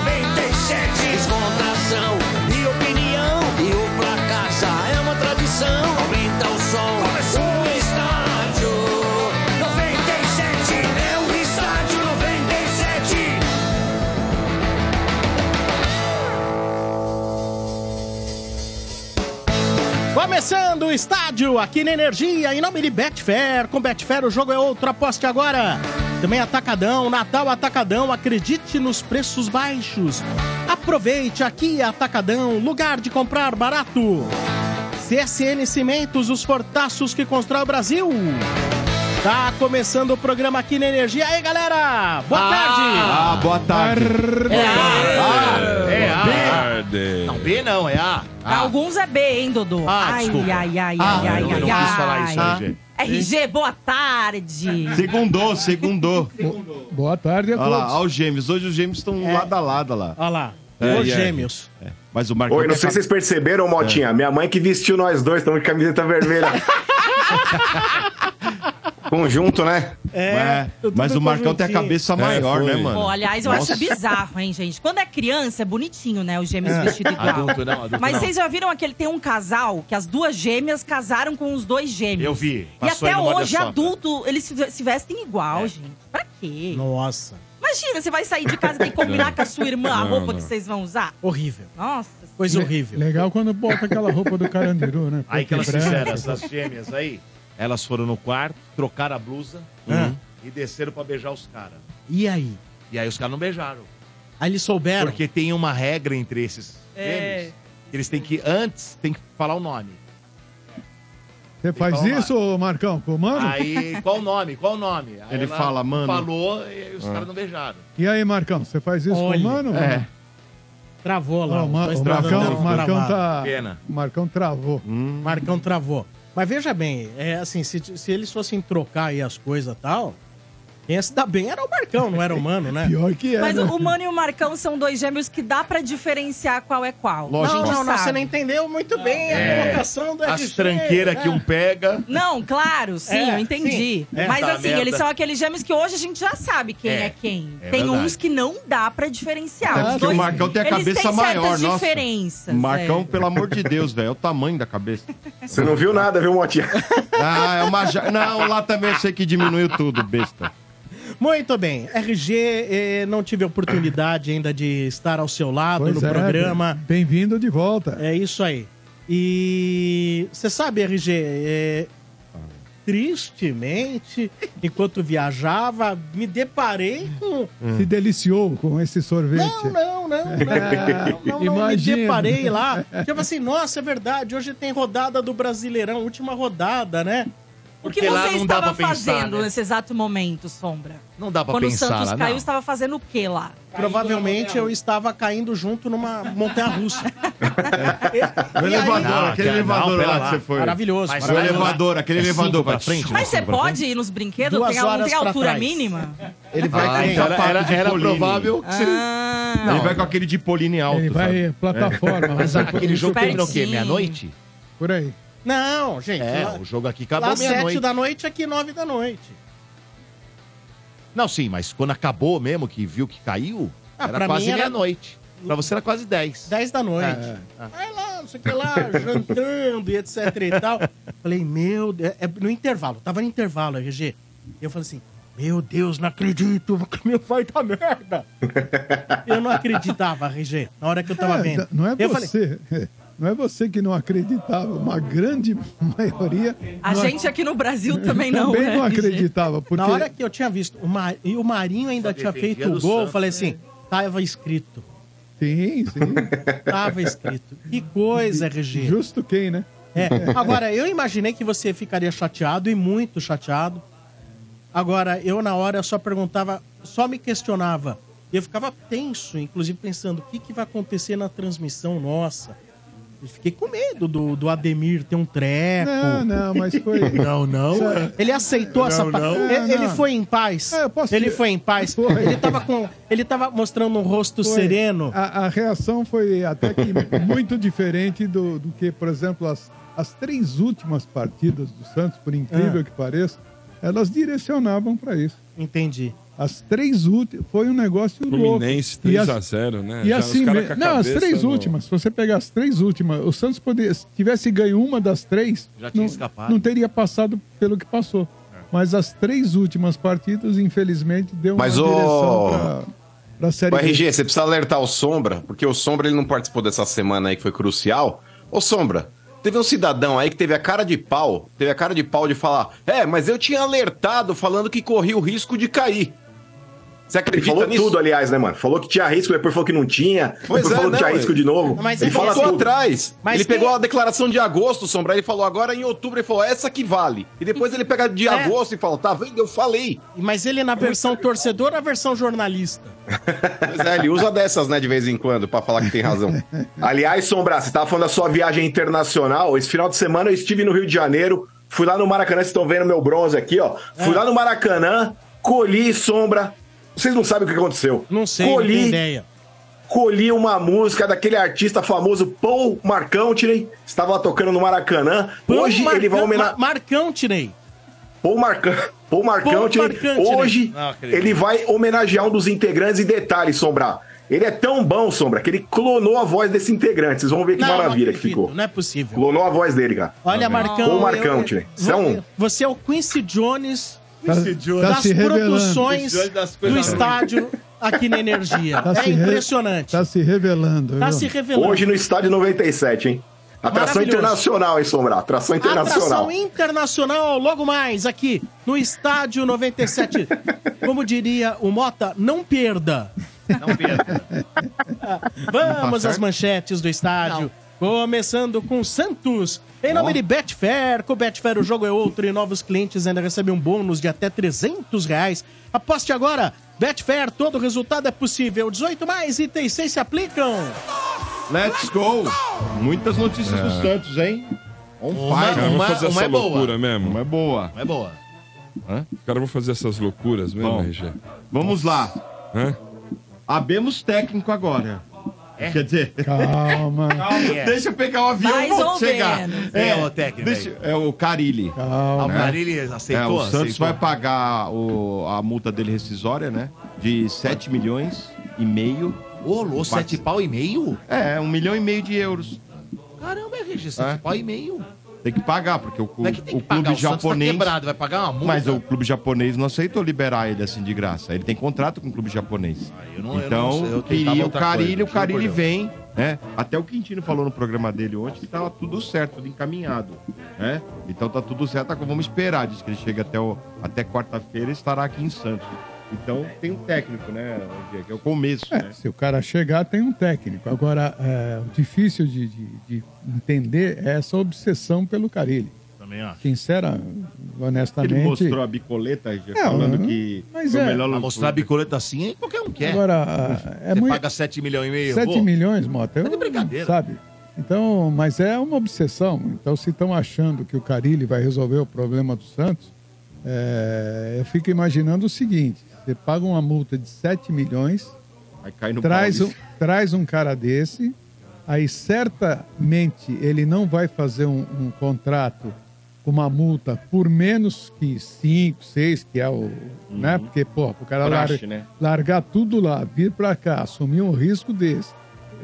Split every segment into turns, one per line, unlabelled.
é é
Começando o estádio aqui na Energia, em nome de Betfair. Com Betfair o jogo é outro, aposte agora. Também Atacadão, Natal Atacadão, acredite nos preços baixos. Aproveite aqui Atacadão, lugar de comprar barato. CSN Cimentos, os fortaços que constrói o Brasil. Tá começando o programa aqui na Energia. Aí, galera! Boa tarde!
Ah, boa tarde.
É
ah.
A.
Tarde.
Não, B não, é A.
Pra Alguns é B, hein, Dodô?
Ah,
ai,
desculpa.
ai, ai, ai,
Ah,
ai,
eu não
ai,
quis
ai.
falar isso, RG.
RG, boa tarde.
Segundou, segundou.
Boa tarde a
Olha lá,
todos.
olha os gêmeos. Hoje os gêmeos estão
É.
lado a lado olha lá.
Olha lá.
É,
Os
é.
gêmeos.
Mas o Marcão. É.
Oi, não
tá
sei se vocês perceberam, Motinha. Minha mãe que vestiu nós dois, estamos de camiseta vermelha. Conjunto, né?
É,
eu tô
mas
bem
o Marcão tem a
conjuntinho.
cabeça maior,
foi.
né, mano?
Pô, aliás, eu acho bizarro, hein, gente? Quando é criança, é bonitinho, né? Os
É.
gêmeos vestidos igual.
Adulto não, adulto
Mas
não.
vocês já viram aquele tem um casal que as duas gêmeas casaram com os dois gêmeos.
Eu vi.
E
Passou
até
aí no Moda É.
hoje,
Sopra.
adulto, eles se se vestem igual, gente. Pra quê?
Nossa,
Imagina, você vai sair de casa e tem que
É.
combinar com a sua irmã a
Não,
roupa
não.
que vocês vão usar.
horrível.
Nossa.
Coisa horrível.
Legal quando bota aquela roupa do carandiru, né?
Aí que elas
Preto e branco.
fizeram, essas gêmeas aí, elas foram no quarto, trocaram a blusa né,
Ah,
e desceram pra beijar os caras.
E aí?
E aí os caras não beijaram.
Aí eles souberam.
Porque tem uma regra entre esses
É.
gêmeos. que Eles têm que, antes, tem que falar o nome.
Você faz
Então,
isso, ô Marcão? Comando?
Aí, qual o nome? Qual o nome? Aí
Ele
ela
fala, mano.
Falou e aí os caras não beijaram.
E aí, Marcão, você faz isso
Olha,
comando?
É.
Travou lá.
Ó, o Ma-
Dois
o
travados,
Marcão,
dois
o Marcão
travados.
tá.
Pena.
o Marcão travou.
Marcão travou. Mas veja bem, é assim, se, se eles fossem trocar aí as coisas e tal, quem ia se dar bem era o Marcão, não era o Mano, né?
Pior que é.
Mas
né?
o Mano e o Marcão são dois gêmeos que dá pra diferenciar qual é qual.
Não,
A gente
não, não,
sabe.
você não entendeu muito
É.
bem
É.
a colocação do
É. As
RG,
tranqueiras
né?
que um pega.
Não, claro, sim,
É,
eu entendi.
sim. É,
Mas
tá,
assim,
merda.
eles são aqueles gêmeos que hoje a gente já sabe quem é,
É,
quem.
é
tem
verdade.
uns que não dá pra diferenciar.
Até
Os
É, porque
Ah,
o
dois-
Marcão tem a
eles
cabeça
têm
maior,
certas
nossa.
diferenças.
Marcão,
é.
pelo amor de Deus, velho. É o tamanho da cabeça.
Você não viu nada, viu, Motinha?
Ah, é uma. ja- Não, lá também eu sei que diminuiu tudo, besta.
Muito bem. RG, eh, não tive oportunidade ainda de estar ao seu lado
Pois
no
é,
programa.
Bem-vindo de volta.
É isso aí. E você sabe, RG, é, tristemente, enquanto viajava, me deparei com.
Se deliciou com esse sorvete.
Não, não, não, não, não, não, não, me
Imagino.
deparei lá. Tipo assim, nossa, é verdade, hoje tem rodada do Brasileirão, última rodada, né?
O que
Porque lá
você
não dá
estava
pra pensar,
fazendo
né?
nesse exato momento, Sombra?
Não dá pra
Quando o
pensar
Santos
lá,
caiu,
não.
estava fazendo o quê lá?
Provavelmente eu estava caindo junto numa montanha-russa.
O elevador,
Não,
aquele
cara, não,
elevador
pera
lá
lá.
que você foi.
Maravilhoso.
Mas
O
maravilhoso.
elevador, aquele
É cinco
elevador
pra
pra frente.
frente? né?
Mas você
Nossa,
pode ir nos brinquedos?
Duas
Tem, não
horas
tem
pra
altura
trás.
mínima?
Ele vai
Ah,
com
então
sapato
era,
de
era
Pauline.
provável que você...
Ah,
Ele vai com aquele de Pauline alto.
Ele vai
sabe?
plataforma.
Mas
vai
aquele jogo terminou o quê?
Pertinho.
Meia-noite?
Por aí.
Não, gente.
É,
lá-
o jogo aqui
Lá
acabou
às sete
meia-noite.
da noite, aqui nove da noite.
Não, sim, mas quando acabou mesmo, que viu que caiu,
Ah, pra
era
mim
quase
era-
meia-noite. É, Pra você era quase 10.
10 da noite.
É,
Vai lá, não sei o que lá, jantando e etc e tal. Falei, meu Deus, é no intervalo, tava no intervalo, RG. Eu falei assim, meu Deus, não acredito, que meu vai dar merda. Eu não acreditava, RG, na hora que eu tava
É,
vendo.
Não é
eu falei,
você. Não é você que não acreditava. Uma grande maioria.
A
não
gente aqui no Brasil também não,
também
né?
não acreditava. Porque
na hora que eu tinha visto, o Ma- e o Marinho ainda
Só
tinha
defendia
feito o
do
gol, eu
Santos, né?
falei assim, tava escrito,
Sim, sim.
tava escrito. Que coisa, RG.
Justo quem, né?
É. Agora, eu imaginei que você ficaria chateado e muito chateado. Agora, eu na hora só perguntava, só me questionava. Eu ficava tenso, inclusive pensando o que, que vai acontecer na transmissão nossa. Eu fiquei com medo do, do Ademir ter um treco.
Não, não, mas foi.
Não, não. Ele aceitou essa pa-
não.
Ele, ele
Não.
foi em paz.
É, eu posso te-
ele foi em paz.
Foi.
Ele tava com, ele tava mostrando um rosto
Foi.
sereno.
A, a reação foi até que muito diferente do, do que, por exemplo, as, as três últimas partidas do Santos, por
Ah.
incrível que pareça, elas direcionavam para isso.
Entendi.
As três últimas. Foi um negócio
Fluminense
louco. E
3
as-
a 0 né?
E
Já os
assim,
cara
me-
com a
não, as
cabeça
três
no-
últimas. Se você pegar as três últimas, o Santos poderia, se tivesse ganho uma das três,
Já tinha
não,
escapado. É.
não teria passado pelo que passou. Mas as três últimas partidas, infelizmente, deu
Mas,
uma
ô,
direção pra, pra Série
O
B.
RG, você precisa alertar o Sombra, porque o Sombra ele não participou dessa semana aí que foi crucial. Ô Sombra, Teve um cidadão aí que teve a cara de pau, teve a cara de pau de falar: É, mas eu tinha alertado falando que corria o risco de cair. Você
Ele
acredita
falou
nisso?
tudo, aliás, né, mano? Falou que tinha risco, depois falou que não tinha.
Pois
Depois
é,
falou
não,
que tinha
ele-
risco de novo.
Mas
ele
ele
fala
voltou
tudo.
atrás.
Mas
ele
tem-
pegou a declaração de agosto, Sombra, ele falou agora é em outubro, ele falou essa que vale. E depois ele pega de
É.
agosto e fala, tá vendo? Eu falei.
Mas ele é na versão torcedor ou na versão jornalista?
Mas é, ele usa dessas, né, de vez em quando, pra falar que tem razão.
Aliás, Sombra, você tava falando da sua viagem internacional. Esse final de semana eu estive no Rio de Janeiro, fui lá no Maracanã, vocês estão vendo meu bronze aqui, ó. Fui
É.
lá no Maracanã, colhi Sombra. Vocês não sabem o que aconteceu.
Não sei, não tenho
Colhi,
ideia.
colhi uma música daquele artista famoso Pão Marcão, tirei. Estava lá tocando no Maracanã. Hoje
Pô,
ele vai
Marcão-
homenagear.
Mar- Marcão, tirei.
Paul Marcão, Paul Marcão,
Paul Marcante, né?
hoje
Não acredito.
ele vai homenagear um dos integrantes e detalhe, Sombra. Ele é tão bom, Sombra, que ele clonou a voz desse integrante. Vocês vão ver que maravilha que
acredito,
ficou.
Não é possível.
Clonou a voz dele, cara.
Olha, Marcão.
Ô, Marcão,
eu-
tio, você é um-
Você é o Quincy Jones
Tá, tá
das
se revelando.
produções
Quincy Jones das
do
coisas ruins.
estádio aqui na Energia.
Tá
é
se re-
impressionante.
Tá se revelando.
Tá
viu?
se revelando.
Hoje no estádio 97, hein? Atração
Maravilhoso.
internacional, hein, Sombra? Atração internacional.
Atração internacional, logo mais aqui no Estádio 97. Como diria o Mota, não perda.
Não perca.
Vamos às manchetes do estádio. Começando com Santos. Em nome de Betfair, com Betfair o jogo é outro e novos clientes ainda recebem um bônus de até 300 reais. Aposte agora. Betfair, todo resultado é possível. 18 mais, itens 6 se aplicam.
Let's go! Muitas notícias é do Santos, hein?
É.
On
Uma-
fire.
uma-
É. Vamos fazer
uma
essa
é boa.
loucura mesmo.
Não é boa.
Não é boa.
Cara, eu vou fazer essas loucuras mesmo,
Bom.
RG.
Vamos lá.
Hã?
Abemos técnico agora.
É.
Quer dizer,
Calma,
deixa eu pegar o avião
Mais
e vou
ou
chegar.
menos.
Quem é o técnico
deixa- é o Carilli. Né?
calma.
O Carilli aceitou,
É, o Santos
aceitou.
vai pagar o- a multa dele rescisória, né? De 7 milhões e meio.
Ô, louco, sete pau e meio?
É, um milhão e meio de euros.
Caramba, RG, sete
É.
pau e meio.
Tem que pagar, porque o,
Não é que tem
o
que pagar,
clube
o Santos tá
japonês.
quebrado, vai pagar uma multa.
mas o clube japonês não aceitou liberar ele assim de graça. Ele tem contrato com o clube japonês.
Ah, eu não- eu não
então,
sei, eu tentava
queria o
outra
Carilli,
coisa,
o Carilli
juro por
vem, né? Até o Quintino falou no programa dele ontem que tava tudo certo, tudo encaminhado, né? Então tá tudo certo, agora vamos esperar. Diz que ele chega até, o- até quarta-feira e estará aqui em Santos. Então tem um técnico, né, Rodrigo? Que é o começo,
É,
né?
se o cara chegar, tem um técnico. Agora, é, o difícil de, de- de entender é essa obsessão pelo Carilli.
Também acho.
Sincera, honestamente.
Ele mostrou a bicoleta, RG,
Não,
falando que
É, mas
foi o
é.
melhor
Pra
loucura.
Ah, mostrar a bicoleta assim, aí qualquer um quer.
Agora, é
Você
muito.
paga 7 milhões e meio,
7
pô.
milhões, Mota.
Tá
de
eu-
brincadeira.
Sabe? Então, mas é uma obsessão. Então, se estão achando que o Carilli vai resolver o problema do Santos, é, eu fico imaginando o seguinte: você paga uma multa de 7 milhões,
Vai cair no
traz um,
Paulista.
traz um cara desse, aí certamente ele não vai fazer um, um contrato com uma multa por menos que 5, 6, que é o. Né? Porque, pô, o cara
Uhum. Praxe,
larga-
né?
largar tudo lá, vir pra cá, assumir um risco desse,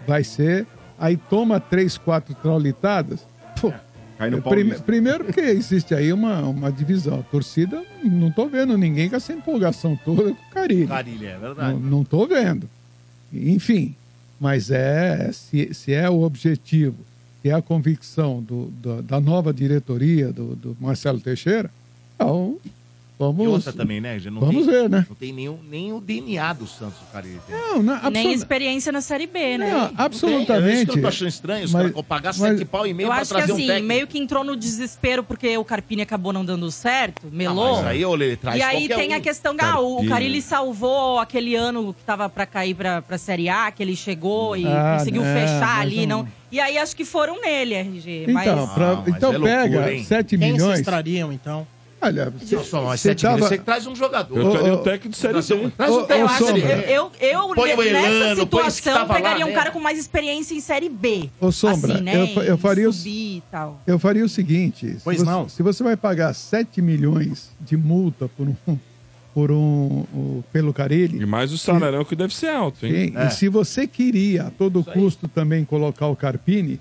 vai ser. Aí toma 3, 4 traulitadas. Pô,
É, Cai no
Prime-
Paulista.
primeiro que existe aí uma, uma divisão. A torcida, não tô vendo ninguém com essa empolgação toda com o Carilho.
Carilho, é
Não,
verdade.
não tô vendo. Enfim, mas é se, se é o objetivo, se é a convicção do, do- da nova diretoria do, do Marcelo Teixeira, então
E
vamos.
outra também, né, RG? Não
vamos
tem,
ver, né?
Não tem nenhum, nem o DNA do Santos, o Carilli. tem.
Não, não,
E Nem
absolu-
experiência na Série B, né?
não,
É isso que
absolutamente.
eu tô achando estranho, os
Mas-
caras vão pagar
mas-
7 pau e meio
Eu
pra
acho que
trazer um
assim,
técnico.
meio que entrou no desespero porque o Carpini acabou não dando certo,
Ah,
melou.
mas aí, olha, ele traz
e aí
qualquer
tem
um.
a questão, ah, o Carilli salvou aquele ano que tava pra cair pra, pra Série A, que ele chegou e
Ah,
conseguiu
não,
fechar
mas
ali, não.
não.
E aí acho que foram nele, RG. mas
Então, pra-
Ah, mas
então
é loucura,
pega
hein?
7
Quem vocês
milhões.
trariam, então?
Olha,
Não, só mais
você
7 milhões,
tava-
você traz um jogador.
Eu traria
ô,
o técnico de Série
Traz um-
D.
traz um
eu
ô, ô,
acho
técnico.
Sombra.
que eu, eu
Põe o
ne- nessa
Elano, põe esse que
situação
tava lá,
pegaria um
né?
cara com mais experiência em Série B.
Ô, Sombra,
assim, né?
eu fa- eu
E
faria os-
subir e tal.
Eu faria o seguinte:
Pois
se, você,
não.
se você vai pagar 7 milhões de multa por um, por um, o- pelo
E
Carilli,
mais o salarão que deve ser alto, hein?
É.
É.
ok? e se você queria a todo custo também colocar o Carpini,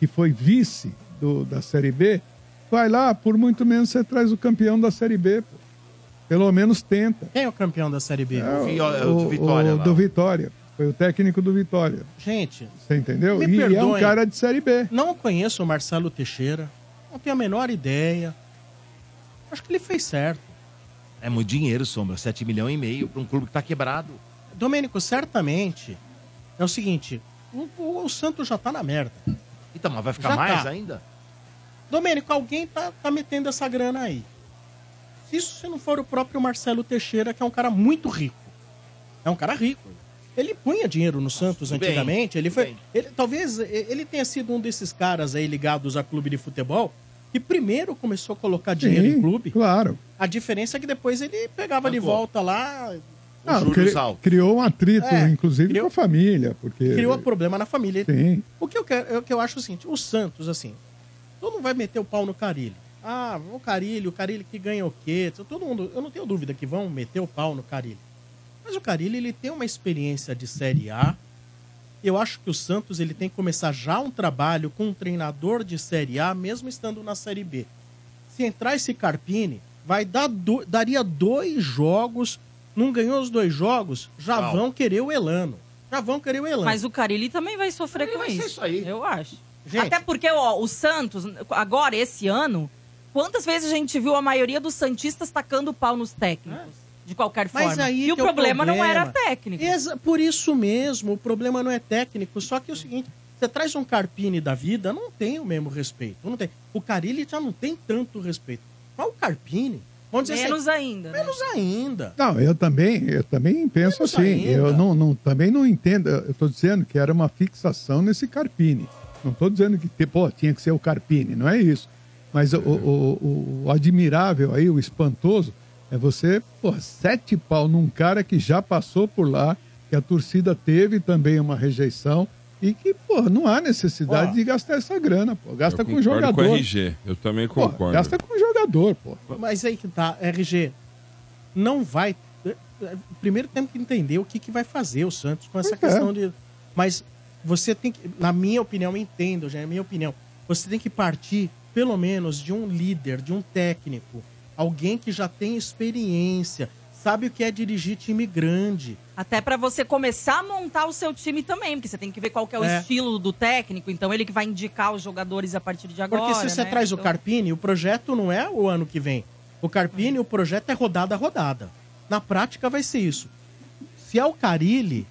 que foi vice do- da Série B, vai lá, por muito menos você traz o campeão da Série B. pô. Pelo menos tenta.
Quem é o campeão da Série B?
É,
Vi- ó, é o do Vitória lá.
do Vitória. Foi o técnico do Vitória.
Gente,
Você entendeu?
Me
e é um
perdoem.
cara de Série B.
Não conheço o Marcelo Teixeira. Não tenho a menor ideia. Acho que ele fez certo.
É muito dinheiro, Sombra. 7 milhões e meio pra um clube que tá quebrado.
Domênico, certamente é o seguinte: o, o- o Santos já tá na merda.
Então, mas vai ficar
Já
mais
tá.
ainda?
Domênico, alguém tá, tá metendo essa grana aí. Isso se não for o próprio Marcelo Teixeira, que é um cara muito rico. É um cara rico. Ele punha dinheiro no Santos
Tudo bem,
antigamente. ele
tudo
foi,
bem.
ele, talvez e- ele tenha sido um desses caras aí ligados a clube de futebol que primeiro começou a colocar dinheiro em clube.
Claro.
A diferença é que depois ele pegava de
Bancou.
volta lá.
Ah, cri- criou um atrito,
É,
inclusive, com a família. Porque... é,
Criou um problema na família.
Sim.
O que eu quero, é o que eu acho o seguinte, o Santos, assim, todo mundo vai meter o pau no Carilho. Ah, o Carilho, o Carilho que ganha o quê? Todo mundo, eu não tenho dúvida que vão meter o pau no Carilho. Mas o Carilho, ele tem uma experiência de Série A. Eu acho que o Santos, ele tem que começar já um trabalho com um treinador de Série A, mesmo estando na Série B. Se entrar esse Carpini, vai dar do- daria dois jogos, não ganhou os dois jogos, já
Tchau.
vão querer o Elano.
Ah,
Já vão querer o Elano.
Mas o Carilli também vai sofrer com isso. Eu acho.
Gente.
Até porque, ó, o Santos, agora, esse ano, quantas vezes a gente viu a maioria dos Santistas tacando o pau nos técnicos? De qualquer forma.
É. Mas aí
e o
que é
problema, não era técnico.
Exa- por isso mesmo, o problema não é técnico. Só que é o seguinte, você traz um Carpini da vida, não tem o mesmo respeito. Não tem. O Carilli já não tem tanto respeito. Mas o Carpini, vamos dizer
Menos
assim,
ainda. né?
Menos ainda.
Não, eu também, eu também penso assim. Eu não, não- também não entendo. Eu estou dizendo que era uma fixação nesse Carpini. Não estou dizendo que pô, tinha que ser o Carpini, não é isso. Mas o, o- o- o admirável aí, o espantoso, é você, pô, sete pau num cara que já passou por lá, que a torcida teve também uma rejeição e que, pô, não há necessidade de gastar essa grana, pô. Gasta com o
Concordo com o
jogador.
RG. Eu também concordo.
Gasta com o jogador, pô.
Mas aí que tá, RG, não vai. Primeiro temos que entender o que, que vai fazer o Santos com essa
Pois é.
questão de. Mas você tem que. Na minha opinião, eu entendo, já é a minha opinião. Você tem que partir, pelo menos, de um líder, de um técnico. Alguém que já tem experiência, sabe o que é dirigir time grande.
Até pra você começar a montar o seu time também, porque você tem que ver qual que é o
É.
estilo do técnico, então ele que vai indicar os jogadores a partir de agora.
Porque se você
né?
traz o
Então-
Carpini, o projeto não é o ano que vem. O Carpini, o projeto é rodada a rodada. Na prática vai ser isso. Se é o Carilli,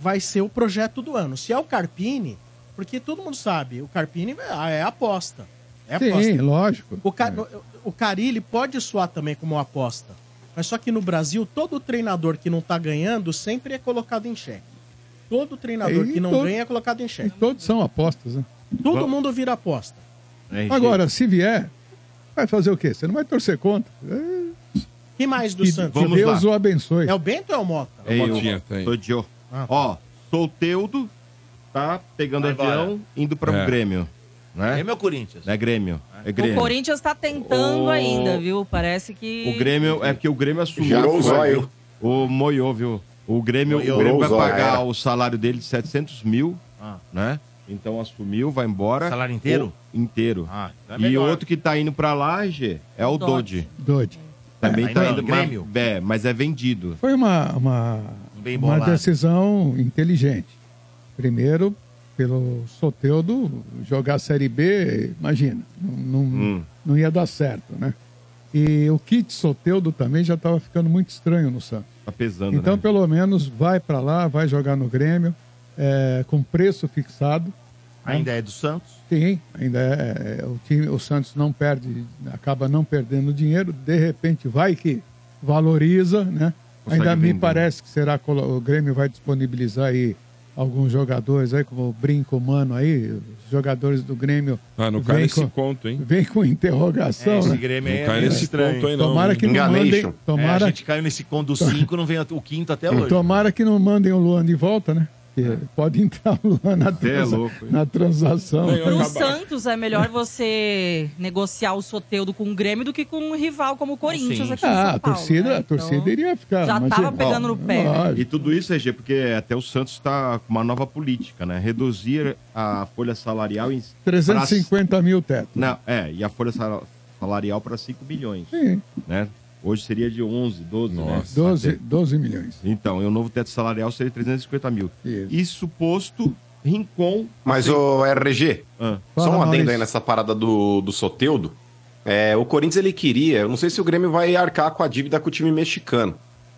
vai ser o projeto do ano. Se é o Carpini, porque todo mundo sabe, o Carpini é é aposta. É aposta.
Sim, lógico. É.
O, Ca... o Carilli pode soar também como uma aposta. Mas só que no Brasil, todo treinador que não tá ganhando sempre é colocado em xeque. Todo treinador
E
que não
todo-
ganha é colocado em
E
xeque.
todos são apostas, né?
Todo mundo vira aposta.
É
Agora, se vier, vai fazer o quê? Você não vai torcer contra. É,
Que mais do
Que-
Santos?
que Deus o abençoe.
É o Bento ou é o Mota?
É
Botinha,
eu,
tem.
tô de ó.
Ah, tá.
Ó, Solteudo tá pegando
Vai
avião,
embora.
indo para
É.
o um Grêmio. Né?
Grêmio ou Corinthians?
É Grêmio. É
O
Grêmio.
Corinthians tá tentando
O-
ainda, viu? Parece que.
O Grêmio é porque o Grêmio assumiu.
Jurou
foi,
o zóio.
viu? O Moiô, viu? O Grêmio, o
Moiô.
Grêmio vai
Jurou o zóio,
pagar
era.
o salário dele de 700 mil,
Ah.
né? Então assumiu, vai embora.
Salário inteiro?
O- inteiro.
Ah, então é
e
melhor.
outro que tá indo pra lá, Gê, é o Dodge.
Doide.
Também
É,
tá
ainda
indo,
não, Grêmio.
Mas, é, mas é vendido.
Foi uma, uma,
Um Bem
uma
bolado.
decisão inteligente. Primeiro, pelo Soteudo jogar a Série B, imagina, não, não,
Hum,
não ia dar certo, né? E o kit Soteudo também já estava ficando muito estranho no Santos.
Tá pesando,
Então,
né?
pelo menos, vai para lá, vai jogar no Grêmio, é, com preço fixado. né?
Ainda é do Santos?
Sim, ainda é, é, o time, o Santos não perde, acaba não perdendo dinheiro, de repente vai que valoriza, né?
Consegue
ainda me
vender.
parece que será colo- o Grêmio vai disponibilizar aí alguns jogadores aí como o Brinco Mano aí, os jogadores do Grêmio.
Ah, não
vem
cai nesse
com-
conto, hein?
Vem com interrogação.
É, esse
né?
Grêmio aí
Não
é
cai
meio
nesse
estranho.
ponto aí, não.
Tomara que não
Enganation.
mandem,
É, a
tomara,
gente caiu nesse condo 5, não vem at- o quinto até hoje.
tomara que não mandem o Luan de volta, né?
É.
Porque pode entrar o Luan na,
Você é
transa-
louco, hein?
na transação.
Ganhou,
Pro
acabou.
Santos é melhor você negociar o Soteudo com o Grêmio do que com um rival como o Corinthians
Sim.
aqui em São
Ah,
Paulo.
a torcida,
né?
a torcida
Então,
iria ficar.
já
mas- é
tava pegando no pé, né?
Lógico.
E tudo isso, EG, porque até o Santos está com uma nova política, né? Reduzir a folha salarial em.
350 mil teto.
Pra... Não, é, e a folha sal- salarial para 5 bilhões.
Sim.
né? Hoje seria de 11, 12, né?
12, 12 milhões.
Então, e o novo teto salarial seria 350 mil. Isso posto, Rincon...
Mas o RG, só
Fala,
um adendo
Maurício.
aí nessa parada do, do Soteudo. É, o Corinthians ele queria, eu não sei se o Grêmio vai arcar com a dívida com o time mexicano.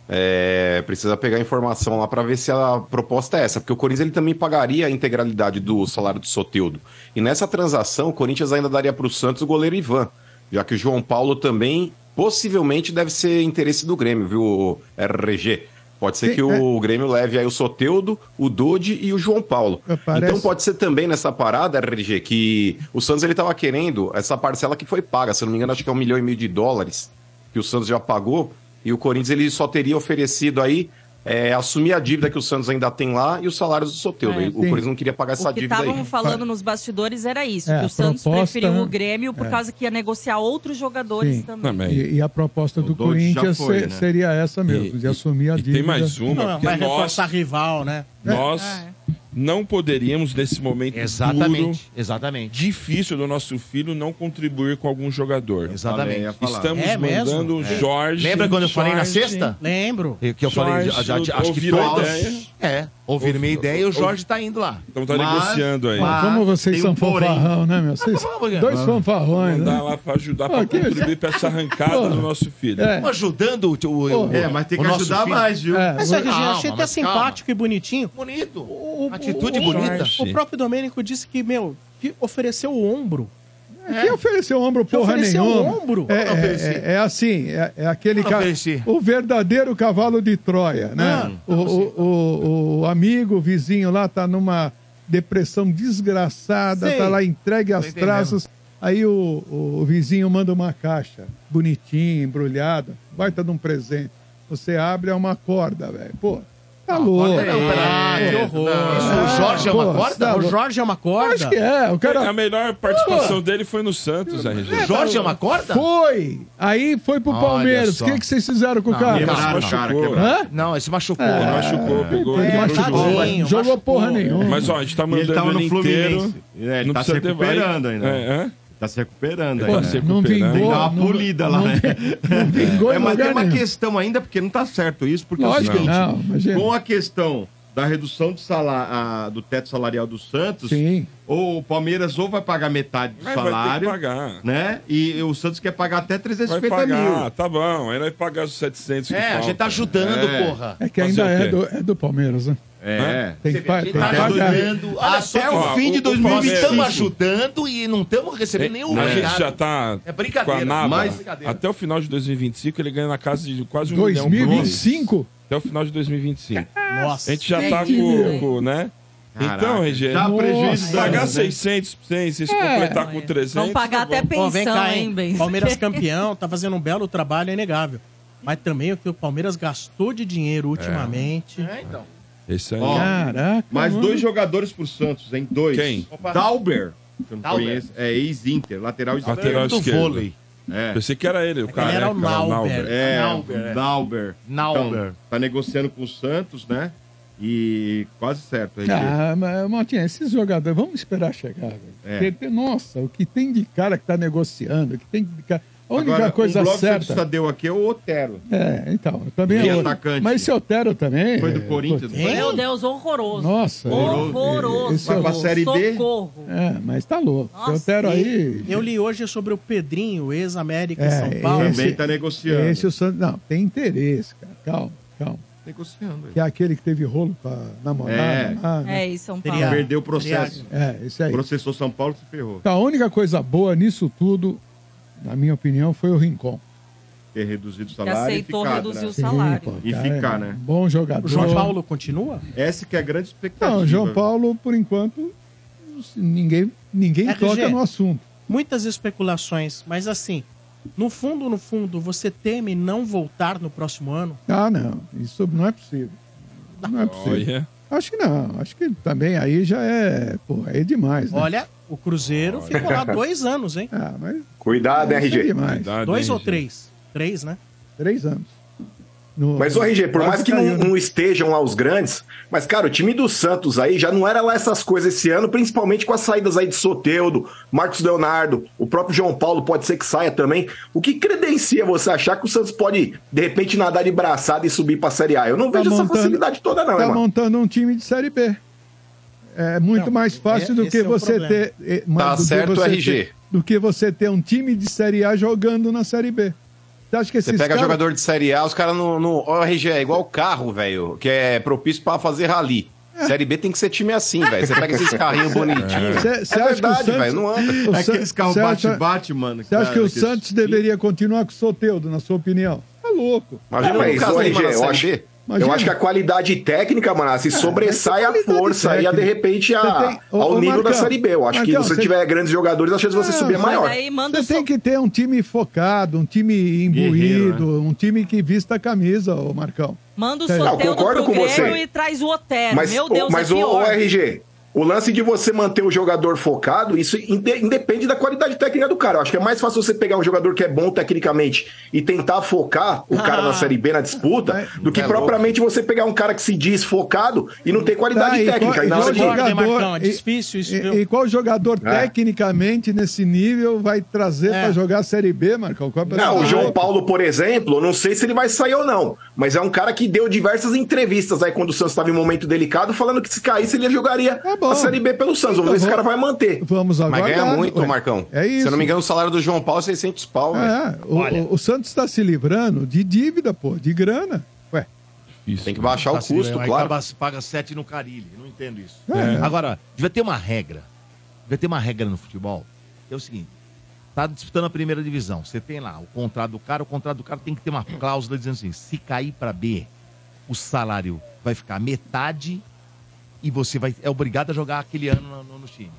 É, precisa pegar informação lá para ver se a proposta é essa, porque o Corinthians ele também pagaria a integralidade do salário do Soteudo. E nessa transação, o Corinthians ainda daria para o Santos o goleiro Ivan, já que o João Paulo também possivelmente deve ser interesse do Grêmio, viu, RG? Pode ser
Sim,
que
é.
o Grêmio leve aí o Soteudo, o Dodi e o João Paulo.
Parece-
Então pode ser também nessa parada, RG, que o Santos ele tava querendo essa parcela que foi paga, se eu não me engano, acho que é um milhão e meio de dólares que o Santos já pagou, e o Corinthians ele só teria oferecido aí é, assumir a dívida que o Santos ainda tem lá e os salários do Soteudo.
É.
E o
Sim.
Corinthians não queria pagar essa
O que
dívida
estavam
aí.
falando nos bastidores era isso,
É,
que
a
o Santos
proposta,
preferiu
né?
o Grêmio por
É.
causa que ia negociar outros jogadores
Sim.
também.
E, e a proposta do
Dodge
Corinthians
já foi,
se-
né?
seria essa mesmo, de assumir a dívida.
tem mais uma, porque
vai
nós-
reforçar rival, né?
É.
Nós
Ah,
não poderíamos, nesse momento
Exatamente,
exatamente. difícil do nosso filho, não contribuir com algum jogador.
Exatamente. Eu ia falar.
Estamos
É mesmo?
mandando o
É.
Jorge.
Lembra quando eu falei na
Jorge-
sexta?
Lembro.
E É, Que eu falei, já- já- já- acho que
ouviram a
todos.
ideia.
É, ouviram minha ideia e o Jorge tá indo lá.
Então tá negociando aí.
mas
Como vocês
tem
são
um porém.
fanfarrão, né, meu? Vocês, dois
Ah.
fanfarrões, né?
Mandar lá pra ajudar, pra
Ah, que-
contribuir pra essa arrancada do nosso filho.
É.
Ajudando o, o, o
É, mas tem que
o nosso
ajudar
filho.
mais, viu?
É,
Mas,
o-
RG, achei
Calma,
até
mas calma.
simpático e bonitinho.
Bonito.
O- o-
Atitude
o-
bonita.
O próprio Domênico disse que, meu, que ofereceu o ombro.
Quem ofereceu ombro porra
ofereceu
nenhuma?
ombro?
É,
Eu não
é, é- é assim, é, é aquele
Eu não
ca...
ofereci.
o verdadeiro cavalo de Troia,
Ah,
né? o,
tá
o, o- o amigo, o vizinho lá tá numa depressão desgraçada,
Sei.
tá lá entregue às
entendendo.
traças. Aí o, o vizinho manda uma caixa, bonitinha, embrulhada, baita de um presente. Você abre, é uma corda, velho. Pô, tá louco.
Ah, que horror. Isso, o Jorge é uma
Porra,
corda?
tá
O
louco.
Jorge é uma corda?
Acho que é, o cara...
A melhor participação dele foi no Santos, RG.
O Jorge é uma corda?
Foi! Aí foi pro
Olha
Palmeiras. O
só.
que, que vocês fizeram com o cara?
Ele
Não,
se
não,
cara,
machucou. É,
quebrado.
Hã?
Não, esse machucou.
Ele machucou, pegou.
Ele
pegou,
machucou,
jogou.
tadinho,
jogou
machucou.
porra nenhuma.
Mas ó, a gente tá
E ele
mandando
tava
ele
no
inteiro.
Fluminense. É, ele
Não
tá se
precisa ter vai.
recuperando ainda.
É, é.
Tá se recuperando
Pô,
ainda.
se
Não
recuperando.
vingou.
Tem que dar uma
não-
polida lá,
não-
né?
Não vingou
É,
em
mas tem
lugar
uma
nenhum.
questão ainda, porque não tá certo isso, porque
Lógico
é o
que
seguinte,
não, imagina.
com a questão da redução do, salar, a- do teto salarial do Santos,
Sim.
ou o Palmeiras ou vai pagar metade do
Mas vai ter que
salário,
pagar.
né? E o Santos quer pagar até
Vai
350
pagar,
mil.
tá bom. Aí vai pagar os 700 que
É, a
falta.
gente tá ajudando, porra.
É que
Fazer
ainda
o
é
quê?
do, é do Palmeiras, né?
É.
Tem que, pa- Ah,
A gente
tem
tá
que pagar.
ajudando. Olha só,
Até
que
o
fim de
o
2020
Palmeiras-
estamos ajudando e não estamos recebendo nenhum
a gente
recado.
já tá
É
com
brincadeira.
a naba.
Mas- brincadeira.
Até o final de 2025, ele ganha na casa de quase um milhão por mês.
2025?
Até o final de 2025.
Nossa.
A gente já tá
que
com,
isso.
com, né?
Caraca,
então, RG,
Tá
não-
prejuízo.
pagar
né?
600 pra vocês, vocês completar com tá 300.
Vão É. pagar até
Ó, vem
pensão,
cá,
hein,
hein?
Benz?
Palmeiras campeão, tá fazendo um belo trabalho, é inegável. Mas também o que o Palmeiras gastou de
É.
dinheiro ultimamente.
então.
Esse é aí.
Ó,
Caraca.
Mais
mano.
dois jogadores pro Santos, hein? Dois.
Quem?
Dauber. Que eu não
Dauber.
conheço. É ex-Inter, lateral esquerdo.
Lateral
do
esquerdo.
vôlei.
É.
Pensei que era ele, o cara.
era o Nauber.
É,
Nauber, é.
Dauber.
Nauber.
Então, tá negociando com o Santos, né? E quase certo. RG.
Ah, mas, Motinha, esses jogadores, vamos esperar chegar. velho.
É.
Porque tem- Nossa, o que tem de cara que tá negociando, o que tem de cara... A única
Agora,
coisa
o bloco que o
certa...
Santos deu aqui é o Otero.
É, então, também
E
é outro.
atacante.
Mas esse Otero também...
Foi
é,
do Corinthians.
pô,
né?
Meu um Deus, horroroso.
Nossa.
Horroroso.
Esse é o-
Vai pra Série B?
Socorro.
É, mas tá louco. Esse
Nossa,
Otero aí...
E Eu li hoje sobre o Pedrinho, ex-América e
É,
São Paulo.
esse-
Também tá negociando.
Esse é o Santos. Não, tem interesse, cara. Calma, calma.
Negociando.
Que é aquele que teve rolo pra namorar.
É.
É, isso, São Paulo.
Seria-
Perdeu o processo.
É, esse aí.
Processou São Paulo, se ferrou.
Então, a única coisa boa nisso tudo, na minha opinião, foi o Rincon.
Ter reduzido o
Que
salário
aceitou
e ficado,
reduzir
né?
o salário.
Sim, pô,
E
cara,
ficar,
é
né?
um Bom jogador.
O João Paulo continua?
Essa que é a grande expectativa.
Não, o João Paulo, por enquanto, ninguém, ninguém
RG.
toca no assunto.
Muitas especulações, mas assim, no fundo, no fundo, você teme não voltar no próximo ano?
Ah, não. Isso não é possível. Não é possível.
Olha.
Acho que não. Acho que também aí já é. Pô, aí é demais, né?
Olha, o Cruzeiro ficou lá dois anos, hein?
Ah, mas.
Cuidado,
isso é
RG.
demais.
Cuidado,
Dois
hein,
ou
gente.
três? Três, né?
Três anos. No-
Mas, ô RG, por
Quase
mais que
caiu,
não,
né?
não estejam lá os grandes, mas, cara, o time do Santos aí já não era lá essas coisas esse ano, principalmente com as saídas aí de Soteudo, Marcos Leonardo, o próprio João Paulo pode ser que saia também. O que credencia você achar que o Santos pode, de repente, nadar de braçada e subir pra Série A? Eu não
Tá
vejo
montando-
essa facilidade
Ah,
toda, não,
tá
né, mano?
montando um time de Série B. É muito
Não,
mais fácil
é-
do
esse
que
é o
você
problema.
ter. eh, mas do
Tá
que
certo,
você
RG.
ter- do que você ter um time de Série A jogando na Série B. Você acha que esses
Você pega
caras-
jogador de Série A, os caras no, no ó, RG é igual carro, velho, que é propício pra fazer rally.
É.
Série B tem que ser time assim, velho. Você pega esses carrinhos bonitinhos.
Você-
É
você acha que o
verdade,
Santos-
velho, não anda.
o San-
É
Aqueles carros
você acha-
bate-bate, mano.
Você acha que o
aqueles-
Santos deveria continuar com o Soteudo, na sua opinião? Tá louco.
Imagina
É,
o
mas,
Lucas
ô,
Lima
RG,
na
eu
Série
acho-
B.
Imagina. É,
Eu acho que a qualidade técnica, mano, se sobressai a
qualidade
força e, a, de
técnica.
repente, a-
Você tem- Ô,
ao
ô,
nível da
Marcão,
Série B. Eu acho
Marcão,
que se
você-
você tiver grandes jogadores, a chance de você
Não,
subir é
Ah, mas
maior.
Aí manda
Você
o
tem
so-
que ter um time focado, um time
né?
imbuído,
Guerreiro,
um time que vista a camisa, ô Marcão.
Manda o
Não,
Soteldo
concordo
pro
com
Grêmio
você.
e traz o Otero.
Mas,
Meu Deus,
mas
é
o, o
pior.
RG, o lance de você manter o jogador focado, isso inde- independe da qualidade técnica do cara. Eu acho que é mais fácil você pegar um jogador que é bom tecnicamente e tentar focar o cara
Ah.
na Série B na disputa,
mas-
do que
é
propriamente você pegar um cara que se diz focado e não ter
Tá,
qualidade
e
técnica.
qual-
E na
e qual
hora de-
jogador-
Concordo, Marcão, é
e-
difícil isso,
e,
viu?
e qual jogador
É.
tecnicamente nesse nível vai trazer
É.
pra jogar a Série B, Marcão? Qual é a
Não, o
pessoa-
João Paulo, por exemplo, eu não sei se ele vai sair ou não, mas é um cara que deu diversas entrevistas aí quando o Santos estava em um momento delicado, falando que se caísse ele jogaria
Tá bom.
a Série B pelo Santos. Vamos ver se
Então,
esse cara vai manter.
Vamos agora.
Mas ganha muito, Marcão.
É isso.
Se eu não me engano, o salário do João Paulo é 600 pau, né? velho.
É, o, o- o Santos está se livrando de dívida, pô, de grana. Ué,
Isso.
Tem que baixar o
Assim,
custo,
aí
claro.
acaba- se paga sete no Carilli. Não entendo isso.
É.
Agora, devia ter uma regra. Devia ter uma regra no futebol. É o seguinte: tá disputando a primeira divisão. Você tem lá o contrato do cara, o contrato do cara tem que ter uma cláusula dizendo assim: se cair pra B, o salário vai ficar metade e você vai, é obrigado a jogar aquele ano no- no, no time.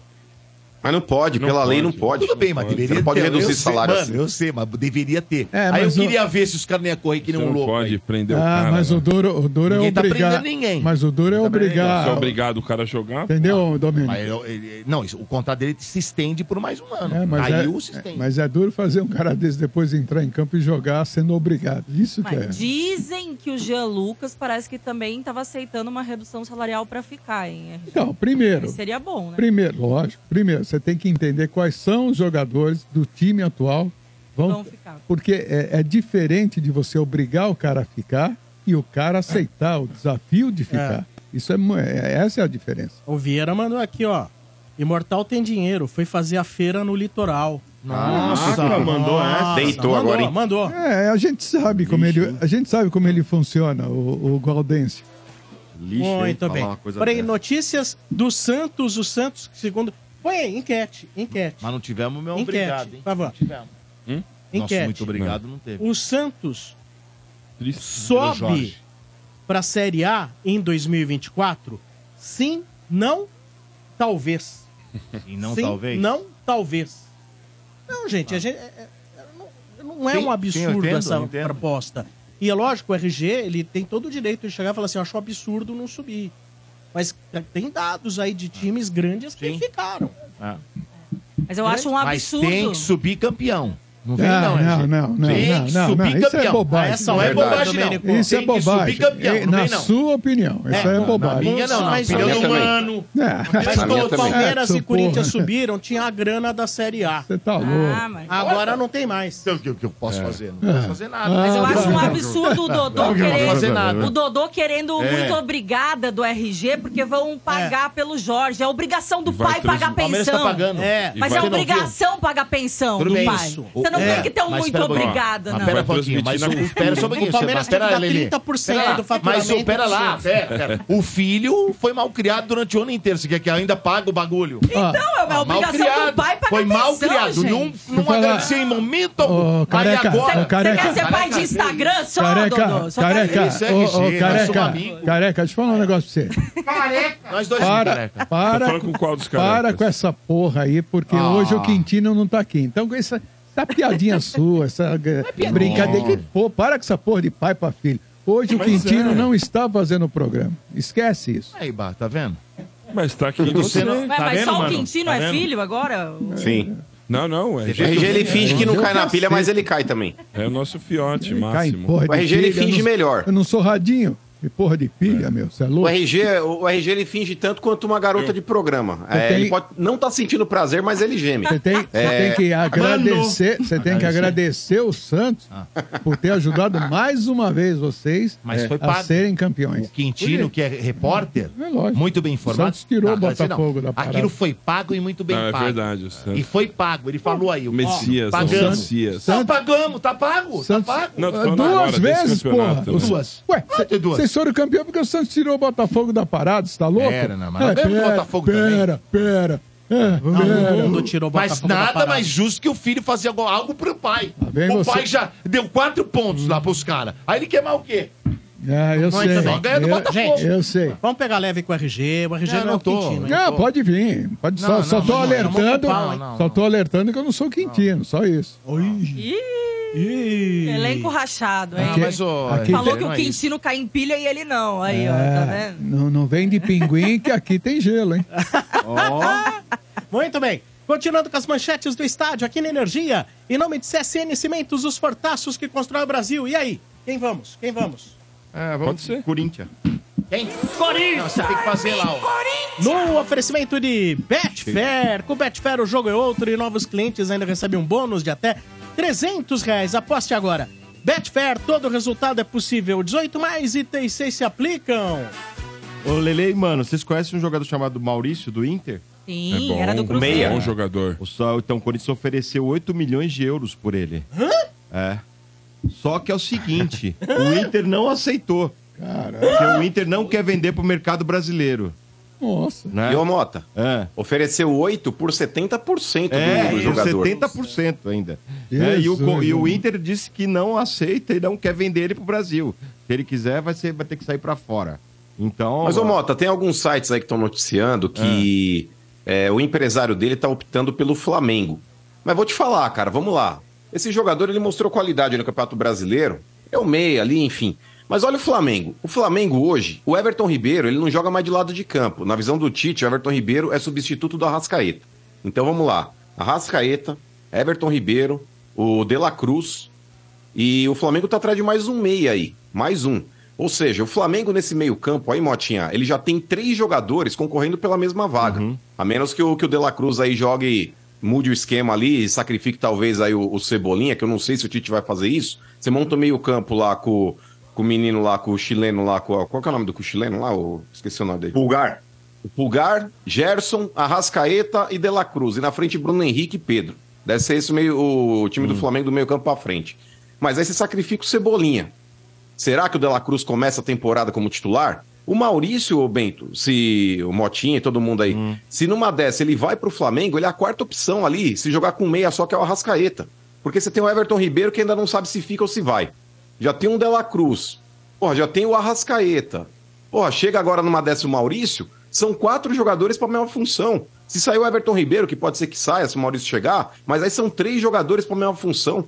Mas não pode,
Não
pela lei não
pode.
pode.
Tudo bem, mas
pode.
deveria
Você não pode
ter.
reduzir
eu
o salário
sei,
assim.
Mano, eu sei, mas deveria ter.
É,
aí eu
mas o-
queria ver se os caras não iam correr que nem
Você
um
não
louco.
pode
aí.
prender o
ah,
cara.
mas o
né?
duro, o duro é
Ninguém tá
obrigar.
prendendo ninguém.
Mas o duro é
Ninguém tá prendendo
obrigar.
Se é obrigado o cara a jogar,
Entendeu, Domênico?
Mas eu- ele- não, isso- o contrato dele se estende por mais um ano.
É, mas, é,
Caiu, se
é,
estende.
mas é duro fazer um cara desse depois entrar em campo e jogar sendo obrigado. Isso que é.
Mas dizem que o Jean Lucas parece que também estava aceitando uma redução salarial para ficar, hein? RG?
Então, primeiro,
Seria bom, né?
primeiro, lógico, primeiro, você tem que entender quais são os jogadores do time atual vão,
Vão ficar.
Porque é, é diferente de você obrigar o cara a ficar e o cara aceitar o desafio de ficar. Isso é, mu- é- essa é a diferença.
O Vieira mandou aqui, ó. Imortal tem dinheiro, foi fazer a feira no litoral. Nossa,
Caraca, mandou essa.
Deitou
mandou,
agora, hein?
Mandou.
É, a gente sabe como ele, a gente sabe como ele funciona, o, o Gualdense.
Lixo, hein,
Muito
falar
bem.
uma coisa
Porém,
dessa.
notícias do Santos, o Santos, segundo. Põe aí, enquete, enquete.
Mas não tivemos meu
enquete,
Então, obrigado, hein?
por favor.
Hum?
Enquete.
Nossa, muito obrigado, não teve.
O Santos
triste.
sobe
Jorge.
para a Série A em 2024? Sim, não, talvez.
E não,
Sim,
talvez.
Não, talvez. Não, gente, a gente é- é- não, não é
Sim,
um
sim, eu
absurdo
entendo,
essa
eu entendo.
proposta. E é lógico, o RG ele tem todo o direito de chegar e falar assim: eu acho um absurdo não subir. Mas é, tem dados aí de times grandes que
Sim.
ficaram.
Mas eu acho um
Mas
absurdo.
tem que subir campeão. Não
Ah,
vem, não,
Não,
é,
não,
gente?
não, não,
Tem
não,
que
não,
subir
não, isso é
campeão.
bobagem.
Ah, essa não é
Verdade.
bobagem, não.
Domênico.
Isso é
Tem que subir
bobagem.
campeão,
E-
não
na
vem, não.
sua opinião, isso é,
não,
bobagem.
Na minha não, na
Mas
opinião
olha-
do humano.
É,
Mas
Na minha
quando
também.
Palmeiras
É,
e Corinthians
socorro.
subiram, tinha a grana da Série A.
Você tá louco. É.
Ah, mas...
Agora não tem mais.
O que, o que eu posso fazer? Ah. Não posso fazer nada.
Mas eu
Ah,
acho
não.
um absurdo o Dodô
Não, não vou fazer
querer.
nada. né?
O Dodô querendo
É.
muito obrigada do RG, porque
É.
vão pagar pelo Jorge. É obrigação do
Vai
pai pagar
transmitir.
Palmeiras tá
pensão.
pagando.
É.
Mas
E
é
vai-
obrigação pagar pensão
Tudo
do
bem.
pai.
Isso.
Você não
É,
tem que ter um
mas
muito
pera um pouquinho.
obrigada,
Mas
não.
pera um
Vai
pouquinho, mas o,
transmitir na-
pera só um pouquinho.
O Palmeiras
Seba,
tem que
pera
dar
Lelê.
30%
Pera lá,
do faturamento é
Mas o- pera lá,
do
pera, pera. O filho foi mal criado durante o ano inteiro. Você quer que ainda pague o bagulho?
Não, é uma
Mal
obrigação do
criado.
pai pagar
Foi
Tá
pensão,
mal criado.
gente.
Não, não
falar-
agradeceu em momento
Ô,
algum.
careca, ô,
Você
careca.
quer ser pai de Instagram só,
um,
Careca,
Dodô? Só quer-
careca,
Isso é
ô, ô,
RG, nós somos
careca,
amigos. É.
careca, deixa eu falar um negócio pra você.
Nós dois somos
Para,
careca.
Tá
para,
falando com qual dos
para
carecas?
com essa porra aí, porque hoje o Quintino não tá aqui. Então, com essa, essa piadinha sua, essa eh,
é
brincadeira, que, pô, para com essa porra de pai pra filho. Hoje o Quintino não está fazendo o programa. Esquece isso.
Aí, Bá, tá vendo?
Mas tá aqui
Você
você.
não-
Ué,
Tá
mas
vendo,
só o
mano?
Quintino
Tá
é
vendo?
filho agora?
Sim.
Não, não. O
O RG ele finge que não cai na pilha, mas ele cai também.
É o nosso fiote
Cai em
máximo.
porra
O RG ele
pilha, eu
finge
não-
melhor.
Eu não sou radinho. Que porra de pilha, meu. Você é
O
louco?
RG, o RG ele finge tanto quanto uma garota de programa.
Eu
É,
tenho-
Ele pode não tá sentindo prazer, mas ele geme.
Você tem, você
É,
tem que agradecer, você tem que agradecer o Santos por ter ajudado mais uma vez vocês
Ah. Mas
é,
foi
a
pago.
serem
O
campeões.
Quintino, que é repórter, Tá
É lógico.
muito bem informado.
Santos tirou o
Não, quer dizer,
Botafogo
não.
da parada.
Aquilo foi pago e muito bem
Não, é
pago.
verdade. o Santos.
E foi pago, ele falou aí. ó,
Messias, é o
pagamos.
Messias.
Não, pagamos, tá pago?
Santos, Ah,
Tá pago?
Não, tô falando agora
duas
desse
vezes, porra.
campeonato,
Os-
né?
Duas.
Ué,
Ah, tem duas.
vocês foram campeão porque o Santos tirou o Botafogo da parada, você tá louco?
Pera, não, mas nós ganhamos do
pera,
Botafogo
pera, pera, pera,
Todo
pera.
mundo tirou o
Mas
Botafogo da
nada
parada. Tá
mais justo que o filho fazer algo- algo pro pai.
vem
o
você.
pai já deu quatro pontos lá pros caras. Aí ele quer mais o quê?
Ah, eu
Mas
sei.
também
ganha do
Eu-
Botafogo.
Eu, sei.
Vamos pegar leve com o RG. O RG não,
Não,
é
não
o
tô.
Quintino. hein?
Ah, pode vir. Pode só,
Não,
só
não,
tô
não, não,
alertando.
não, não, não,
só
não.
tô alertando que eu não sou quintino, só isso.
Ih, elenco rachado, hein?
Aqui-
mas, ô,
aqui-
Falou
Não
que o
é
Quintino cai em pilha e ele não. Aí, ó,
É,
tá vendo?
não, não vem de pinguim que aqui tem gelo, hein?
Muito bem. Continuando com as manchetes do estádio aqui na Energia, em nome de CSN Cimentos, os fortaços que constroem o Brasil. E aí? Quem vamos? Quem vamos?
É,
Pode
vamos
ser.
ser.
Corinthians.
Quem? Corinthians! Você tem que fazer lá, ó.
No oferecimento de Betfair. Com Betfair o jogo é outro e novos clientes ainda recebem um bônus de até 300 reais. Aposte agora. Betfair, todo resultado é possível. 18 mais e 36 se aplicam.
Ô, Lele, mano, vocês conhecem um jogador chamado Maurício do Inter? É um
Sim,
bom,
era do Cruzeiro.
Bom jogador.
O só, então, o Corinthians ofereceu 8 milhões de euros por ele. Hã? É. Só que é o seguinte, o Inter não aceitou.
Caralho.
Porque o Inter não quer vender pro mercado brasileiro,
Nossa.
né?
E ô Mota,
É.
ofereceu 8 por 70% do,
É,
do
por
jogador.
70% ainda. É, e, o, co-
Jesus.
e o Inter disse que não aceita e não quer vender ele pro Brasil. Se ele quiser, vai, ser- vai ter que sair pra fora. Então.
Mas, ô Mota, tem alguns sites aí que estão noticiando que é, o empresário dele tá optando pelo Flamengo. Mas vou te falar, cara, vamos lá. Esse jogador, ele mostrou qualidade no Campeonato Brasileiro. É o meia ali, enfim. Mas olha o Flamengo. O Flamengo hoje, o Everton Ribeiro, ele não joga mais de lado de campo. Na visão do Tite, o Everton Ribeiro é substituto do Arrascaeta. Então vamos lá. Arrascaeta, Everton Ribeiro, o De La Cruz, e o Flamengo tá atrás de mais um meia aí. Mais um. Ou seja, o Flamengo nesse meio-campo aí, Motinha, ele já tem três jogadores concorrendo pela mesma vaga. A menos que o, que o De La Cruz aí jogue, mude o esquema ali, e sacrifique talvez aí o, o Cebolinha, que eu não sei se o Tite vai fazer isso. Você monta o meio-campo lá com, com o menino lá, com o chileno lá, com. a- Qual que é o nome do com o chileno lá? O- esqueci o nome dele.
Pulgar.
O Pulgar, Gerson, Arrascaeta e De La Cruz. E na frente, Bruno Henrique e Pedro. Deve ser esse o meio, o time do Flamengo do meio campo pra frente. Mas aí você sacrifica o Cebolinha. Será que o De La Cruz começa a temporada como titular? O Maurício, ô Bento, se o Motinha e todo mundo aí, se numa dessa ele vai pro Flamengo, ele é a quarta opção ali, se jogar com meia só que é o Arrascaeta. Porque você tem o Everton Ribeiro que ainda não sabe se fica ou se vai. Já tem um De La Cruz. Porra, já tem o Arrascaeta. Porra, chega agora numa dessa o Maurício, são quatro jogadores para a mesma função. Se sair o Everton Ribeiro, que pode ser que saia se o Maurício chegar, mas aí são três jogadores para a mesma função.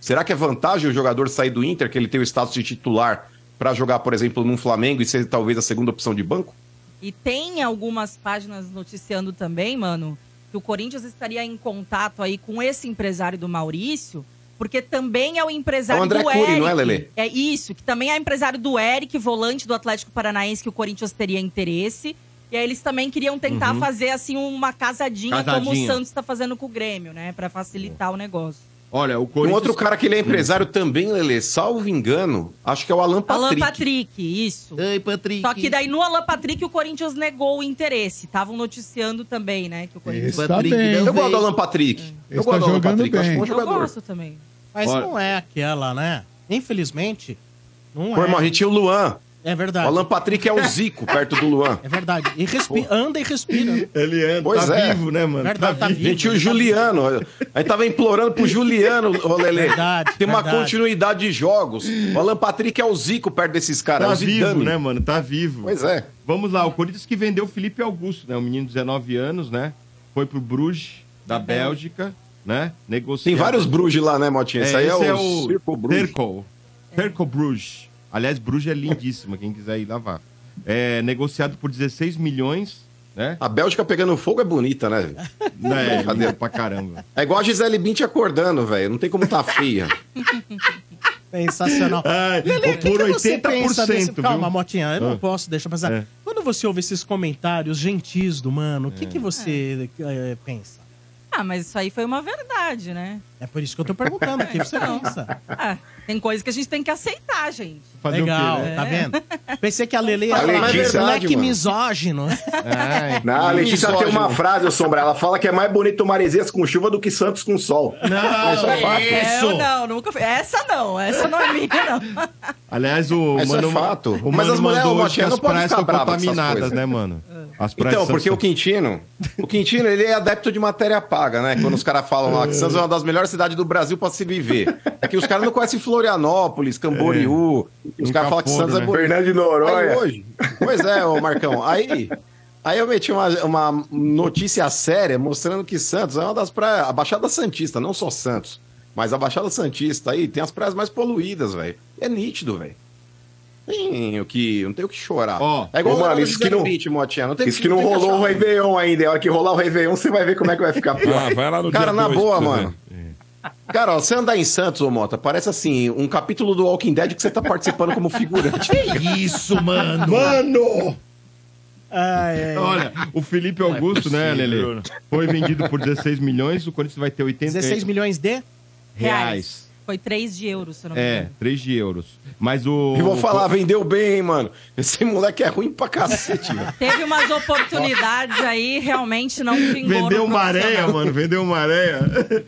Será que é vantagem o jogador sair do Inter, que ele tem o status de titular, para jogar, por exemplo, num Flamengo e ser talvez a segunda opção de banco?
E tem algumas páginas noticiando também, mano, que o Corinthians estaria em contato aí com esse empresário do Maurício, porque também é o empresário
É o André
do
Cury,
Eric.
não é, Lelê?
É isso, que também é empresário do Eric, volante do Atlético Paranaense, que o Corinthians teria interesse. E aí eles também queriam
Uhum.
tentar fazer, assim, uma casadinha, como o
Casadinha.
Santos tá fazendo com o Grêmio, né? Pra facilitar o negócio.
Olha, o
Um
Corinthians.
outro cara que ele é empresário também, Lele, salvo engano, acho que é o Alan Patrick.
Alan Patrick, isso.
Ei, Patrick.
Só que daí no Alan Patrick o Corinthians negou o interesse. Estavam noticiando também, né? Que o Corinthians.
Está
Patrick,
bem.
né?
Eu gosto do Alan Patrick.
Ele
eu gosto
tá
do Alan
jogando
Patrick, eu acho um
bem.
bom
Eu
jogador.
gosto também.
Mas
Olha-
não é aquela, né? Infelizmente, não
Pô, irmão, a
é.
gente tinha o Luan.
É
O
verdade.
Alan Patrick é o Zico, perto do Luan.
É verdade. E respi- anda e respira.
Ele anda,
Pois
tá
é.
vivo, né, mano?
Verdade, tá vivo.
Gente, e o Juliano. A gente tava implorando pro Juliano, ô Lelê.
Verdade,
Tem uma
verdade.
continuidade de jogos. O Alan Patrick é o Zico perto desses caras. é
Tá
o
vivo,
Zidane.
né, mano? Tá vivo.
Pois é.
Vamos lá, o Corinthians que vendeu o Felipe Augusto, né? Um menino de 19 anos, né? Foi pro Bruges, da Bélgica, né? Negociou.
É. Tem vários Bruges lá, né, Motinha? Esse aí é,
esse
o Circo Bruges.
Terco. Terco Bruges. Aliás, Bruges é lindíssima, quem quiser ir lá vá. É, negociado por 16 milhões
A Bélgica pegando fogo é bonita, né? velho?
É,
Brincadeira.
pra caramba.
É igual a Gisele Bündchen acordando, velho. Não tem como tá fria.
Sensacional.
Ai,
Lele,
ou
o que
por
que você
80%,
pensa desse...
viu?
Calma, Motinha, eu não
Ah.
posso deixar passar.
É.
Quando você ouve esses comentários gentis do mano, o que, que você eh, pensa?
Ah, mas isso aí foi uma verdade, né?
É por isso que eu tô perguntando, o que você
Então,
pensa?
Ah, tem coisa que a gente tem que aceitar, gente.
Legal,
né?
né?
É.
tá vendo? Pensei que a Lele ia
A
falar
Letícia-
"Mas moleque
mano."
misógino.
Não, a Letícia tem
Misógino.
uma frase, ô Sombra. Ela fala que é mais bonito Maresias com chuva do que Santos com sol.
Ah,
Não,
Isso é fato.
Eu não, nunca fui. Essa não, essa não é minha, não.
Aliás, o
Isso
mano.
é fato.
O
Mas
mano
as mulheres,
mandou
ó,
hoje que
Motinha,
as
não pode
praias
ficar
são
brava com essas
contaminadas,
coisas.
né, mano? As praias
Então,
são-
porque o Quintino, o Quintino, ele é adepto de matéria paga, né? Quando os caras falam lá que Santos é uma das melhores cidades do Brasil pra se viver. É que os caras não conhecem Florianópolis, Camboriú. Os
Nunca
caras falam que
foram,
Santos é
né?
bonito.
Fernando de Noronha.
Aí hoje, pois é, ô Marcão. Aí, aí eu meti uma, uma notícia séria mostrando que Santos é uma das praias. A Baixada Santista, não só Santos, mas a Baixada Santista aí tem as praias mais poluídas, velho. É nítido, velho. Tem o que. Não tem o que chorar.
Ó,
é igual
ô,
o
mano,
Ronaldo
isso que
Gisele
não-
Bündchen, Motinha, tem
Isso que não
tem
rolou o
achar.
Réveillon ainda. A hora que rolar o Réveillon, você vai ver como é que vai ficar pior.
Ah, vai lá no
Cara,
dia
na
dois,
boa,
pra É.
mano. Cara, ó, você andar em Santos, ô Mota, parece assim, um capítulo do Walking Dead que você tá participando como figurante.
Isso, mano.
Mano!
Ah, é.
Olha, o Felipe Augusto, né, Lele? Foi vendido por 16 milhões, o Corinthians vai ter 80
16 milhões de?
reais.
Foi 3 de euros, se eu não me
É,
engano.
3 de euros. Mas o.
E vou falar, vendeu bem, hein, mano. Esse moleque é ruim pra cacete, velho.
Teve umas oportunidades aí, realmente não vingou.
Vendeu
no
uma areia,
profissional.
mano. Vendeu uma areia.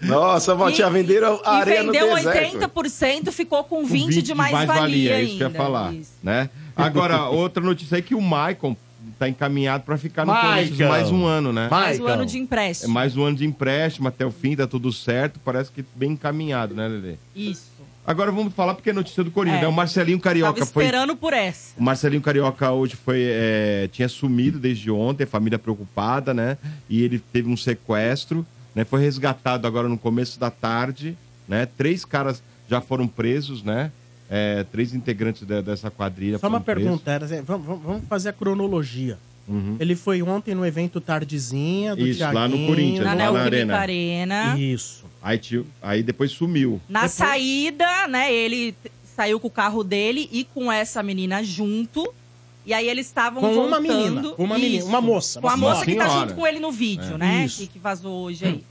Nossa, Motinha, venderam a
E
areia no
vendeu
deserto.
80%, ficou com 20, de mais-valia ainda.
é isso que eu ia falar.
Isso.
Né? Agora, outra notícia é que o Maicon tá encaminhado pra ficar no Corinthians
Maicon.
mais um ano, né?
Mais um
Maicon.
ano de
É
empréstimo.
mais um ano de empréstimo até o fim, tá tudo certo. Parece que bem encaminhado, né, Lele?
Isso.
Agora vamos falar porque é notícia do Corinthians,
É.
né? O Marcelinho
Tava
Carioca foi
esperando por essa.
O Marcelinho Carioca hoje foi, é, tinha sumido desde ontem, família preocupada, né? E ele teve um sequestro, né? Foi resgatado agora no começo da tarde, né? Três caras já foram presos, né? É, três integrantes de- dessa quadrilha.
Só uma
foram presos.
pergunta, era assim, vamos, vamos- vamos fazer a cronologia.
Uhum.
Ele foi ontem no evento Tardezinha é do
Isso, lá no
Thiaguinho.
Corinthians,
Na
lá
Neo
na
Arena.
Arena.
Arena.
Isso.
Aí, tio- aí depois sumiu.
Na saída, né, ele t- saiu com o carro dele e com essa menina junto. E aí eles estavam
Com
voltando.
uma menina, com uma menina,
Isso.
uma moça,
Com a
uma É.
moça que tá
senhora.
junto com ele no vídeo, né?
Isso.
Que, que vazou hoje aí.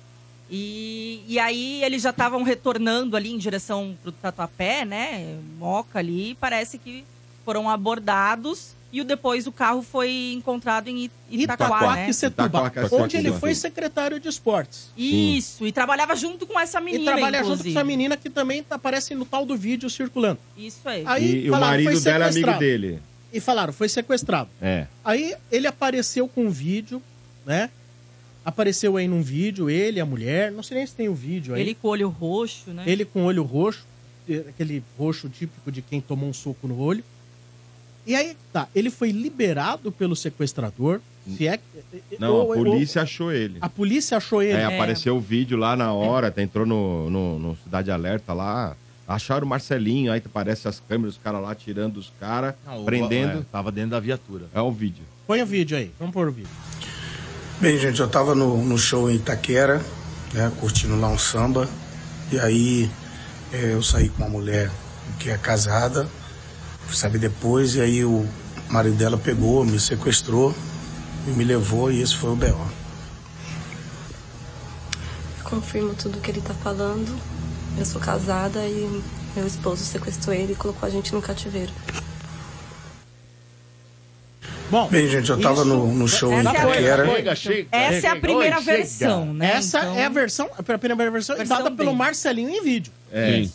E, e aí eles já estavam retornando ali em direção pro Tatuapé, né? Moca ali, e parece que foram abordados. E o- depois o carro foi encontrado em It- Itaquá, né?
Itaquaquecetuba,
Itaquaquecetuba.
onde ele foi secretário de esportes.
Isso, e trabalhava junto com essa menina,
e trabalha junto com
inclusive.
essa menina que também tá- aparece no tal do vídeo circulando.
Isso aí.
Aí
e o
falaram,
marido
foi
dela é amigo
sequestrado.
dele.
E falaram, foi sequestrado.
É.
Aí ele apareceu com um vídeo, né? Apareceu aí num vídeo, ele, a mulher, não sei nem se tem o vídeo aí.
Ele com olho roxo, né?
Ele com olho roxo, eh, aquele roxo típico de quem tomou um soco no olho. E aí, tá, ele foi liberado pelo sequestrador. Se é que-
Não,
ou-
a
ou-
polícia achou ele.
a polícia achou ele.
É, apareceu o vídeo lá na hora, até entrou no, no, no Cidade Alerta lá. Acharam o Marcelinho, aí aparece as câmeras, os caras lá tirando os caras,
Não, o- é,
prendendo.
tava dentro da viatura.
É o vídeo.
Põe o vídeo aí, vamos pôr o vídeo.
Bem, gente, eu tava no, no show em Itaquera, né, curtindo lá um samba, e aí eh, eu saí com uma mulher que é casada, fui saber depois, e aí o marido dela pegou, me sequestrou e me levou, e esse foi o B.O.
Confirmo tudo que ele tá falando. Eu sou casada e meu esposo sequestrou ele e colocou a gente no cativeiro.
Bom,
Bem, gente, eu tava
isso-
no, no show em
Essa foi-
Itaquera.
chega.
Essa é a
chega.
primeira
Oi, chega.
versão, né?
Essa
Então,
é a versão, a primeira versão,
Versão
dada pelo
dele.
Marcelinho em vídeo.
É.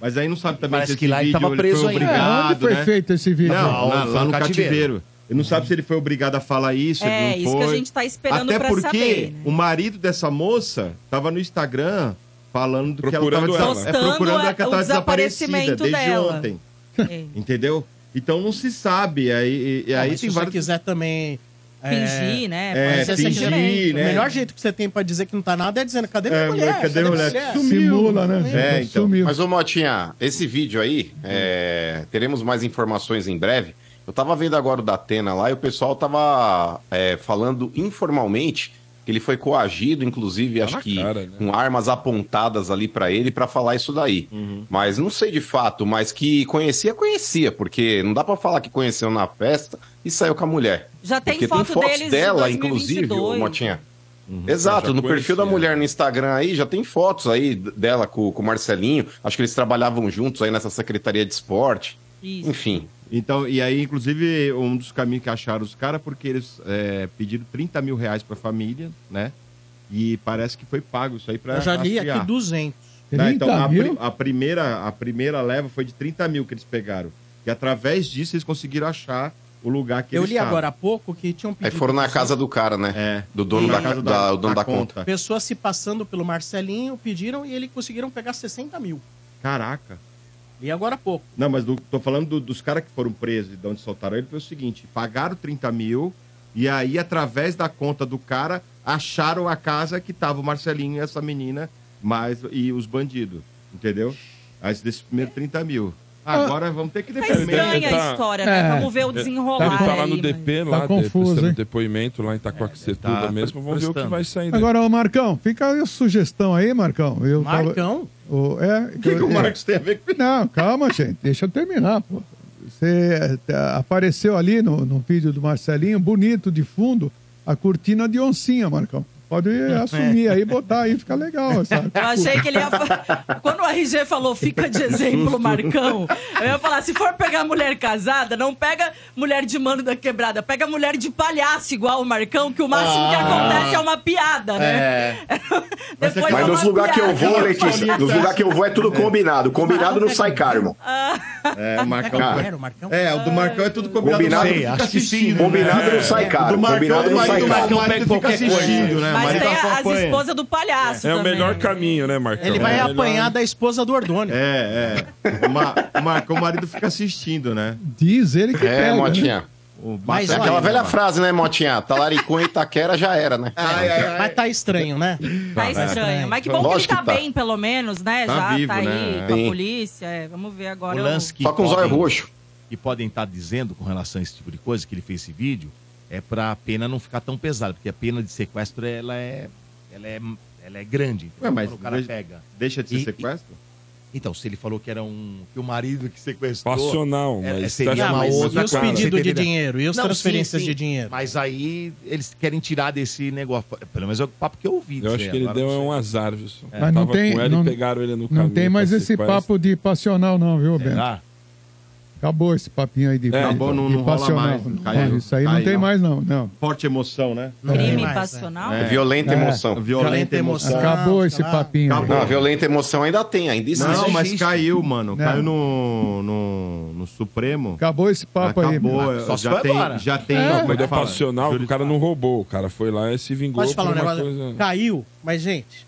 Mas aí não sabe também
Parece
se
que
esse
lá ele
vídeo
tava preso
foi
ainda.
obrigado,
Ah,
É, onde foi
né?
feito esse vídeo?
Não,
Não,
lá,
foi
lá no
no
cativeiro.
cativeiro.
Ele não sabe se ele foi obrigado a falar isso,
É,
ele não
isso
foi.
que a gente tá esperando
Até
pra
porque
saber, né?
o marido dessa moça tava no Instagram falando do que ela tava
Procurando ela.
desa- é, procurando
Postando
ela que ela
o
tava desaparecida
desaparecimento
desde
dela.
ontem.
É.
Entendeu? Então não se sabe. Aí, e- e aí
Ah, Mas
tem
se
vários.
você quiser também... é,
Fingir, né?
é,
Pode
mas
ser
esse é
fingir,
diferente.
né?
O melhor jeito que você tem pra dizer que não tá nada é dizendo, cadê minha
É,
mulher?
cadê minha mulher?
Simula, né?
É, então.
Sumiu.
Mas, ô Motinha, esse vídeo aí, é, teremos mais informações em breve. Eu tava vendo agora o da Atena lá e o pessoal tava é, falando informalmente que ele foi coagido, inclusive, acho que com armas apontadas ali pra ele pra falar isso daí. Mas não sei de fato, mas que conhecia, conhecia, porque não dá pra falar que conheceu na festa e saiu com a mulher.
Já tem
porque
foto
tem fotos
deles de
dela,
2022.
inclusive, ô, Motinha.
já
Exato, no
conhecia.
perfil da mulher no Instagram aí já tem fotos aí d- dela com, com o Marcelinho. Acho que eles trabalhavam juntos aí nessa secretaria de esporte.
Isso.
Enfim.
Então, e aí, inclusive, um dos caminhos que acharam os caras, porque eles é, pediram 30 mil reais pra família, né? E parece que foi pago isso aí pra.
Eu já li
rastrear.
aqui 200.
Tá, então, a, pri-
30 mil?
a primeira, a primeira leva foi de 30 mil que eles pegaram. E através disso eles conseguiram achar o lugar que
Eu
eles
li
estavam.
agora há pouco que um tinham
Aí foram na casa do cara, né? Do dono
É. Na
da, ca-
casa da-
da- o dono
da
da conta.
Pessoas se passando pelo Marcelinho pediram e ele conseguiram pegar 60 mil.
Caraca.
E agora há pouco.
Não, mas do- tô falando do- dos caras que foram presos e de onde soltaram ele, foi o seguinte: pagaram 30 mil e aí, através da conta do cara, acharam a casa que tava o Marcelinho e essa menina mas, e os bandidos. Entendeu? Aí desses primeiros 30 mil. Agora vamos ter que
Tá estranha a história, né?
É.
Vamos ver o desenrolar
Ele tá lá
aí,
no
mas-
DP,
Tá
lá, de-
confuso,
prestando
hein?
depoimento lá em Itacoaxetuba
tá
mesmo. Vamos ver o que
prestando.
vai sair daí.
Agora, ô Marcão, fica aí a sugestão aí, Marcão. Eu tava-
Marcão?
Ô, é,
Que que o Marcos
tem a ver
com Não, calma, gente. Deixa eu terminar, pô. Você eh, apareceu ali no, no vídeo do Marcelinho, bonito de fundo, a cortina de oncinha, Marcão. Pode assumir aí, botar aí, fica legal. Sabe?
É. Eu achei que ele ia. fa- Quando o RG falou fica de exemplo, Marcão, eu ia falar: se for pegar mulher casada, não pega mulher de mano da quebrada, pega mulher de palhaço igual o Marcão, que o máximo que
Ah.
acontece é uma piada, né? Depois é
Mas
uma
nos lugares que eu
piada.
vou, Letícia, nos lugares que eu vou é tudo combinado. Combinado não sai caro, irmão.
É, o Marcão.
Cara.
era o Marcão? É, o do Marcão é tudo combinado.
Combinado,
Sei, acho que sim, né?
combinado não
É.
sai caro.
Do Marcão,
combinado
do
não sai
Marcão,
caro.
do Marcão pega
assistindo, né?
Mas
Mas
tem a- as
acompanha.
esposas do palhaço.
É o
Tá também.
melhor caminho, né, Marcão?
Ele vai
É o melhor-
Apanhar da esposa do Ordônio.
Então, É, é. Ma Marcão, o marido fica assistindo, né?
Diz ele
que É, pega, né? Motinha.
O
Mas é aquela velha frase, né, Motinha? Talaricô em Itaquera já era, né?
Mas tá estranho, né?
Tá estranho. Mas que bom
Lógico
que ele tá,
que tá.
bem, pelo menos, né?
Tá
Já
vivo,
tá aí
né?
com a
Sim.
polícia. é, vamos ver agora.
o
o-
lance que podem- Que podem estar dizendo com relação a esse tipo de coisa, que ele fez esse vídeo, é pra pena não ficar tão pesada, porque a pena de sequestro, ela é, ela é, ela é grande.
Ué, mas
Quando o cara
deixa-
pega.
deixa de ser
E-
sequestro?
e- então, se ele falou que era um que o marido que sequestrou.
Passional,
é,
mas
seria
tá-
uma
mas-
outra
e os
coisa.
pedidos
Você
de
entendeu?
dinheiro? E as transferências de dinheiro?
Mas aí eles querem tirar desse negócio. Pelo menos é o papo que eu ouvi.
Eu acho que ele deu um azar, viu? só?
Mas não
Tava
tem-
com ela
não-
e pegaram ele no caminho.
Não tem mais
pra
esse
sequestro.
papo de passional, não, viu, Bento? Acabou esse papinho aí de,
É, acabou, não-
de
não rola mais,
Não,
caiu,
isso aí não
caiu.
tem mais, não. não.
Forte emoção, né?
Crime passional?
É. Violenta emoção.
Violenta emoção.
Acabou esse papinho. aí.
Não, a violenta emoção ainda tem, ainda existe.
Não, mas caiu, mano.
Não.
Caiu no, no, no Supremo.
Acabou esse papo aí.
Acabou,
meu.
é, Só se já foi tem- agora. já tem-
É.
Não, quando é
fala.
passional, o cara não roubou. O cara foi lá e se vingou
Posso falar um
por é uma
negócio?
coisa...
Caiu, mas, gente.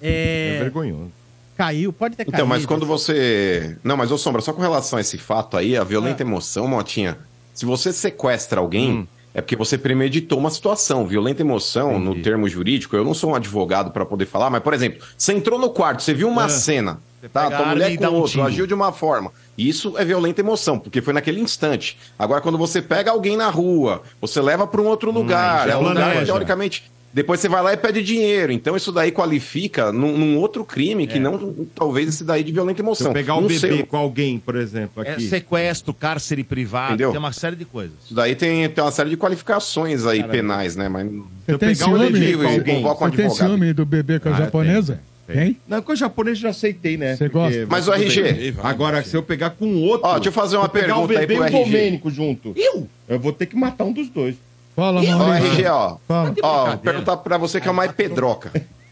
É...
É vergonhoso.
Caiu, pode ter caído.
Então, mas quando você. Não, mas ô Sombra, só com relação a esse fato aí, a violenta emoção, Motinha, se você sequestra alguém,
Hum.
é porque você premeditou uma situação. Violenta emoção, no termo jurídico, eu não sou um advogado pra poder falar, mas, por exemplo, você entrou no quarto, você viu uma
Ah.
cena,
Você
tá?
pega a
Tua
arma e
mulher
dá
com
um
outro,
tiro.
agiu de uma forma. E Isso é violenta emoção, porque foi naquele instante. Agora, quando você pega alguém na rua, você leva pra um
Hum,
outro lugar,
já
é um lugar,
planeja.
teoricamente. Depois você vai lá e pede dinheiro. Então isso daí qualifica num, num outro crime
É.
que não, talvez esse daí de violenta
É. Se
emoção.
eu pegar o
Não
bebê
sei,
com alguém, por exemplo,
É
aqui.
sequestro, cárcere privado,
Entendeu?
tem uma série de coisas.
Isso daí tem, tem uma série de qualificações aí
Caramba.
penais, né? Mas se
Você tem ciúme?
e convoca um
Você tem
advogado.
ciúme do bebê com a é.
Ah,
japonesa? Tem?
Não, com o japonês eu já aceitei, né?
Você
Porque-
gosta?
Mas o
tudo
RG.
bem. Agora, se eu pegar com outro.
Ó, deixa eu fazer uma
se pegar
pergunta aí
o bebê
pro
e o
RG.
Domênico junto. Eu? Eu vou ter que matar um dos dois.
Fala,
Ó,
Maurício.
RG, ó.
Fala.
Ó, vou perguntar pra você que é o mais pedroca.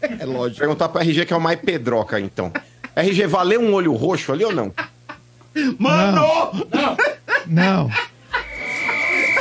É lógico. Perguntar pra RG que é o mais pedroca, então. RG, valeu um olho roxo ali ou não?
Mano!
Não.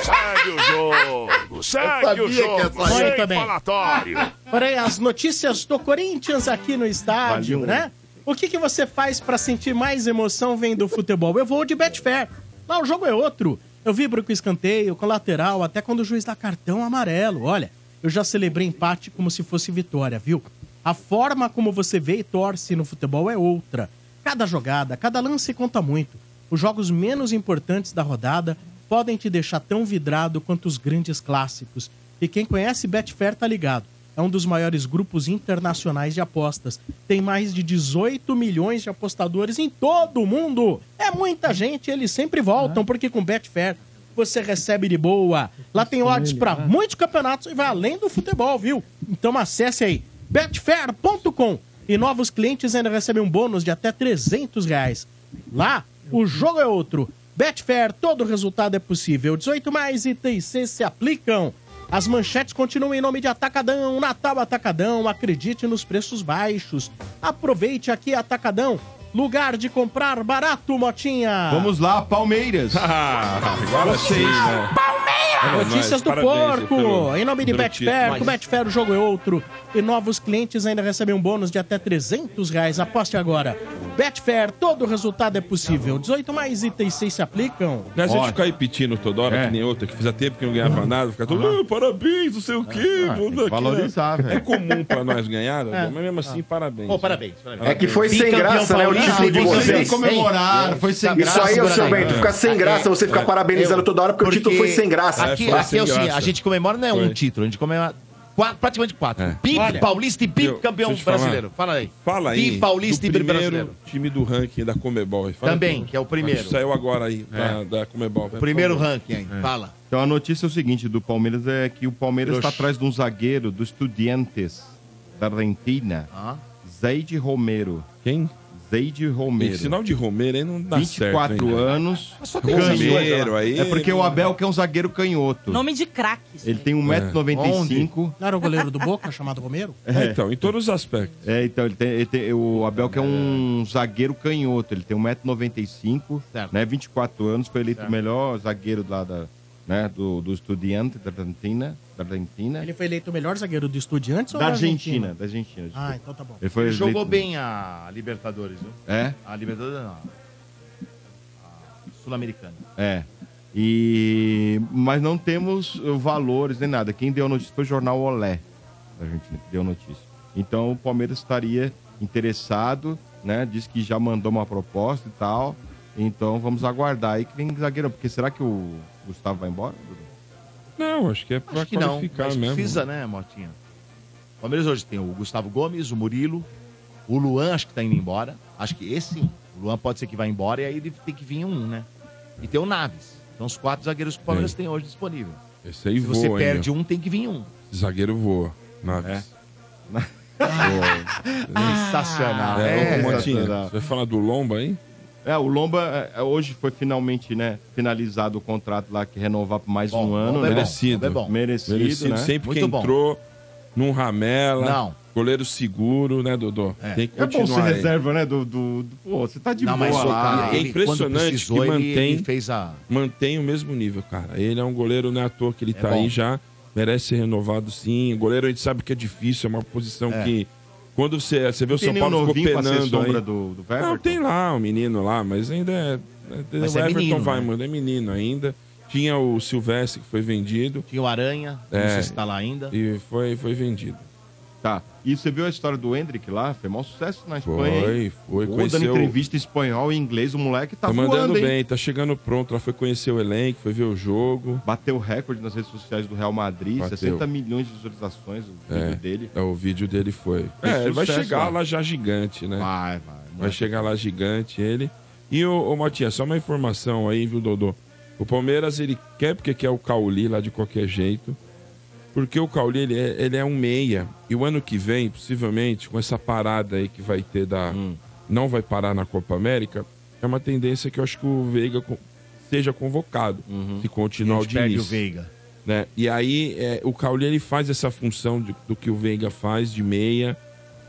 Segue o jogo! Segue o jogo!
Olha tá
Sem
também.
falatório!
Porém, as notícias do Corinthians aqui no estádio,
Valeu.
né? O que, que você faz pra sentir mais emoção vendo futebol? Eu vou de Betfair. Lá o jogo é outro. Eu vibro com escanteio, com lateral, até quando o juiz dá cartão amarelo. Olha, eu já celebrei empate como se fosse vitória, viu? A forma como você vê e torce no futebol é outra. Cada jogada, cada lance conta muito. Os jogos menos importantes da rodada podem te deixar tão vidrado quanto os grandes clássicos. E quem conhece Betfair tá ligado. É um dos maiores grupos internacionais de apostas. Tem mais de 18 milhões de apostadores em todo o mundo. É muita gente, eles sempre voltam, porque com Betfair você recebe de boa. Lá tem odds para muitos campeonatos e vai além do futebol, viu? Então acesse aí betfair.com e novos clientes ainda recebem um bônus de até 300 reais. Lá, o jogo é outro. Betfair, todo resultado é possível. 18 mais e TIC se aplicam. As manchetes continuam em nome de Atacadão. Natal Atacadão, acredite nos preços baixos. Aproveite aqui Atacadão, lugar de comprar barato, Motinha.
Vamos lá, Palmeiras. Ah, Agora sim, né?
É
Palmeiras! Notícias do Porco! Em nome de Betfair, com Betfair o jogo é outro. E novos clientes ainda recebem um bônus de até 300 reais. Aposte agora. Betfair, todo resultado é possível. 18 mais itens 6 se aplicam.
Não é se a gente ficar repetindo toda hora, que nem outra, que fazia tempo que não ganhava nada, ficar todo,
né?
"Ah, parabéns, não sei o quê.
Ah, tem que
tudo aqui", né?
valorizar, velho.
É comum pra nós ganhar, né?
É.
mas mesmo assim, parabéns.
Ah. Pô, parabéns, parabéns.
É que foi sem graça, né? O título de vocês. Isso
Ah, é
aí, ô seu bem, tu fica sem graça, você fica parabenizando toda hora porque o título foi sem graça.
Aqui, aqui é o seguinte, a gente comemora não é um
Foi. É.
título, a gente comemora quatro, praticamente quatro. Bip
Olha,
paulista e bip
eu-
campeão
deixa eu te falar.
brasileiro. Fala aí.
Fala aí.
Bip paulista e
do
bip
primeiro
brasileiro.
time do ranking da Comebol. aí. Fala
Também,
aí.
que é o primeiro.
Acho que Saiu agora aí,
É.
da, da Comebol. Vai,
primeiro
por favor.
ranking aí. Fala.
Então a notícia é o seguinte do Palmeiras é que o Palmeiras está
Trouxa.
atrás de um zagueiro do Estudiantes da Argentina,
Ah.
Zaid Romero.
Quem?
Zaid Romero.
Esse sinal de Romero aí não dá
24
certo. hein, cara?
anos.
Mas só tem zagueiro
canhoto.
aí,
É porque
mano.
o Abel quer um zagueiro canhoto.
Nome de craque.
Ele tem 1,95m.
Não era o goleiro do Boca chamado Romero?
É, então, em todos os aspectos.
É, então, ele tem, ele tem- o Abel que é um zagueiro canhoto, ele tem 1,95m,
Certo.
né, 24 anos, foi eleito o melhor zagueiro lá da, né, do, do Estudiante da Argentina, da Argentina,
Ele foi eleito o melhor zagueiro do Estudiantes ou
da Argentina, da Argentina. desculpa.
Ah, então tá bom.
Ele foi
Jogou
eleito-
bem a Libertadores, viu?
É?
A Libertadores não. a Sul-Americana.
É. E... Mas não temos uh, valores nem nada. Quem deu a notícia foi o jornal Olé, da Argentina, que deu a notícia. Então o Palmeiras estaria interessado, né? Diz que já mandou uma proposta e tal. Então vamos aguardar aí que vem zagueiro. Porque será que o Gustavo vai embora?
Não, acho que é pra
Acho que não,
qualificar
mas
mesmo.
precisa, né, Motinha? O Palmeiras hoje tem o Gustavo Gomes, o Murilo, o Luan acho que tá indo embora. Acho que esse sim. O Luan pode ser que vá embora e aí ele tem que vir um, né? E tem o Naves. São os quatro zagueiros que o Palmeiras tem hoje disponível.
Esse aí
Se você
voa, hein,
perde
meu?
um, tem que vir um. É.
Zagueiro voa. Naves.
Sensacional.
é,
É, ô, Motinha,
sensacional.
você vai falar do Lomba aí?
É, o Lomba é, hoje foi finalmente, né? Finalizado o contrato lá que renovar por mais um ano,
Lomba é bom,
né?
Merecido.
Lomba é bom.
Merecido,
Merecido,
né?
sempre
Muito
que
bom.
entrou num ramela.
Não.
Goleiro seguro, né, Dodô? Tem que
É bom ser
continuar aí.
reserva, né? Do, do, do- pô, você tá de
Não,
boa
mas o
lá.
cara,
É
ele,
impressionante
quando precisou,
que
ele-
mantém-
ele fez a...
mantém o mesmo nível, cara. Ele é um goleiro, não é à toa que ele tá
bom.
aí já. Merece ser renovado, sim. O goleiro a gente sabe que é difícil, é uma posição que. Quando você, você vê o
Tem
São
nenhum
Paulo ficou
novinho pra ser
penando.
sombra
Aí.
do, do
Não,
Everton?
tem lá o menino lá, mas ainda é. é-
Mas
o
é
Everton
menino,
vai,
né?
mano, é menino ainda. Tinha o Silvestre que foi vendido
Tinha o Aranha, não
É.
sei se tá lá ainda.
e foi, foi vendido.
Tá. E você viu a história do Hendrick lá? Foi maior sucesso na
Foi,
Espanha. hein?
foi.
Pô, dando
Conheceu.
entrevista em espanhol e inglês, o moleque tá
tá mandando
voando, hein?
bem, tá chegando pronto. Ela foi conhecer o elenco, foi ver o jogo.
Bateu recorde nas redes sociais do Real Madrid,
Bateu.
60 milhões de visualizações o vídeo
É.
dele.
É, o vídeo dele foi.
Fez
É, ele vai
sucesso,
chegar
né?
lá já gigante, né?
Vai, vai.
Vai chegar lá gigante ele. E o, Motinha, só uma informação aí, viu, Dodô? O Palmeiras, ele quer porque quer o Cauli lá de qualquer jeito. Porque o Cauli, ele é, ele é um meia. E o ano que vem, possivelmente, com essa parada aí que vai ter da...
Hum.
Não vai parar na Copa América. É uma tendência que eu acho que o Veiga co- seja convocado.
Uhum.
Se continuar
a
o
gente perde o
Diniz
Veiga.
né? E aí é, o Cauli ele faz essa função de- do que o Veiga faz de meia.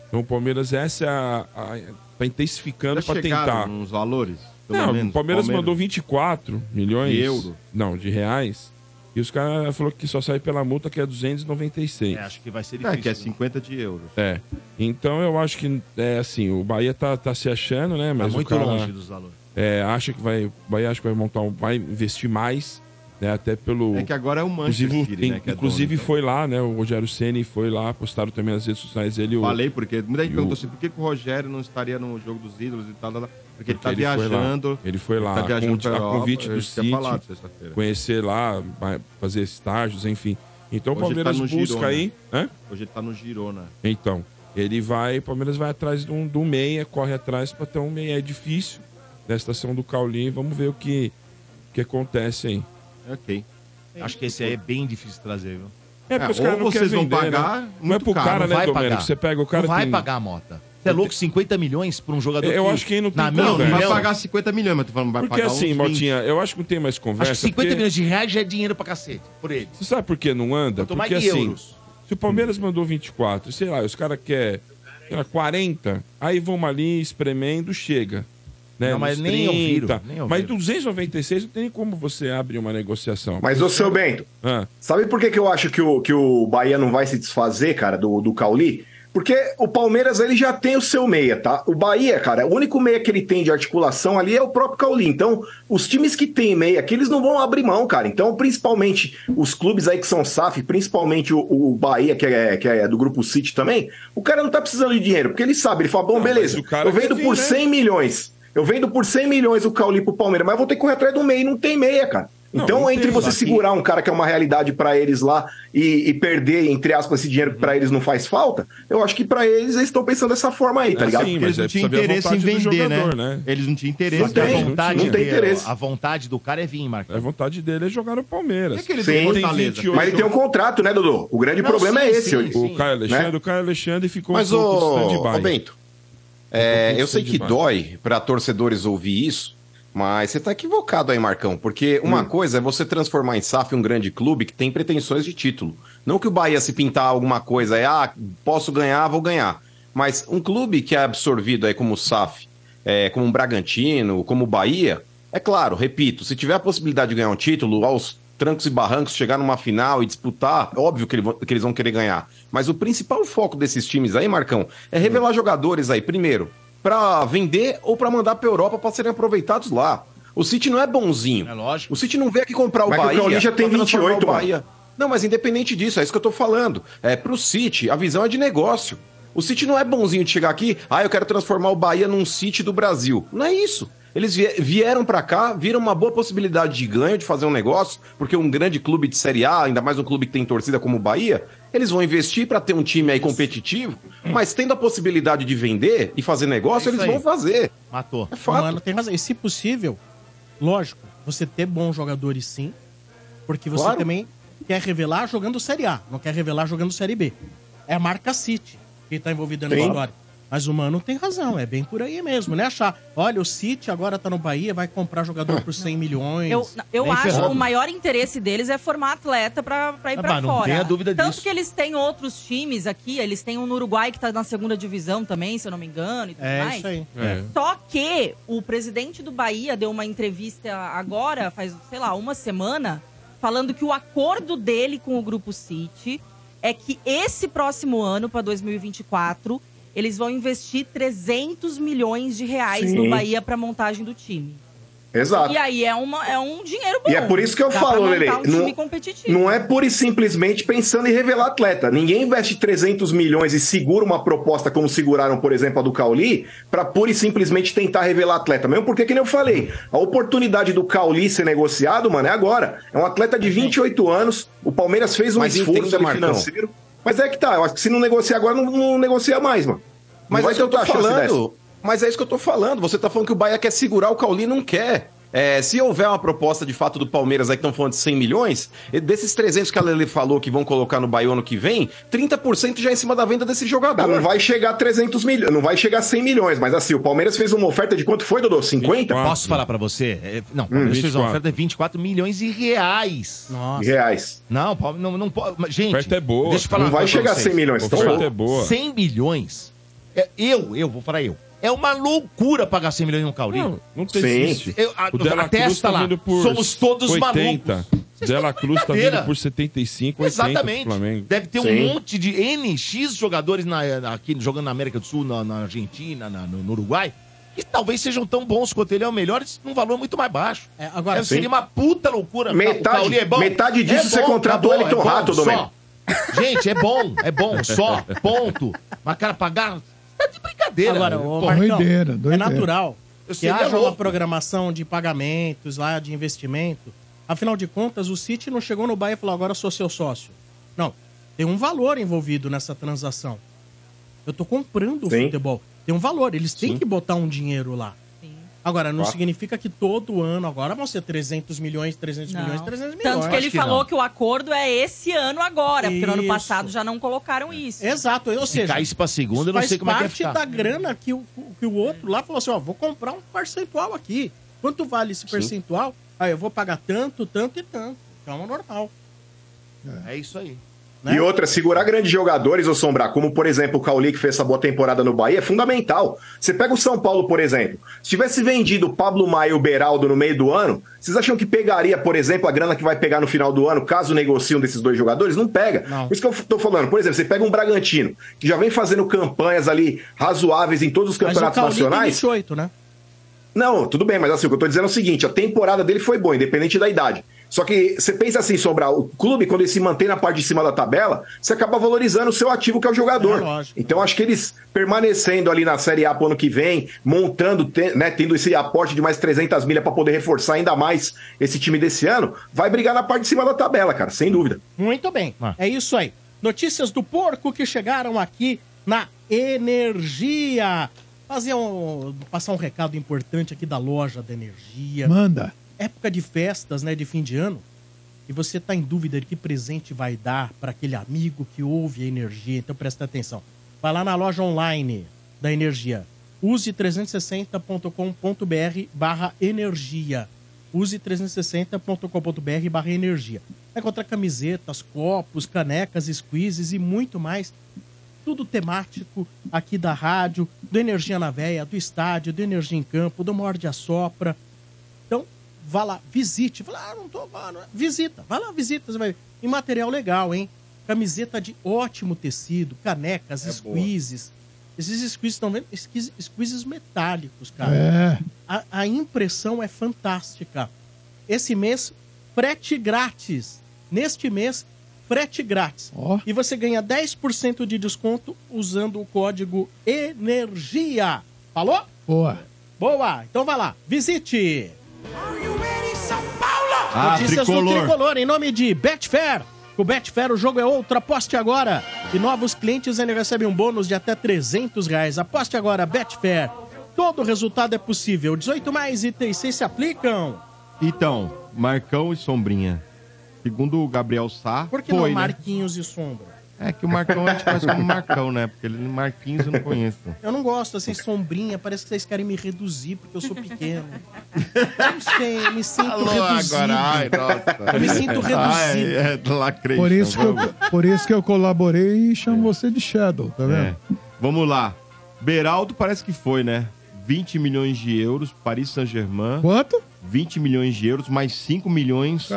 Então o Palmeiras essa é a, a, tá intensificando
Já
para
chegaram
tentar.
né?
uns valores? pelo
Não,
menos?
o Palmeiras, mandou 24 milhões
De euro?
Não, de reais. E os caras falaram que só sai pela multa que é 296.
É, acho que vai ser
É, que
difícil.
é 50 de euros.
É. Então eu acho que é assim, o Bahia tá, tá se achando, né?
Tá
Mas o
muito
cara-
longe dos valores.
é, acha que vai, vai acha que vai montar um, vai investir mais, né? Até pelo
É que agora é o Manchester
inclusive,
City, né?
in-
que é dono,
inclusive
então.
foi lá, né? O Rogério Ceni foi lá, postaram também nas redes sociais ele o
Falei porque muita gente
E
perguntou
o-
assim, por que, que o Rogério não estaria no jogo dos ídolos e tal, tal, tal. Porque ele tá
Porque foi lá.
viajando.
Ele foi lá,
tá
a
viajando
convite-
pra
a
Europa,
convite
eu
do
tinha
City,
falado sexta-feira.
conhecer lá, vai fazer estágios, enfim. Então o
Hoje ele tá
Palmeiras
no
busca
Girona.
aí. Hã?
Hoje ele tá no Girona.
Então, ele vai, o Palmeiras vai atrás de um- do meia, corre atrás para ter um meia. É difícil na estação do Cauli. Vamos ver o que, o que acontece aí.
É Ok.
Acho que esse aí é bem difícil de trazer, viu?
É,
Ah,
porque os caras não querem vender, né? Não é pro cara, né, Domênico? Você pega o cara.
Não vai
tem-
pagar, Mota. Você é louco? 50 milhões pra um jogador
Eu acho que aí não tem
Na minha
conversa.
opinião...
Vai pagar
50 milhões, mas tu falando, vai
Porque assim, Motinha, eu acho que não tem mais
Acho
conversa.
que 50
porque-
milhões de reais já é dinheiro pra cacete, por ele.
Você sabe por que não anda?
Quanto mais
Porque assim,
euros.
se o Palmeiras mandou 24, sei lá, os caras querem 40, aí vamos ali espremendo, chega. Né?
Não, mas
Nos
nem ouviram,
30.
nem ouviram.
Mas 296 não tem como você abrir uma negociação.
Mas, ô, seu Bento,
Ah.
sabe por que, que eu acho que o, que o Bahia não vai se desfazer, cara, do, do Cauli? Porque o Palmeiras, ele já tem o seu meia, tá? O Bahia, cara, o único meia que ele tem de articulação ali é o próprio Cauli. Então, os times que têm meia aqui, eles não vão abrir mão, cara. Então, principalmente os clubes aí que são SAF, principalmente o, o Bahia, que é, que é do Grupo City também, o cara não tá precisando de dinheiro, porque ele sabe, ele fala, bom, beleza,
cara
eu
quer
vendo
vir,
por
né?
100 milhões, eu vendo por 100 milhões o Cauli pro Palmeiras, mas eu vou ter que correr atrás do meia, e não tem meia, cara.
Não,
Então,
não
entre
tem.
você
Aqui-
segurar um cara que é uma realidade pra eles lá e, e perder, entre aspas, esse dinheiro que
Uhum.
pra eles não faz falta, eu acho que pra eles eles estão pensando dessa forma aí, tá
É,
ligado?
sim,
Porque eles
mas
não
é
tinham
precisa ver a
interesse em
vontade do
vender,
jogador,
né?
né?
Eles não tinham
Só
interesse.
que a
né?
vontade
Não tem
dele-
interesse.
A vontade do cara é vir, é Marquinhos.
A vontade dele é jogar no Palmeiras.
que ele
Sim,
Ele tem
Fortaleza.
28
mas ele tem um contrato, né, Dudu? O grande problema é esse. hoje.
O Caio Alexandre,
Né?
o Caio Alexandre ficou
Mas,
um pouco
ô,
stand-by. um
ô Bento, é,
pouco
eu sei que
stand-by.
dói para torcedores ouvir isso, mas você tá equivocado aí, Marcão, porque uma
Hum.
coisa é você transformar em SAF um grande clube que tem pretensões de título. Não que o Bahia se pintar alguma coisa aí, ah, posso ganhar, vou ganhar. Mas um clube que é absorvido aí como SAF, é, como um Bragantino, como o Bahia, é claro, repito, se tiver a possibilidade de ganhar um título, aos trancos e barrancos, chegar numa final e disputar, é óbvio que, ele vo- que eles vão querer ganhar. Mas o principal foco desses times aí, Marcão, é revelar jogadores aí, primeiro, pra vender ou pra mandar pra Europa pra serem aproveitados lá. O City não é bonzinho. É
lógico.
O City não vem aqui comprar o
Mas é que o
Bahia.
Cauli já tem
pra transformar
28,
o Bahia. Não, mas independente disso, é isso que eu tô falando. É, pro City, a visão é de negócio. O City não é bonzinho de chegar aqui, ah, eu quero transformar o Bahia num City do Brasil. Não é isso. Eles vie- vieram pra cá, viram uma boa possibilidade de ganho, de fazer um negócio, porque um grande clube de Série A, ainda mais um clube que tem torcida como o Bahia, eles vão investir pra ter um time aí competitivo, mas tendo a possibilidade de vender e fazer negócio,
É isso
eles
aí.
vão fazer.
Matou.
É fato.
Mano, tem razão. E se possível, lógico, você ter bons jogadores sim, porque você
Claro.
também quer revelar jogando Série A, não quer revelar jogando Série B. É a marca City que tá envolvida na
Sim.
história. Mas o Mano tem razão, é bem por aí mesmo, né? Achar, olha, o City agora tá no Bahia, vai comprar jogador por 100 milhões.
Eu, eu
Nem
acho que
ferrando.
o maior interesse deles é formar atleta pra, pra ir
Ah,
pra
mas não
fora.
tenha dúvida
Tanto
disso.
que eles têm outros times aqui, eles têm um no Uruguai que tá na segunda divisão também, se eu não me engano, e tudo
É
mais.
isso aí.
É.
Só que o presidente do Bahia deu uma entrevista agora, faz, sei lá, uma semana, falando que o acordo dele com o Grupo City é que esse próximo ano, para 2024, eles vão investir 300 milhões de reais
Sim.
no Bahia pra montagem do time.
Exato.
E aí é, uma, é um dinheiro bom.
E é por isso que eu
Dá
falo,
pra
Lele.
montar um
não-
time competitivo.
Não é pura e simplesmente pensando em revelar atleta. Ninguém investe 300 milhões e segura uma proposta como seguraram, por exemplo, a do Cauli, para pura e simplesmente tentar revelar atleta. Mesmo porque, que nem eu falei, a oportunidade do Cauli ser negociado, mano, é agora. É um atleta de 28 anos, o Palmeiras fez um
Mas
esforço
entenda,
ali
Marcão.
financeiro. Mas é que tá, eu acho que se não negociar agora, não, não negocia mais, mano.
Mas
não
é isso que eu tô
outra chance
falando. Mas é isso que eu tô falando. Você tá falando que o Bahia quer segurar, o Cauli não quer. É, se houver uma proposta de fato do Palmeiras aí que estão falando de 100 milhões, e desses 300 que a Lele falou que vão colocar no Bahia ano que vem, 30% já é em cima da venda desse jogador.
Tá, não vai chegar a 300 milhões, não vai chegar a 100 milhões, mas assim, o Palmeiras fez uma oferta de quanto foi, Dodô? 50?
Posso falar pra você? É,
Hum.
não, Palmeiras fez uma
24.
oferta de 24 milhões de reais.
Nossa.
reais.
Não, Palme- não, não pode. mas, Gente,
Oferta é boa.
deixa eu falar
Não vai
uma coisa pra
chegar a
vocês.
100 milhões,
Deixa eu
tá
falar.
bom? É boa.
100 milhões. é- eu, eu, vou falar eu. É uma loucura pagar 100 milhões em um Caulinho.
Não, não tem
Sim.
existe.
Eu- a-
o Dela
a testa
Cruz tá
lá.
vindo por
Somos todos
80.
malucos. Vocês
Dela
estão de
Cruz tá
brincadeira.
vindo por 75, 80 pro
Exatamente.
Flamengo.
Deve ter
Sim.
um monte de NX jogadores na, na- aqui jogando na América do Sul, na, na Argentina, na- no, no Uruguai, que talvez sejam tão bons quanto ele é o melhor, isso num valor muito mais baixo.
É, agora,
Deve Seria uma puta loucura. né?
Metade-
O Cauli é
metade disso você contrata o Wellington
bom,
um Rato,
só.
Domênico.
Gente, é bom, é bom, só, ponto. Mas, cara, pagar. Tá de brincadeira.
Agora,
velho.
ô,
Pô,
Marcão,
doideira,
é
doideira.
natural que haja uma programação de pagamentos lá, de investimento. Afinal de contas, o City não chegou no Bahia e falou, agora eu sou seu sócio. Não, tem um valor envolvido nessa transação. Eu tô comprando o
Sim.
futebol. Tem um valor, eles têm que botar um dinheiro lá. Agora, não
Claro.
significa que todo ano agora vão ser 300 milhões, 300 milhões, 300 milhões.
Tanto que ele falou que o acordo é esse ano agora, porque no ano
Isso.
passado já não colocaram isso.
Exato, ou
Se
seja,
caísse pra segunda, eu não
faz
sei como é que ia
parte
ficar.
da grana que o, que o outro lá falou assim, ó, vou comprar um percentual aqui. Quanto vale esse percentual? Ah, eu vou pagar tanto, tanto e tanto. Então é normal.
É isso aí.
né?
E outra, segurar grandes jogadores, ou Sombrar, como por exemplo o Cauli que fez essa boa temporada no Bahia, é fundamental. Você pega o São Paulo, por exemplo. Se tivesse vendido o Pablo Maia e o Beraldo no meio do ano, vocês acham que pegaria, por exemplo, a grana que vai pegar no final do ano, caso negocie um desses dois jogadores? Não pega. Por isso que eu tô falando, por exemplo, você pega um Bragantino, que já vem fazendo campanhas ali razoáveis em todos os campeonatos
Mas o Cauli tem
nacionais.
28, né?
Não, tudo bem, mas assim, o que eu tô dizendo é o seguinte: a temporada dele foi boa, independente da idade. Só que você pensa assim, Sobral, o clube, quando ele se mantém na parte de cima da tabela, você acaba valorizando o seu ativo, que é o jogador. então, acho que eles permanecendo ali na Série A pro ano que vem, montando, te- né, tendo esse aporte de mais 300 milhas para poder reforçar ainda mais esse time desse ano, vai brigar na parte de cima da tabela, cara, sem dúvida.
Muito bem.
Ah.
É isso aí. Notícias do porco que chegaram aqui na Energia. Fazer um, passar um recado importante aqui da loja da Energia.
Manda.
Época de festas, né, de fim de ano. E você tá em dúvida de que presente vai dar para aquele amigo que ouve a energia. Então presta atenção. Vai lá na loja online da Energia. use360.com.br barra energia use360.com.br barra energia. Vai encontrar camisetas, copos, canecas, squeezes e muito mais. Tudo temático aqui da rádio, do Energia na Véia, do estádio, do Energia em Campo, do Morde a Sopra. Então, vá lá, visite. Fala, ah, não tô, vá, não é." visita. Vai lá, visita. Você vai ver. E material legal, hein? Camiseta de ótimo tecido, canecas,
É
squeezes. Esses squeezes estão vendo? Squeeze- Squeezes metálicos, cara.
É.
A, a impressão é fantástica. Esse mês, frete grátis. Neste mês, frete grátis. E você ganha 10% de desconto usando o código ENERGIA. Falou?
Boa.
Boa! Então vai lá, visite!
São Paulo!
Ah,
Notícias do Ah, Tricolor em nome de Betfair. Com Betfair o jogo é outro, aposte agora. E novos clientes ainda recebem um bônus de até 300 reais. Aposte agora, Betfair. Todo resultado é possível. 18 mais e 36 se aplicam.
Então, Marcão e Sombrinha. Segundo o Gabriel Sá,
Por que
foi,
não
né?
Marquinhos e Sombra?
É que o Marcão a gente conhece como Marcão, né? Porque ele Marquinhos eu não conheço.
Eu não gosto, assim, sombrinha. Parece que vocês querem me reduzir porque eu sou pequeno. Não sei, me sinto
Falou
reduzido.
agora, ai, nossa.
Eu me sinto reduzido.
Ai, é, lacrei.
Por isso, que eu,
Vamos-
por isso que eu colaborei e chamo você de Shadow, tá vendo?
É. Vamos lá. Beraldo parece que foi, né? 20 milhões de euros, Paris Saint-Germain.
Quanto?
20 milhões de euros, mais 5 milhões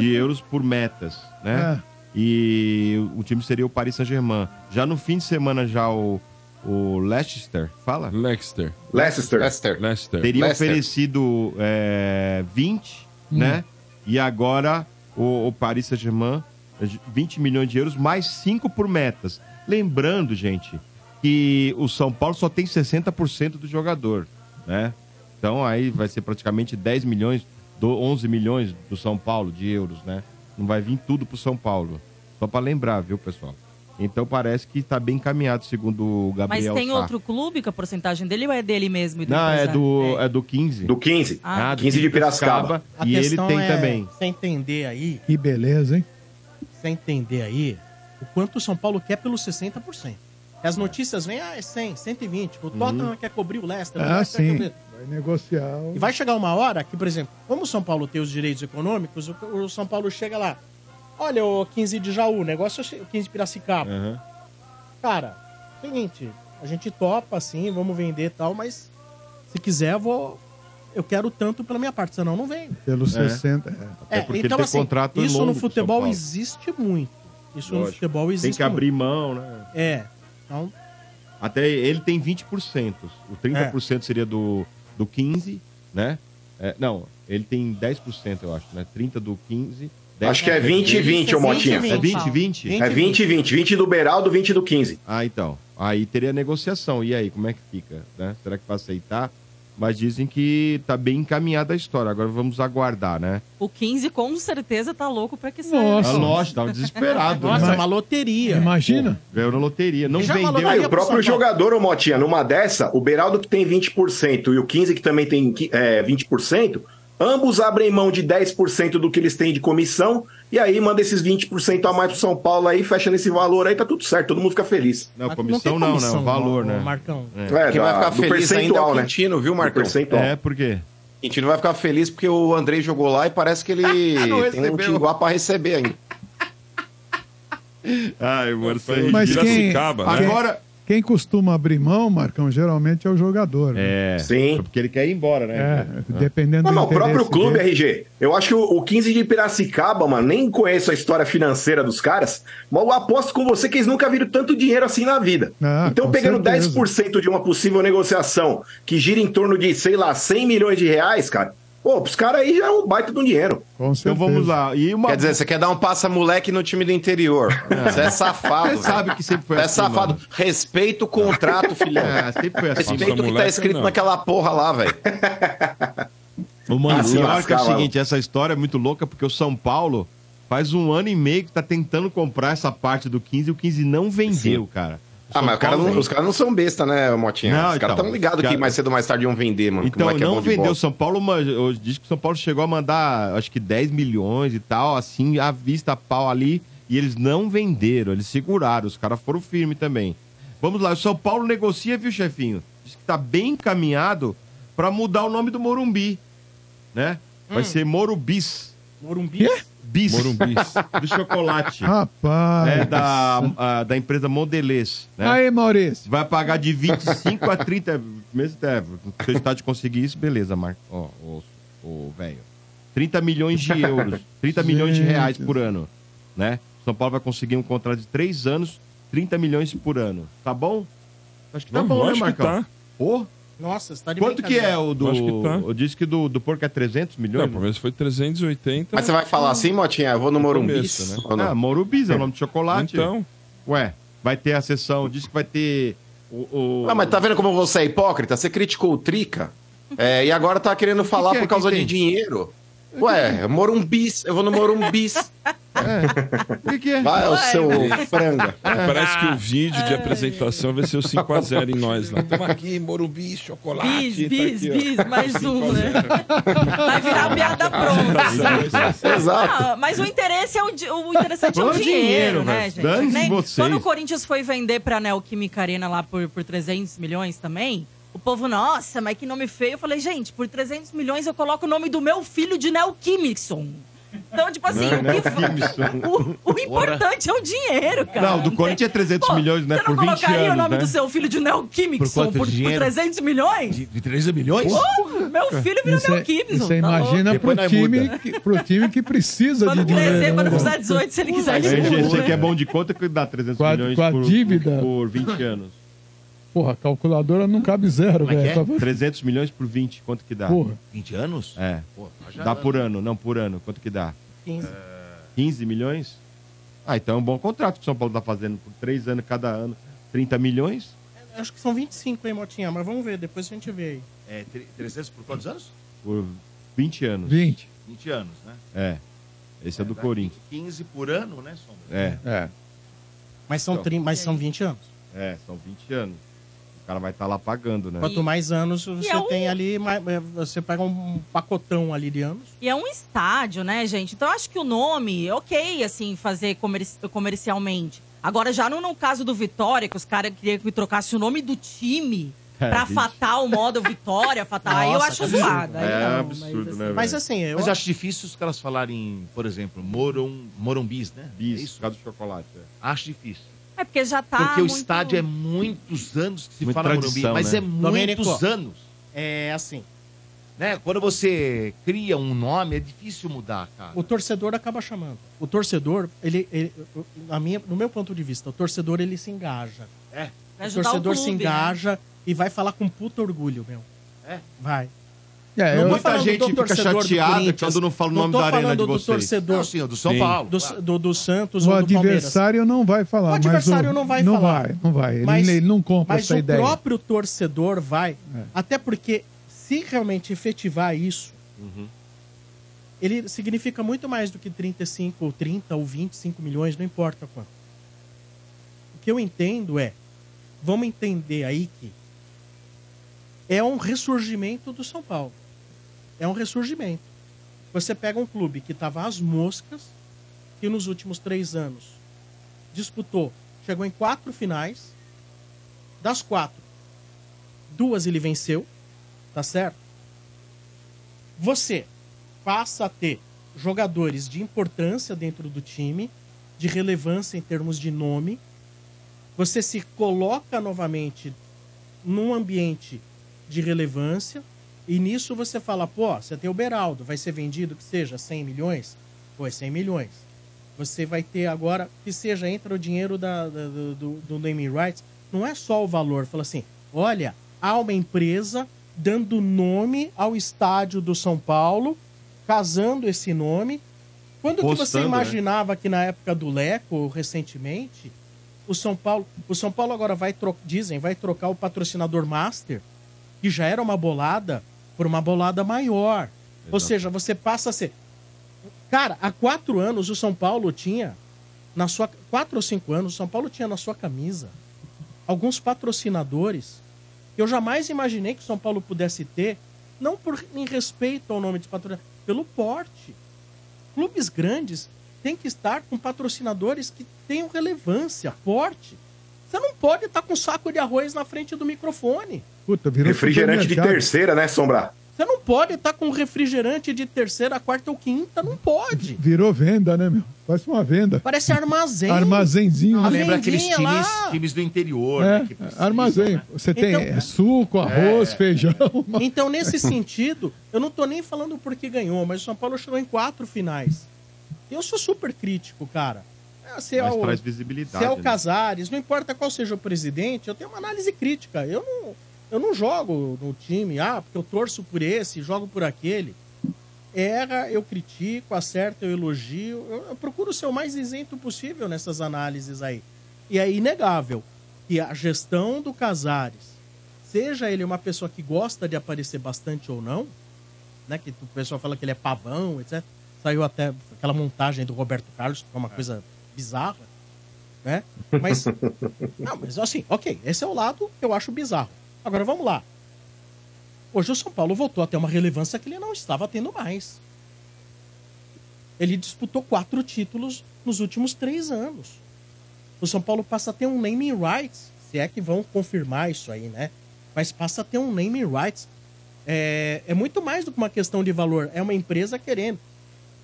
de euros por metas, né?
É.
E o time seria o Paris Saint-Germain. Já no fim de semana, já o, o Leicester, fala?
Leicester.
Leicester.
Leicester.
Leicester.
Teria oferecido é, 20,
Hum.
né? E agora o, o Paris Saint-Germain, 20 milhões de euros, mais 5 por metas. Lembrando, gente, que o São Paulo só tem 60% do jogador, né? Então aí vai ser praticamente 10 milhões, do, 11 milhões do São Paulo de euros, né? Não vai vir tudo pro São Paulo. Só pra lembrar, viu, pessoal? Então parece que tá bem encaminhado, segundo o
Mas
Gabriel
tem
Sá.
outro clube que a porcentagem dele ou é dele mesmo? e do
Não, é
empresário?
do, é. do 15.
Do 15.
Ah.
15 de Piracicaba.
A
E ele
questão
tem
é,
também.
Você entender aí,
Que beleza, hein?
você entender aí o quanto o São Paulo quer pelos 60%. As notícias vêm, ah, é 100, 120. O Tottenham quer cobrir o Leicester. o
Uhum. Ah,
Leicester quer
sim.
cobrir-
Vai negociar. o-
E vai chegar uma hora que, por exemplo, como o São Paulo tem os direitos econômicos, o, o São Paulo chega lá. Olha, o 15 de Jaú, o negócio é che- o 15 de Piracicaba. Cara, seguinte, a gente topa assim, vamos vender e tal, mas se quiser, eu vou. Eu quero tanto pela minha parte, senão eu não vendo.
Pelo 60.
É, então, assim, isso no futebol existe muito. Isso no
Lógico.
futebol
Tem
existe
que abrir
muito.
mão, né?
É. Então,
Até ele tem 20%. O 30%
É.
seria do, do 15, né? É, não, ele tem 10%, eu acho, né? 30 do 15. 10
Acho que é
do
20 e 20, ô Motinha.
É 20 e 20?
É 20 e 20. 20 do Beraldo, 20 do 15.
Ah, então. Aí teria negociação. E aí, como é que fica? né? Será que vai aceitar? Mas dizem que tá bem encaminhada a história. Agora vamos aguardar, né?
O 15 com certeza tá louco pra que saia.
Nossa.
É
lógico, tava desesperado.
Nossa,
né?
é uma loteria.
Imagina.
ganhou na loteria. Não
Já
vendeu.
valoraria
Aí o próprio jogador, ô Motinha, numa dessa, o Beraldo que tem 20% e o 15 que também tem qui- é, 20%, ambos abrem mão de 10% do que eles têm de comissão e aí manda esses 20% a mais pro São Paulo aí, fecha nesse valor aí, tá tudo certo, todo mundo fica feliz.
Não,
Mas
comissão
tem
não, né?
comissão,
O valor,
ô,
né?
Marcão.
É,
Quem vai ficar
da- do
feliz ainda é o
percentual, né?
Quintino, viu, Marcão?
Do percentual.
É, por quê?
Quintino vai ficar feliz porque o Andrei jogou lá e parece que ele tem um
recebeu.
tinguá pra receber ainda.
Ai, Marcelo.
Mas quem,
Piracicaba, né?
Agora.
quem costuma abrir mão, Marcão, geralmente é o jogador. né?
É.
Sim.
Porque ele quer ir embora, né?
É, dependendo
Não,
do
não, o próprio
interesse
clube,
dele.
RG. Eu acho que o, o 15 de Piracicaba, mano, nem conheço a história financeira dos caras, mas eu aposto com você que eles nunca viram tanto dinheiro assim na vida.
Ah,
então,
com
pegando
certeza.
10% de uma possível negociação que gira em torno de, sei lá, 100 milhões de reais, cara, pô, pros caras aí já é um baita de um dinheiro.
Com
Então
certeza.
vamos lá. E uma
Quer dizer, você quer dar um passa-moleque no time do interior. Você é safado.
Você sabe
velho.
que sempre foi
Você é
assim,
safado.
mano.
Respeita o contrato, filhão.
É, sempre foi assim.
Respeita o que tá
Passa-moleque,
escrito
não.
naquela porra lá, velho.
O mano,
Ah, se
pior que é
lascar,
o
mano.
seguinte, essa história é muito louca porque o São Paulo faz um ano e meio que tá tentando comprar essa parte do 15 e o 15 não vendeu, cara. O
Ah,
São
mas o cara
Paulo
não-
vende.
os caras não são besta, né, Motinha?
Não,
os caras
então,
estão ligados que
cara-
mais cedo ou mais tarde iam vender, mano. que o
Então,
moleque é
não
bom de
vendeu.
bola.
São Paulo man- hoje diz que o São Paulo chegou a mandar, acho que 10 milhões e tal, assim, à vista, a pau ali. E eles não venderam, eles seguraram. Os caras foram firmes também. Vamos lá, o São Paulo negocia, viu, chefinho? Diz que tá bem encaminhado pra mudar o nome do Morumbi, né? Vai ser Morubis.
Morumbi.
Bis.
Morumbis.
Do chocolate.
Ah, Rapaz.
É da, a- da empresa Mondelez, né?
Aí, Maurício.
Vai pagar de 25 a 30 meses. É, se o Estado conseguir isso, beleza, Marco. Ó, ô, ô, velho. 30 milhões de euros. 30 milhões de reais por ano. Né? São Paulo vai conseguir um contrato de 3 anos, 30 milhões por ano. Tá bom? Acho que tá
Não,
bom, né,
lógico que
Marcão?
tá.
Pô,
Nossa, você tá de
quanto que é
brincadeira.
o do.
Acho que tá.
Eu disse que do, do porco é 300
Não,
milhões?
pelo menos foi 380.
Mas você vai falar assim, Motinha? Eu vou no Morumbi.
começo, né?
ou não?
ah, Morubis é o nome de chocolate.
Então,
Ué, vai ter a sessão. Diz que vai ter. O, o...
Ah, mas tá vendo como você é hipócrita? Você criticou o Trica é, e agora tá querendo falar
que é
por causa
que
de
tem?
dinheiro.
é?
Ué, Morumbis, eu vou no Morumbis.
O que, que é?
Vai, o
Ué,
seu franga.
parece que o vídeo de apresentação vai ser o 5x0 em nós lá. Tamo aqui, Morumbi, chocolate. tá
Bis,
tá
bis, bis, mais um, né? Vai virar piada pronta.
Exato.
Ah, mas o interesse é o, di- o interessante é o
Vamos
dinheiro,
dinheiro,
né,
velho.
gente?
Dane-se
Nem-
vocês.
Quando o Corinthians foi vender pra Neoquímica Arena lá por, por 300 milhões também, o povo, nossa, mas que nome feio. Eu falei, gente, por 300 milhões eu coloco o nome do meu filho de Neoquímixon. Então, tipo assim,
é
o,
é
que Uhum. fa- o- o importante é o dinheiro, cara.
Não, do Corinthians é 300
Pô,
milhões, né?
Você não
Por 20
colocaria o
anos,
nome
né?
do seu filho de
Por
Neoquímixon
quanto
por, por
dinheiro?
300 milhões?
De, de 13 milhões?
Como? Meu filho virou
Você,
Neoquímixon.
você
tá louco.
é- imagina
Depois
pro
nós
time,
muda.
que, pro time que precisa
Quando
de dinheiro.
crescer,
né,
quando
Marcão?
precisar 18, se ele quiser,
Aí,
ele
gente,
muda.
Você que é bom de conta que dá 300
Com a-
milhões
com a
por,
dívida.
por 20 anos.
Porra, a calculadora não cabe zero,
Como é que
velho.
é?
Tá bom?
300 milhões por 20, quanto que dá?
Porra.
20 anos?
É.
Pô, já
Dá por ano, não por ano, quanto que dá?
15.
15 milhões? Ah, então é um bom contrato que o São Paulo tá fazendo por 3 anos cada ano. 30 milhões?
É, Acho que são 25, hein, Motinha? Mas vamos ver, depois a gente vê aí.
É, tre- 300 por quantos anos?
Por 20 anos.
20.
20 anos, né?
É. Esse é do
Dá
Corinthians.
15 por ano, né, Sombra?
É,
É.
Mas são,
Então.
30, mas são 20 anos.
é, são 20 anos. O cara vai estar lá pagando, né?
E-
Quanto mais anos você
é um-
tem ali, mais- é, você paga um pacotão ali de anos.
E é um estádio, né, gente? Então eu acho que o nome, ok, assim, fazer comer- comercialmente. Agora, já no, no caso do Vitória, que os caras queriam que me trocasse o nome do time pra
vixe.
fatal modo Vitória, fatal. aí Ah, eu
Nossa,
acho
que absurdo.
zoado. aí
É
não,
absurdo,
mas,
né,
assim,
velho?
Mas assim, eu
Mas acho difícil os caras falarem, por exemplo, Morum, Morumbis, né? É
Bis,
isso?
por causa do chocolate. é.
Acho difícil.
É porque já tá.
Porque
muito-
o estádio é muitos anos que se
Muita
fala Morumbi,
tradição,
mas
né?
é
Domênico.
muitos anos.
é assim,
Né? Quando você cria um nome, é difícil mudar, cara.
o torcedor acaba chamando. O torcedor, ele, ele- na minha, no meu ponto de vista, o torcedor ele se engaja.
É.
Vai
o
ajudar
torcedor se
clube, né?
engaja e vai falar com puto orgulho, meu.
É?
Vai.
É,
Não
eu-
vou
Muita
falando
gente
do
fica
torcedor do
chateada
Corinthians,
quando não fala o nome
tô
da arena
falando
de
do
vocês.
torcedor
Não, sim, o do São
Sim.
Paulo.
do,
claro.
do, do Santos
o
ou do Palmeiras.
adversário não vai falar.
O
mas
adversário não vai
não
falar.
Vai, não vai. Ele,
Mas-
ele não compra
Mas
essa
o
ideia.
É.
próprio torcedor vai. Até porque se se realmente efetivar isso,
Uhum.
ele significa muito mais do que 35 ou 30 ou 25 milhões, não importa quanto. O que eu entendo é, vamos entender aí que é um ressurgimento do São Paulo. É um ressurgimento. Você pega um clube que estava às moscas, que nos últimos três anos disputou, chegou em quatro finais, das quatro, duas ele venceu, tá certo? Você passa a ter jogadores de importância dentro do time, de relevância em termos de nome. Você se coloca novamente num ambiente de relevância e nisso você fala, pô, você tem o Beraldo, vai ser vendido que seja 100 milhões? Pô, é 100 milhões. Você vai ter agora, que seja, entra o dinheiro da, da- do, do, do naming rights. Não é só o valor, fala assim, olha, há uma empresa dando nome ao estádio do São Paulo, casando esse nome. Quando que você
Postando, né?
imaginava que na época do Leco, recentemente, o São Paulo, o São Paulo agora vai tro- dizem, vai trocar o patrocinador master, que já era uma bolada, por uma bolada maior. Ou seja, você passa a ser. Cara, há quatro anos o São Paulo tinha na sua quatro ou cinco anos o São Paulo tinha na sua camisa alguns patrocinadores que eu jamais imaginei que o São Paulo pudesse ter, não por em respeito ao nome dos patrocinadores, pelo porte clubes grandes têm que estar com patrocinadores que tenham relevância, porte. Você não pode estar com um saco de arroz na frente do microfone.
Puta, virou
Refrigerante de
supermercado.
terceira, né, Sombra?
Você não pode estar com refrigerante de terceira, quarta ou quinta. Não pode.
Virou venda, né, meu? Parece uma venda.
Parece armazém.
Armazenzinho.
Não,
né?
lembra
Aqueles
Tinha
times,
lá.
times do interior,
É,
né? que precisa,
armazém.
né?
Você tem
Então-
é, suco, arroz,
É.
feijão.
Então, nesse sentido, eu não tô nem falando porque ganhou, mas o São Paulo chegou em quatro finais. Eu sou super crítico, cara. É, Se é
Mas
o,
traz visibilidade,
se é o
né?
Casares, não importa qual seja o presidente, eu tenho uma análise crítica. Eu não, eu não jogo no time, ah, porque eu torço por esse, jogo por aquele. Erra, eu critico, acerta, eu elogio. Eu, eu procuro ser o mais isento possível nessas análises aí. E é inegável que a gestão do Casares, seja ele uma pessoa que gosta de aparecer bastante ou não, né? Que o pessoal fala que ele é pavão, etc. Saiu até aquela montagem do Roberto Carlos, que é uma coisa bizarra, né? Mas, não, mas assim, ok, esse é o lado que eu acho bizarro. Agora vamos lá. Hoje o São Paulo voltou a ter uma relevância que ele não estava tendo mais. Ele disputou quatro títulos nos últimos três anos. O São Paulo passa a ter um naming rights, se é que vão confirmar isso aí, né? Mas passa a ter um naming rights. É, é muito mais do que uma questão de valor. É uma empresa querendo.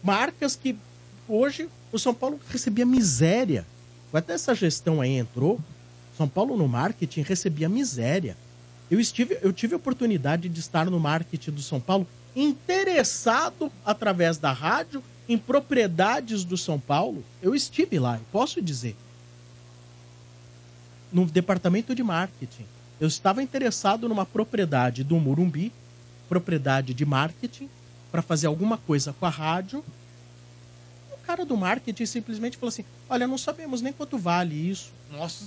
Marcas que hoje o São Paulo recebia miséria. Até essa gestão aí entrou. São Paulo no marketing recebia miséria. Eu, estive, eu tive a oportunidade de estar no marketing do São Paulo interessado através da rádio em propriedades do São Paulo. Eu estive lá, posso dizer no departamento de marketing. Eu estava interessado numa propriedade do Morumbi, propriedade de marketing, para fazer alguma coisa com a rádio. O cara do marketing simplesmente falou assim: Olha, não sabemos nem quanto vale isso.
Nossa.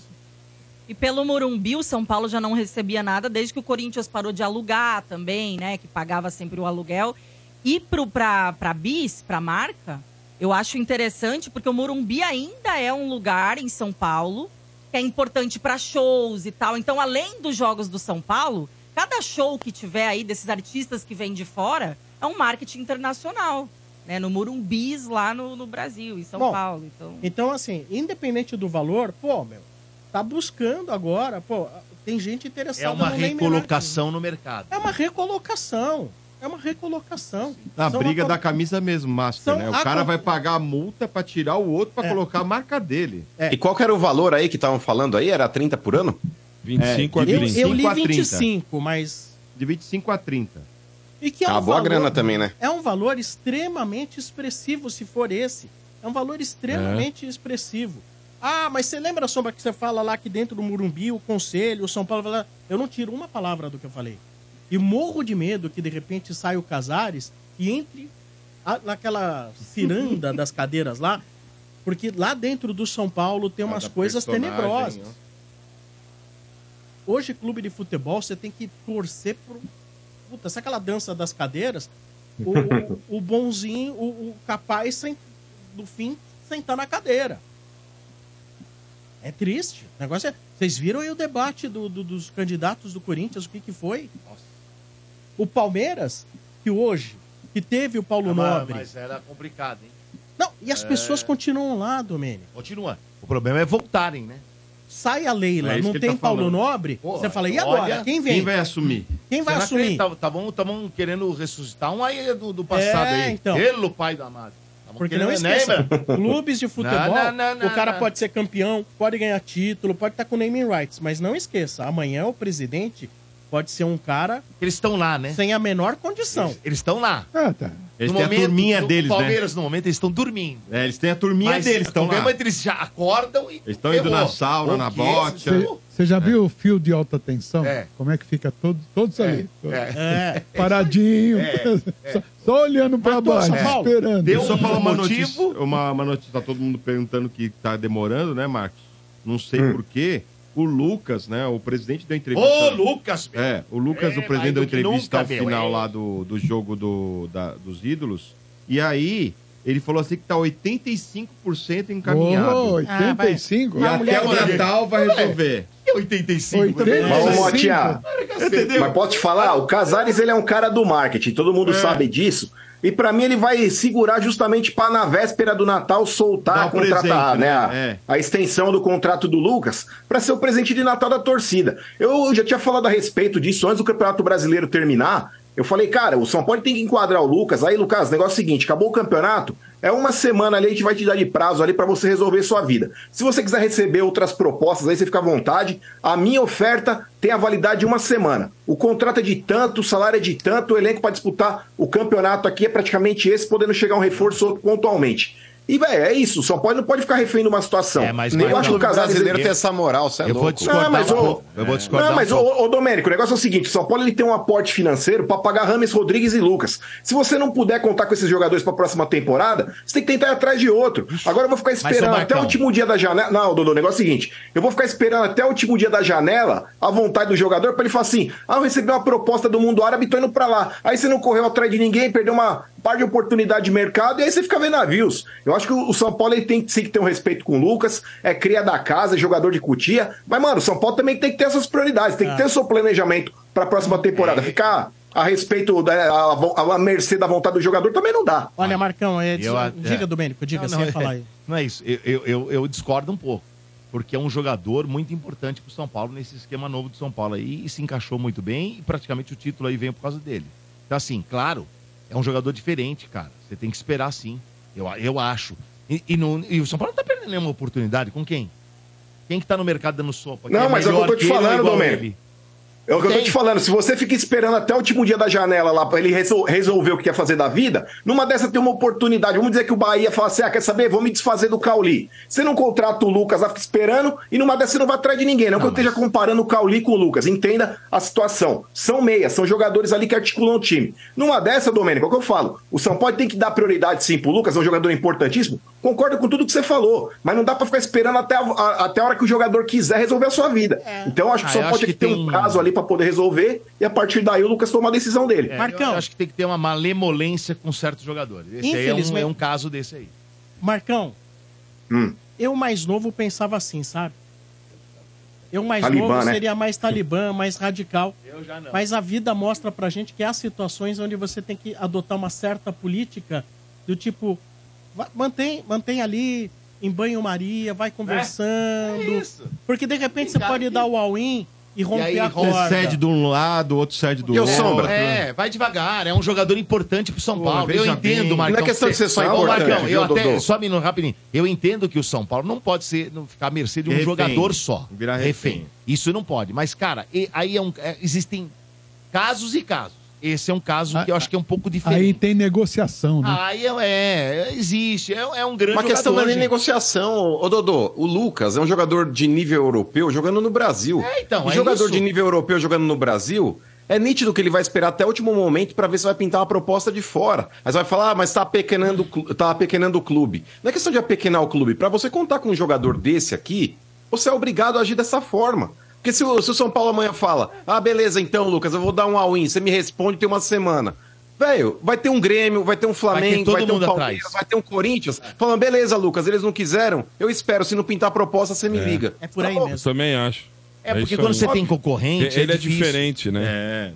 E pelo Morumbi, o São Paulo já não recebia nada desde que o Corinthians parou de alugar também, né? Que pagava sempre o aluguel. E pro, pra, pra Bis, pra marca, eu acho interessante, porque o Morumbi ainda é um lugar em São Paulo que é importante para shows e tal. Então, além dos jogos do São Paulo, cada show que tiver aí desses artistas que vêm de fora é um marketing internacional. Né, no Morumbis, lá no, no Brasil, em São
Bom,
Paulo. Então...
Então, assim, independente do valor, pô, meu, tá buscando agora, pô, tem gente interessada
É uma
no né? Neymar.
recolocação no mercado.
É uma recolocação. É uma recolocação.
Na
São
briga
acom-
da camisa mesmo, Master,
São
né? O
acom-
cara vai pagar a multa pra tirar o outro pra colocar a marca dele.
E qual que era o valor aí que estavam falando aí? Era 30 por ano?
25
É,
a
eu-
30.
Eu li
25 a 30.
25, mas.
De 25 a 30.
E que é
É uma
um
boa
valor-
grana também, né?
É um valor extremamente expressivo, se for esse. É um valor
É.
extremamente expressivo. Ah, mas você lembra, Sombra, que você fala lá que dentro do Murumbi, o Conselho, o São Paulo... vai lá- Eu não tiro uma palavra do que eu falei. E morro de medo que, de repente, saia o Casares e entre a- naquela ciranda das cadeiras lá, porque lá dentro do São Paulo tem umas
Cada
coisas
personagem,
tenebrosas. Hoje, clube de futebol, você tem que torcer por puta, sabe aquela dança das cadeiras? O, o- o bonzinho, o, o capaz sem- do fim sentar na cadeira. É triste. O negócio é. Vocês viram aí o debate do- do- dos candidatos do Corinthians, o que, que foi? O Palmeiras, que hoje, que teve o Paulo Nobre.
Ah, Mas era complicado, hein?
Não, e as
É.
pessoas continuam lá, Domênio.
Continua. O problema é voltarem, né?
Sai a Leila,
É isso
não
que ele
tem
tá
Paulo
falando.
Nobre.
Pô,
você fala, e
olha,
agora? quem vem?
assumir?
Quem vai
que
assumir?
ele tá- tá bom, Estavam querendo ressuscitar um aí do, do passado
É,
aí.
então.
Pelo pai da madre. Tavam
Porque
querendo-
não esqueça,
lembra?
clubes de futebol,
Não, não, não,
o cara
não.
pode ser campeão, pode ganhar título, pode estar com naming rights, mas não esqueça, amanhã o presidente pode ser um cara...
Eles estão lá, né?
Sem a menor condição.
Eles estão lá.
Ah, tá.
Eles têm a turminha
no-
deles,
o
né?
Palmeiras, no momento, eles estão dormindo.
É, eles têm a turminha
Mas
deles,
o
estão lá.
problema é que eles já acordam e...
Eles estão indo
ferrou.
na sauna,
O
na
quê?
bote.
Você já viu o fio de alta tensão?
É.
Como é que fica todo, todos ali?
É.
Paradinho. Só, só olhando pra baixo, Tá é. esperando.
Deixa eu
um
só falar uma notícia. Uma, uma notícia, tá todo mundo perguntando que tá demorando, né, Marcos? Não sei
Hum.
por porquê. O Lucas, né, o presidente da entrevista...
Ô, Lucas, meu.
É, o Lucas,
É,
o presidente da
mais do que
entrevista
nunca,
ao
meu,
final
é.
lá do, do jogo do, da- dos ídolos. E aí, ele falou assim que tá 85% encaminhado.
Ô, 85?
E
Ah,
até o
mulher-
Natal vai resolver.
Que 85?
um
Mas, ô, né? Motinha, mas posso te falar, o Casares ele é um cara do marketing, todo
É.
mundo sabe disso. E pra mim ele vai segurar justamente pra na véspera do Natal
Dar
soltar,
um
contratar,
presente,
né?
né?
a- a extensão do contrato do Lucas para ser o presente de Natal da torcida. Eu já tinha falado a respeito disso antes do Campeonato Brasileiro terminar. Eu falei, cara, o São Paulo tem que enquadrar o Lucas. Aí, Lucas, negócio é o seguinte: acabou o campeonato, é uma semana ali, a gente vai te dar de prazo ali para você resolver sua vida. Se você quiser receber outras propostas, aí você fica à vontade. A minha oferta tem a validade de uma semana. O contrato é de tanto, o salário é de tanto, o elenco para disputar o campeonato aqui é praticamente esse, podendo chegar um reforço outro pontualmente. E, velho, é isso. O São Paulo não pode ficar refém de uma situação. É,
mas
Nem eu acho que o Casares
brasileiro
ele-
tem essa moral, você é
Eu vou
louco.
discordar Não, mas um o- pouco.
Eu vou discordar
não, mas,
um pouco.
ô, ô, Domênico, o negócio é o seguinte: o São Paulo ele tem um aporte financeiro para pagar Rames, Rodrigues e Lucas. Se você não puder contar com esses jogadores para a próxima temporada, você tem que tentar ir atrás de outro. Agora eu vou ficar
ô,
esperando até
Marcão.
o último dia da janela. Não, Dodô, o negócio é o seguinte: eu vou ficar esperando até o último dia da janela a vontade do jogador para ele falar assim: ah, eu recebi uma proposta do mundo árabe e tô indo para lá. Aí você não correu atrás de ninguém, perdeu uma par de oportunidade de mercado e aí você fica vendo navios. Eu acho que o o São Paulo ele tem que- sim que ter um respeito com o Lucas, é cria da casa, é jogador de cutia. Mas, mano, o São Paulo também tem que ter essas prioridades, tem que ter o seu planejamento para a próxima temporada. Ficar a respeito, da, a, a- à mercê da vontade do jogador também não dá.
Olha, Marcão, é,
Eu a-
diga,
é.
Domênico, diga,
Não,
você
não,
ia
é-
falar aí.
Não é isso. Eu, eu, eu, eu discordo um pouco. Porque é um jogador muito importante pro São Paulo nesse esquema novo do São Paulo aí. E se encaixou muito bem e praticamente o título aí veio por causa dele. Então, assim, claro, é um jogador diferente, cara. Você tem que esperar sim. Eu, a- eu acho. E, e não- e o São Paulo não tá perdendo nenhuma oportunidade. Com quem? Quem que tá no mercado dando sopa?
Não,
Quem
mas é o que eu
melhor
tô te
ele ou
falando,
igual
Domênico.
ele?
É o que eu tô
Tem.
te falando, se você fica esperando até o último dia da janela lá pra ele resol- resolver o que quer fazer da vida, numa dessa tem uma oportunidade. Vamos dizer que o Bahia fala assim: ah, quer saber? Vou me desfazer do Cauli. Você não contrata o Lucas, lá fica esperando, e numa dessa você não vai atrás de ninguém. Não, que eu esteja comparando o Cauli com o Lucas. Entenda a situação. São meias, são jogadores ali que articulam o time. Numa dessa, Domênico, é o que eu falo. O São Paulo tem que dar prioridade sim pro Lucas, é um jogador importantíssimo. Concordo com tudo que você falou, mas não dá pra ficar esperando até a, a- até a hora que o jogador quiser resolver a sua vida. Então eu acho que
Ah,
o São
eu
Paulo
acho
tem que ter
que
um
tem-
prazo ali pra poder resolver e a partir daí o Lucas toma a decisão dele.
É, Eu, eu acho que tem que ter uma malemolência com certos jogadores. Esse aí é um,
Infelizmente-
é um caso desse aí.
Marcão, eu mais novo pensava assim, sabe? Eu mais
Talibã,
novo
né?
seria mais talibã, mais radical.
Eu já não.
Mas a vida mostra pra gente que há situações onde você tem que adotar uma certa política do tipo, va- mantém, mantém ali em banho-maria,
É?
vai conversando. Porque de repente você pode dar o all-in e romper
aí
a
rompe.
corda.
Você cede de um lado, outro cede do
Eu
outro.
sombra. É, vai devagar. É um jogador importante pro São Paulo. Eu
veja
entendo,
bem.
Marcão.
Não é questão de ser só
Ô,
importante,
Marcão, eu
viu,
até,
Dodô?
só um minuto, rapidinho. Eu entendo que o São Paulo não pode ser, não ficar à mercê de um
Refém.
jogador só.
Virar refém.
Isso não pode. Mas, cara, e- aí é um- é- existem casos e casos. Esse é um caso que eu acho que é um pouco diferente.
Aí tem negociação, né?
Aí, é, é, existe. É, é um grande
Uma questão não é
jogador,
nem
gente.
negociação. Ô, Dodô, o Lucas é um jogador de nível europeu jogando no Brasil.
É, então,
E
é
jogador
isso.
de nível europeu jogando no Brasil, é nítido que ele vai esperar até o último momento pra ver se vai pintar uma proposta de fora. Aí você vai falar, ah, mas tá pequenando, o clu- tá pequenando o clube. Não é questão de apequenar o clube. Pra você contar com um jogador desse aqui, você é obrigado a agir dessa forma.
Porque se o, se o São Paulo amanhã fala, ah, beleza, então, Lucas, eu vou dar um all-in, você me responde, tem uma semana. Velho, vai ter um Grêmio, vai ter um
Vai ter
Flamengo,
todo
vai ter, um
mundo
Palmeiras,
atrás.
vai ter um Corinthians, falando, beleza, Lucas, eles não quiseram, eu espero, se não pintar a proposta, você me
É.
liga. Tá
É
por aí
bom.
Eu também acho.
É, porque
isso
quando você
tem concorrente,
Ele
é
é,
difícil.
diferente, né? É.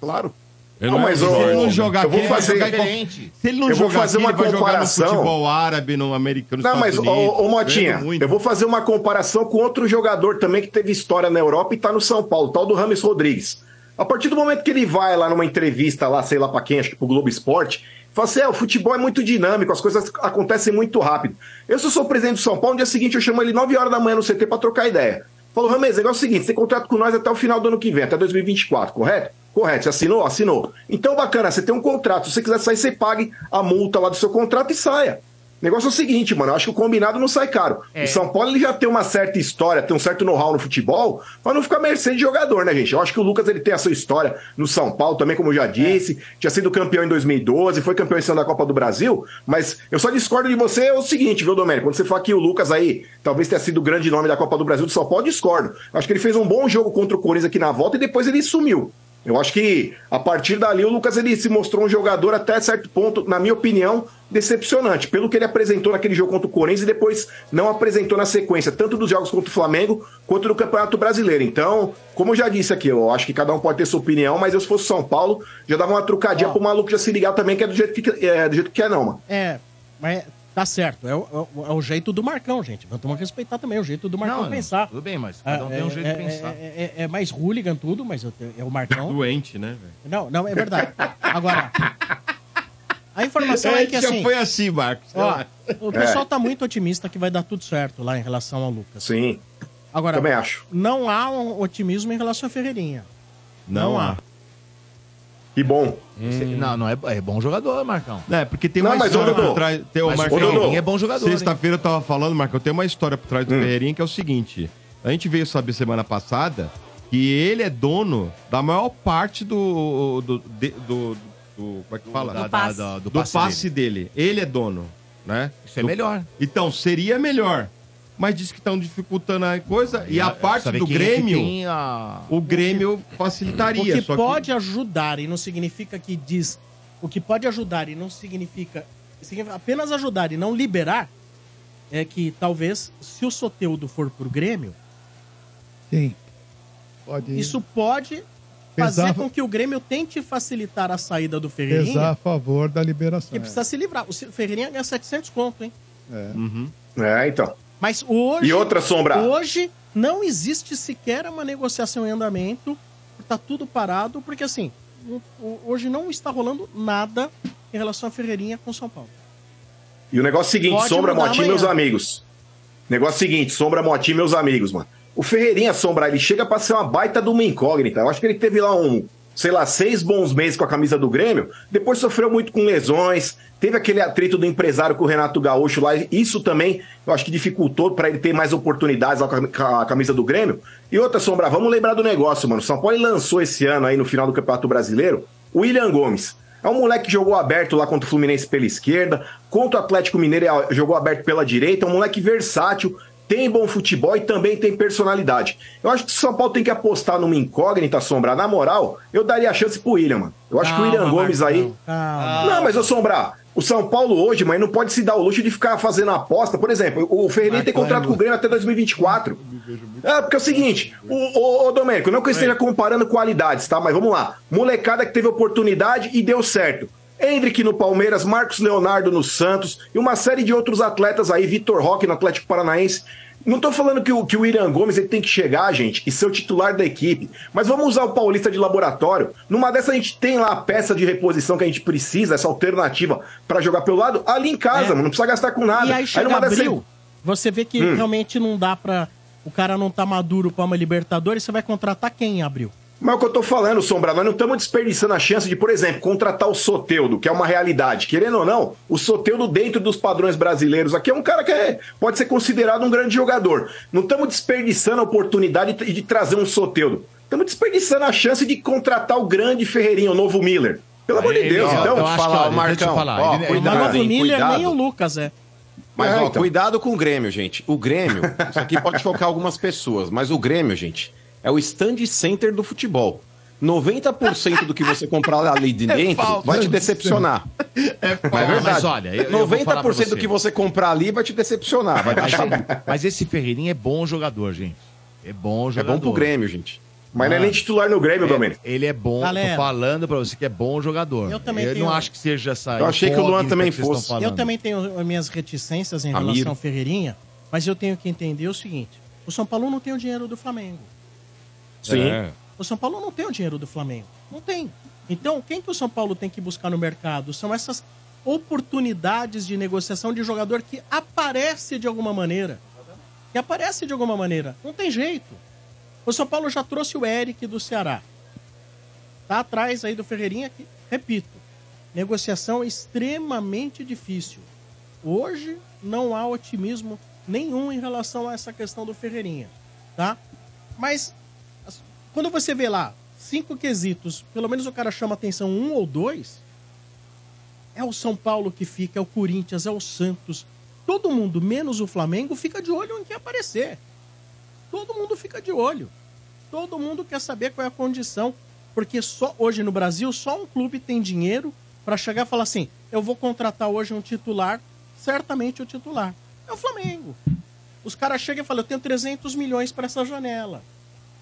Claro.
Ele
Não,
não,
mas
é
o-
forte,
se ele não
né?
jogar Eu vou aqui, ele vai fazer- jogar em qualquer-
Diferente.
Se ele não
Eu vou
jogar
fazer
aqui,
uma
ele vai jogar no
comparação.
futebol árabe, no americano, nos
Não, mas,
Estados
ô,
Unidos.
ô, Motinha,
Ganhando muito.
eu vou fazer uma comparação com outro jogador também que teve história na Europa e tá no São Paulo, o tal do Rames Rodrigues. A partir do momento que ele vai lá numa entrevista lá, sei lá pra quem, acho que pro Globo Esporte, fala assim, é, o futebol é muito dinâmico, as coisas acontecem muito rápido. Eu, se eu sou o presidente do São Paulo, no dia seguinte eu chamo ele 9 horas da manhã no CT pra trocar ideia. Falou, Rames, o negócio é o seguinte, você tem contrato com nós até o final do ano que vem, até 2024, correto? Correto, você assinou? Assinou. Então, bacana, você tem um contrato, se você quiser sair, você pague a multa lá do seu contrato e saia. O negócio é o seguinte, mano, eu acho que o combinado não sai caro. O São Paulo ele já tem uma certa história, tem um certo know-how no futebol, mas não fica à mercê de jogador, né, gente? Eu acho que o Lucas ele tem a sua história no São Paulo também, como eu já disse, tinha sido campeão em 2012, foi campeão esse ano da Copa do Brasil, mas eu só discordo de você é o seguinte, viu, Domênico? Quando você fala que o Lucas aí talvez tenha sido o grande nome da Copa do Brasil do São Paulo, eu discordo. Eu acho que ele fez um bom jogo contra o Corinthians aqui na volta e depois ele sumiu. Eu acho que a partir dali o Lucas ele se mostrou um jogador até certo ponto, na minha opinião, decepcionante. Pelo que ele apresentou naquele jogo contra o Corinthians e depois não apresentou na sequência, tanto dos jogos contra o Flamengo quanto do Campeonato Brasileiro. Então, como eu já disse aqui, eu acho que cada um pode ter sua opinião, mas eu se fosse São Paulo, já dava uma trucadinha pro maluco já se ligar também, que é do jeito que é, do jeito que é não, mano.
É, mas tá certo. É o, é o- é o jeito do Marcão, gente. Vamos respeitar também é o jeito do Marcão
Não, né?
pensar.
tudo bem, mas cada um tem um jeito de pensar.
Ah, É, é- é mais hooligan tudo, mas eu te- é o Marcão.
Doente, né, velho?
Não, não, é verdade. Agora, a informação é,
Ele
que
já
assim...
foi assim, Marcos. sei
ó,
lá.
o
É.
pessoal tá muito otimista que vai dar tudo certo lá em relação ao Lucas.
Sim.
Agora,
Também acho.
não há um otimismo em relação a Ferreirinha.
Não há.
Que bom.
Não, não, é, é bom jogador, Marcão.
É, porque tem
Não,
uma
mas,
história
ô, Dodô,
por trás. Tem o
mas o
Marcão.
Ferreirinha é bom jogador,
Sexta-feira eu tava falando, Marcão, tem uma história por trás do Ferreirinha que é o seguinte: a gente veio saber semana passada que ele é dono da maior parte do. do, de- do, do- como é que fala?
da-
Do
da- passe. da-
do passe, dele. Ele é dono, né?
Isso é
Do-
melhor.
Então, seria melhor. Mas diz que estão dificultando a coisa. E, a parte
saber
do
quem é que
Grêmio.
tem a-
O Grêmio
O
facilitaria.
que
só que-
pode ajudar e não significa que diz. O que pode ajudar e não significa. significa Apenas ajudar e não liberar é que talvez, se o Soteudo for pro Grêmio,
Sim. Pode
isso pode
Pesar-
fazer com que o Grêmio tente facilitar a saída do Ferreirinha,
pesar a favor da liberação.
que precisa se livrar. O Ferreirinha ganha 700 conto, hein?
É.
Uhum.
É, então.
Mas hoje.
E outra, Sombra?
Hoje não existe sequer uma negociação em andamento. Tá tudo parado, porque assim, o- o- hoje não está rolando nada em relação a Ferreirinha com São Paulo.
E o negócio é o seguinte,
Pode
Sombra
mudar
Motinha,
amanhã.
meus amigos. Negócio é o seguinte, Sombra Motinha, meus amigos, mano. O Ferreirinha Sombra, ele chega pra ser uma baita de uma incógnita. Eu acho que ele teve lá um, sei lá, seis bons meses com a camisa do Grêmio, depois sofreu muito com lesões, teve aquele atrito do empresário com o Renato Gaúcho lá, isso também eu acho que dificultou pra ele ter mais oportunidades lá com a- com a camisa do Grêmio. E outra, Sombra, vamos lembrar do negócio, mano. O São Paulo ele lançou esse ano aí no final do Campeonato Brasileiro, o William Gomes. É um moleque que jogou aberto lá contra o Fluminense pela esquerda, contra o Atlético Mineiro ele jogou aberto pela direita, é um moleque versátil, tem bom futebol e também tem personalidade. Eu acho que o São Paulo tem que apostar numa incógnita sombra. Na moral, eu daria a chance pro William, mano. Eu acho que o William Gomes aí. Não, mas eu sombrar. O São Paulo hoje, mas não pode se dar o luxo de ficar fazendo aposta. Por exemplo, o Ferreirinha tem contrato com o Grêmio até 2024. É, porque é o seguinte, o, o, o Domênico, não que eu esteja comparando qualidades, tá? Mas vamos lá. Molecada que teve oportunidade e deu certo. Hendrick no Palmeiras, Marcos Leonardo no Santos e uma série de outros atletas aí, Vitor Roque no Atlético Paranaense. Não tô falando que o, que o William Gomes ele tem que chegar, gente, e ser o titular da equipe. Mas vamos usar o Paulista de laboratório. Numa dessa a gente tem lá a peça de reposição que a gente precisa, essa alternativa pra jogar pelo lado, ali em casa, mano. Não precisa gastar com nada.
É. E aí chega
numa dessa-
abril, você vê que
Hum.
realmente não dá pra. O cara não tá maduro pra uma Libertadores, você vai contratar quem em abril?
Mas é o que eu tô falando, Sombra, nós não estamos desperdiçando a chance de, por exemplo, contratar o Soteudo, que é uma realidade. Querendo ou não, o Soteudo, dentro dos padrões brasileiros aqui, é um cara que é- pode ser considerado um grande jogador. Não estamos desperdiçando a oportunidade de, de trazer um Soteudo. Estamos desperdiçando a chance de contratar o grande Ferreirinha, o novo Miller. Pelo amor de
Ele-
Deus,
ó,
então,
eu acho que, ó,
fala,
deixa eu
Marcão.
falar, ele-
ó,
ele-
cuidado,
Mas
hein,
o Miller
cuidado.
nem o Lucas é.
Mas,
É,
ó,
então.
cuidado com o Grêmio, gente. O Grêmio, isso aqui pode chocar algumas pessoas, mas o Grêmio, gente,
É o stand center do futebol. 90% do que você comprar ali de
É
dentro
falso.
vai te decepcionar. Mas é
Não,
verdade.
mas olha, eu- eu vou falar pra
90%
você.
do que você comprar ali vai te decepcionar. Ah, Vai te
Mas,
achar...
mas esse Ferreirinha é bom jogador, gente. É bom jogador.
bom pro Grêmio, gente.
Mas não é nem titular no Grêmio,
é,
Domênico.
Ele é bom,
Galera.
tô falando pra você que é bom jogador. Eu
também
Eu
tenho-
não acho que seja essa.
Eu achei que o Luan
incógnita
também
vocês
fosse.
estão falando.
Eu também tenho as minhas reticências em
Ramiro.
relação ao Ferreirinha, mas eu tenho que entender o seguinte: o São Paulo não tem o dinheiro do Flamengo.
Sim.
O São Paulo não tem o dinheiro do Flamengo. Não tem. Então, quem que o São Paulo tem que buscar no mercado? São essas oportunidades de negociação de jogador que aparece de alguma maneira. Que aparece de alguma maneira. Não tem jeito. O São Paulo já trouxe o Eric do Ceará. Tá atrás aí do Ferreirinha, que, repito, negociação extremamente difícil. Hoje não há otimismo nenhum em relação a essa questão do Ferreirinha, tá? Mas as- quando você vê lá cinco quesitos, pelo menos o cara chama atenção um ou dois, é o São Paulo que fica, é o Corinthians, é o Santos. Todo mundo, menos o Flamengo, fica de olho em quem aparecer. Todo mundo fica de olho. Todo mundo quer saber qual é a condição. Porque só hoje no Brasil, só um clube tem dinheiro para chegar e falar assim: eu vou contratar hoje um titular, certamente o titular. É o Flamengo. Os caras chegam e falam: eu tenho 300 milhões para essa janela.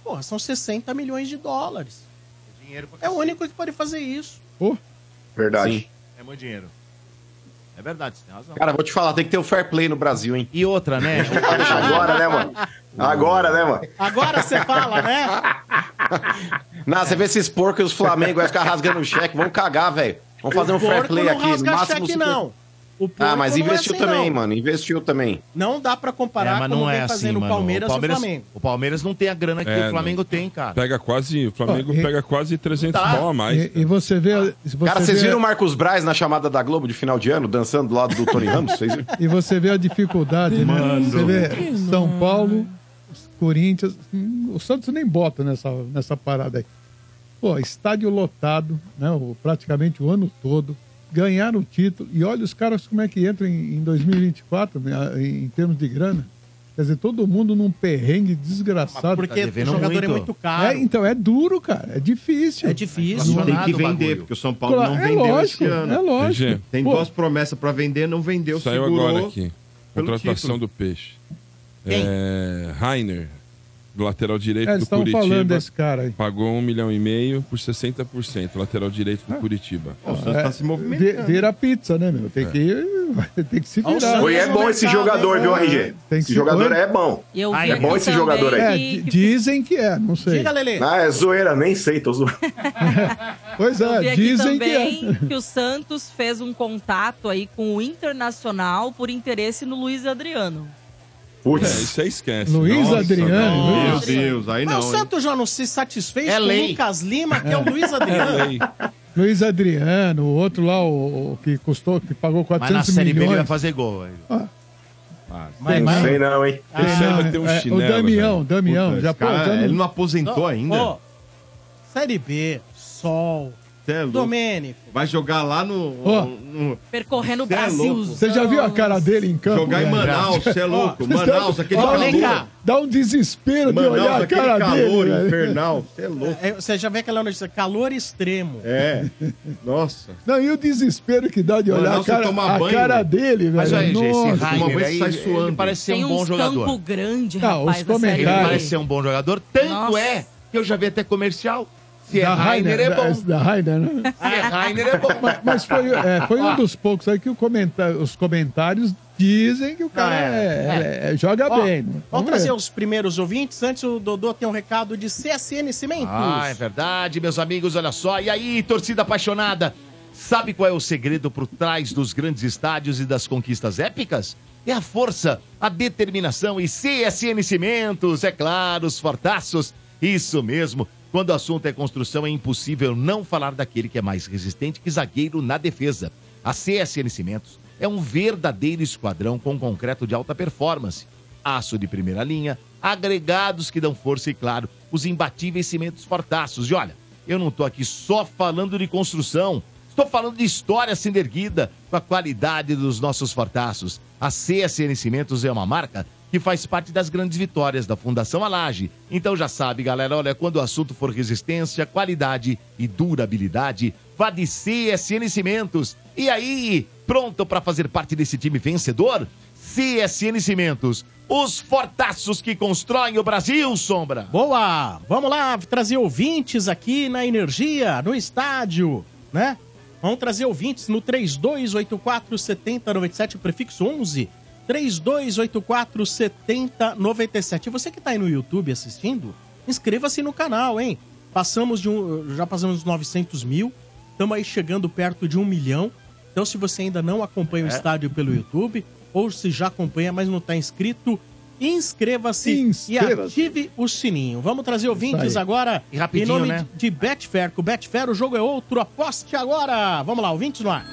Porra, são 60 milhões de dólares. É o único que pode fazer isso.
Verdade.
Sim.
É muito dinheiro. É verdade, você tem razão.
Cara, vou te falar, tem que ter o fair play no Brasil, hein?
E outra, né?
Agora, né, mano? Agora, né, mano?
Agora você fala, né?
Não, você vê esses porcos e os Flamengo vai ficar rasgando o cheque, vão cagar, velho. Vamos fazer um fair play
não
aqui.
rasga
máximo
cheque,
50.
não. O
Ah,
porco
mas
não é
investiu
assim,
também,
não.
mano. Investiu também.
Não dá para comparar
É, mas
como
não
vem
é assim,
fazendo
mano.
o Palmeiras,
o, Palmeiras
e o Flamengo.
o Palmeiras não tem a grana que
É,
o Flamengo tem, cara.
Pega quase, o Flamengo
Ó, e-
pega quase 300
Tá.
pau a mais.
E, e você vê. se Você
Cara, vocês
vê-
viram o Marcos Braz na chamada da Globo de final de ano, dançando do lado do Tony Ramos? Vocês viram?
E você vê a dificuldade, né? Você vê São Paulo, os Corinthians. hum, O Santos nem bota nessa, nessa parada aí. Pô, estádio lotado, né? o- Praticamente o ano todo. Ganharam o título. E olha os caras como é que entram em, em 2024, né, em, em termos de grana. Quer dizer, todo mundo num perrengue desgraçado.
Porque o
devendo
jogador é
muito.
muito caro.
É, então, é duro, cara. É difícil.
É difícil.
Não tem
Inflacionado
que
o
vender,
bagulho.
porque o São Paulo
Claro,
não
é
vendeu
lógico,
esse
é
ano.
lógico.
Entendi.
Tem
Pô,
duas promessas pra vender, não vendeu,
Saiu
segurou.
agora aqui.
pelo
Contratação
título.
do Peixe.
Quem?
É, Rainer, do lateral direito
é, eles
do
estavam
Curitiba.
falando desse cara aí.
Pagou um milhão e meio por 60%, lateral direito
Ah.
do Curitiba.
O Santos
É.
tá se
Vi-
movimentando. É.
Vira pizza, né, meu? Tem que, tem que se
Olha o
virar.
Santos. né?
Oi, é bom esse jogador, viu, RG?
Tem que
Esse
ser
jogador
bom.
é bom.
E eu
Ah,
vi
é bom
esse
também
jogador aí.
É,
que-
di-
que
dizem que é, não sei.
Diga, Lelê.
Ah, é zoeira, nem sei, tô zoando.
Pois
Eu vi
é,
aqui
dizem que é.
também que, o Santos fez um contato aí com o Internacional por interesse no Luiz Adriano.
É,
Putz,
isso aí esquece.
Luiz Adriano,
não.
Luiz
Meu Deus, aí
Mas
não.
o
hein?
Santos já não se satisfez
É
com o
lei.
Lucas Lima, que é, o Luiz Adriano.
Aí,
Luiz Adriano, o outro lá, o, o que custou, que pagou
Mas na
400
Série B ele vai
milhões. Ah.
fazer gol. velho. Ah,
Mas,
não
mas-
sei não, hein?
esse aí vai ter um
É,
chinelo.
o Damião, Damião,
Puta,
já
esse cara,
pô, já não-
Ele não aposentou ainda?
Ó, série B, Sol,
Cê é louco.
Domênico.
Vai jogar lá no.
Ó.
no-
Percorrendo o
Cê é
Brasil.
louco.
Você já viu a cara dele em campo?
jogar em
velho?
Manaus, você é louco.
Vocês tão-
Manaus, aquele
Ó,
vem cá.
calor.
Dá um desespero de olhar
Manaus,
a
aquele
cara
calor
dele. velho.
infernal. Você é louco.
É, Você já vê aquela notícia, calor extremo.
É. Nossa.
Não, e o desespero que dá de olhar
Manaus,
a cara,
você toma
a
banho,
cara
velho.
dele, velho.
Mas olha, gente, esse
Nossa.
uma
Rainer
vez
aí,
sai
ele
suando.
parece ser
Tem
um bom
uns
jogador.
campo grande,
Não,
rapaz.
Tá, os
da Série
Ele
Cara.
parece
B.
ser um bom jogador, tanto
Nossa.
é que eu já vi até comercial. Se é
da
Rainer, é bom. Se
Da, da Rainer, né?
é Rainer, é bom.
Mas, mas foi, é, foi
Ah.
um dos poucos aí que o comenta- os comentários dizem que o cara é- é- joga
Ó,
bem.
Vamos
Vamos
trazer
ver.
os primeiros ouvintes. Antes o Dodô tem um recado de CSN Cimentos.
Ah, é verdade, meus amigos, olha só. E aí, torcida apaixonada, sabe qual é o segredo por trás dos grandes estádios e das conquistas épicas? É a força, a determinação e CSN Cimentos, é claro, os fortaços. Isso mesmo. Quando o assunto é construção, é impossível não falar daquele que é mais resistente que zagueiro na defesa. A CSN Cimentos é um verdadeiro esquadrão com concreto de alta performance aço de primeira linha, agregados que dão força e, claro, os imbatíveis cimentos fortaços. E olha, eu não tô aqui só falando de construção, estou falando de história sendo erguida com a qualidade dos nossos fortaços. A CSN Cimentos é uma marca que faz parte das grandes vitórias da Fundação Alage. Então já sabe, galera, olha, quando o assunto for resistência, qualidade e durabilidade, vá de CSN Cimentos. E aí, pronto para fazer parte desse time vencedor? CSN Cimentos, os fortaços que constroem o Brasil, Sombra.
Boa! Vamos lá trazer ouvintes aqui na Energia, no estádio, né? Vamos trazer ouvintes no 3284 7097, prefixo 11. 3284 7097. Você que tá aí no YouTube assistindo, inscreva-se no canal, hein? Passamos de um, já passamos dos 900 mil, estamos aí chegando perto de um milhão. Então, se você ainda não acompanha o estádio pelo YouTube, ou se já acompanha, mas não está inscrito, inscreva-se e ative o sininho. Vamos trazer ouvintes
aí.
agora
E rapidinho,
em nome
né?
de Betfair. Com o Betfair o jogo é outro, aposte agora! Vamos lá, ouvintes no ar.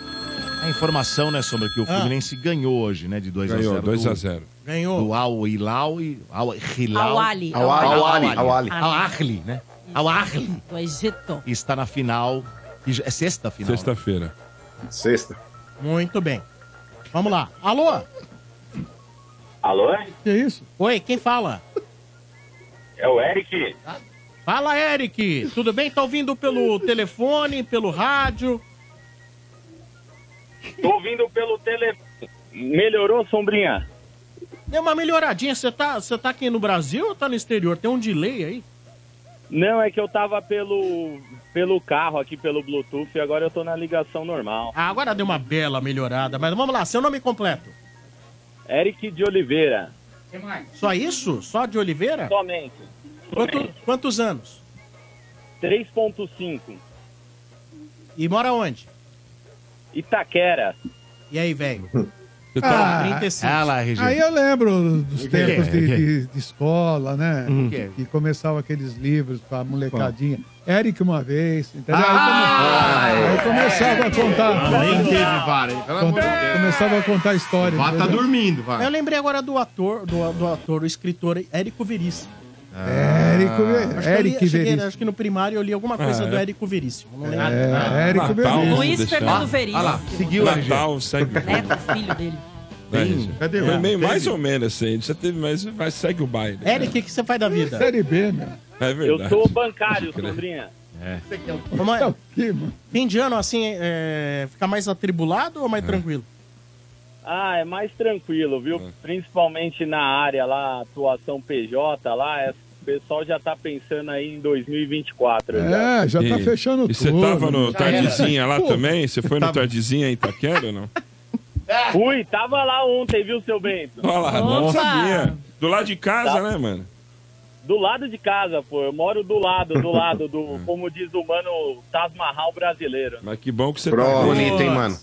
A informação, né, Sombra, que o
Ah.
Fluminense ganhou hoje, né, de 2 a 0.
Ganhou,
do-
2 a 0.
Ganhou.
Do Al Hilal e Al Hilal.
Al Ahly.
Al Ahly.
Al
Al
Ahly.
Ahly.
Al Ahly.
Al Ahly, né? Al Ahly
Do Egito.
está na final. que já- É sexta final.
Sexta-feira.
Sexta.
Muito bem. Vamos lá. Alô?
Alô?
Que isso? Oi, quem fala?
É o Eric?
Fala, Eric. Tudo bem? Tá ouvindo pelo telefone, pelo rádio?
Tô ouvindo pelo telefone. Melhorou, Sombrinha?
Deu uma melhoradinha. Você tá, você tá aqui no Brasil ou tá no exterior? Tem um delay aí?
Não, é que eu tava pelo, pelo carro aqui, pelo Bluetooth, e agora eu tô na ligação normal.
Ah, agora deu uma bela melhorada. Mas vamos lá, seu nome completo.
Eric de Oliveira.
Só isso? Só de Oliveira?
Somente.
Quanto- quantos anos?
3.5.
E mora onde?
Itaquera.
E aí, velho?
Eu
Ah,
Ela,
Aí eu lembro dos
é?
O quê?
tempos
O
de,
quê?
de- de escola, né?
Hum.
Que, que começavam aqueles livros pra molecadinha. Eric uma vez, entendeu? Aí
Ah,
come-
é.
aí começava a contar.
Não,
contar-
vara, hein? Pelo amor de
contar- Começava a contar história.
Vá, tá
entendeu?
dormindo, vá.
Eu lembrei agora do ator, do, do ator, o escritor Érico Veríssimo.
Érico,
Acho,
Ve-
que eu li-
Érico
cheguei-
Veríssimo.
acho que no primário eu li alguma coisa
Ah,
do
é.
Érico Veríssimo. Não lembro.
É, Érico
Natal,
Veríssimo.
Luiz
deixar. Ah,
Fernando
Olha lá,
Veríssimo.
seguiu a gente.
Natal, segue.
Neto, filho dele.
Bem,
Cadê
Né, Foi
o-
meio mais ou menos assim. Você teve mais, mas segue o baile.
Érico, o que, que você faz da vida?
Série B, meu.
É
Eu
verdade.
sou bancário, Sombrinha.
Como é?
Tá aqui, mano.
Fim de ano, assim, é, fica mais atribulado ou mais tranquilo?
Ah, é mais tranquilo, viu?
Hum.
Principalmente na área lá, atuação PJ lá, é- o pessoal já tá pensando aí em 2024. já.
É, já tá
E-
fechando tudo.
E você tava no
né?
Tardezinha lá
Pô,
também? Você foi no Tardezinha em Itaquera ou não?
Fui, tava lá ontem, viu, seu Bento?
Olha lá, não
Opa!
sabia. Do lado de
Tá.
casa, né, mano?
Do lado de casa, pô. Eu moro do lado, do lado do, como diz o mano, Taj Mahal brasileiro.
Mas que bom que você
Pronto.
tá bem.
Bonito, hein, mano?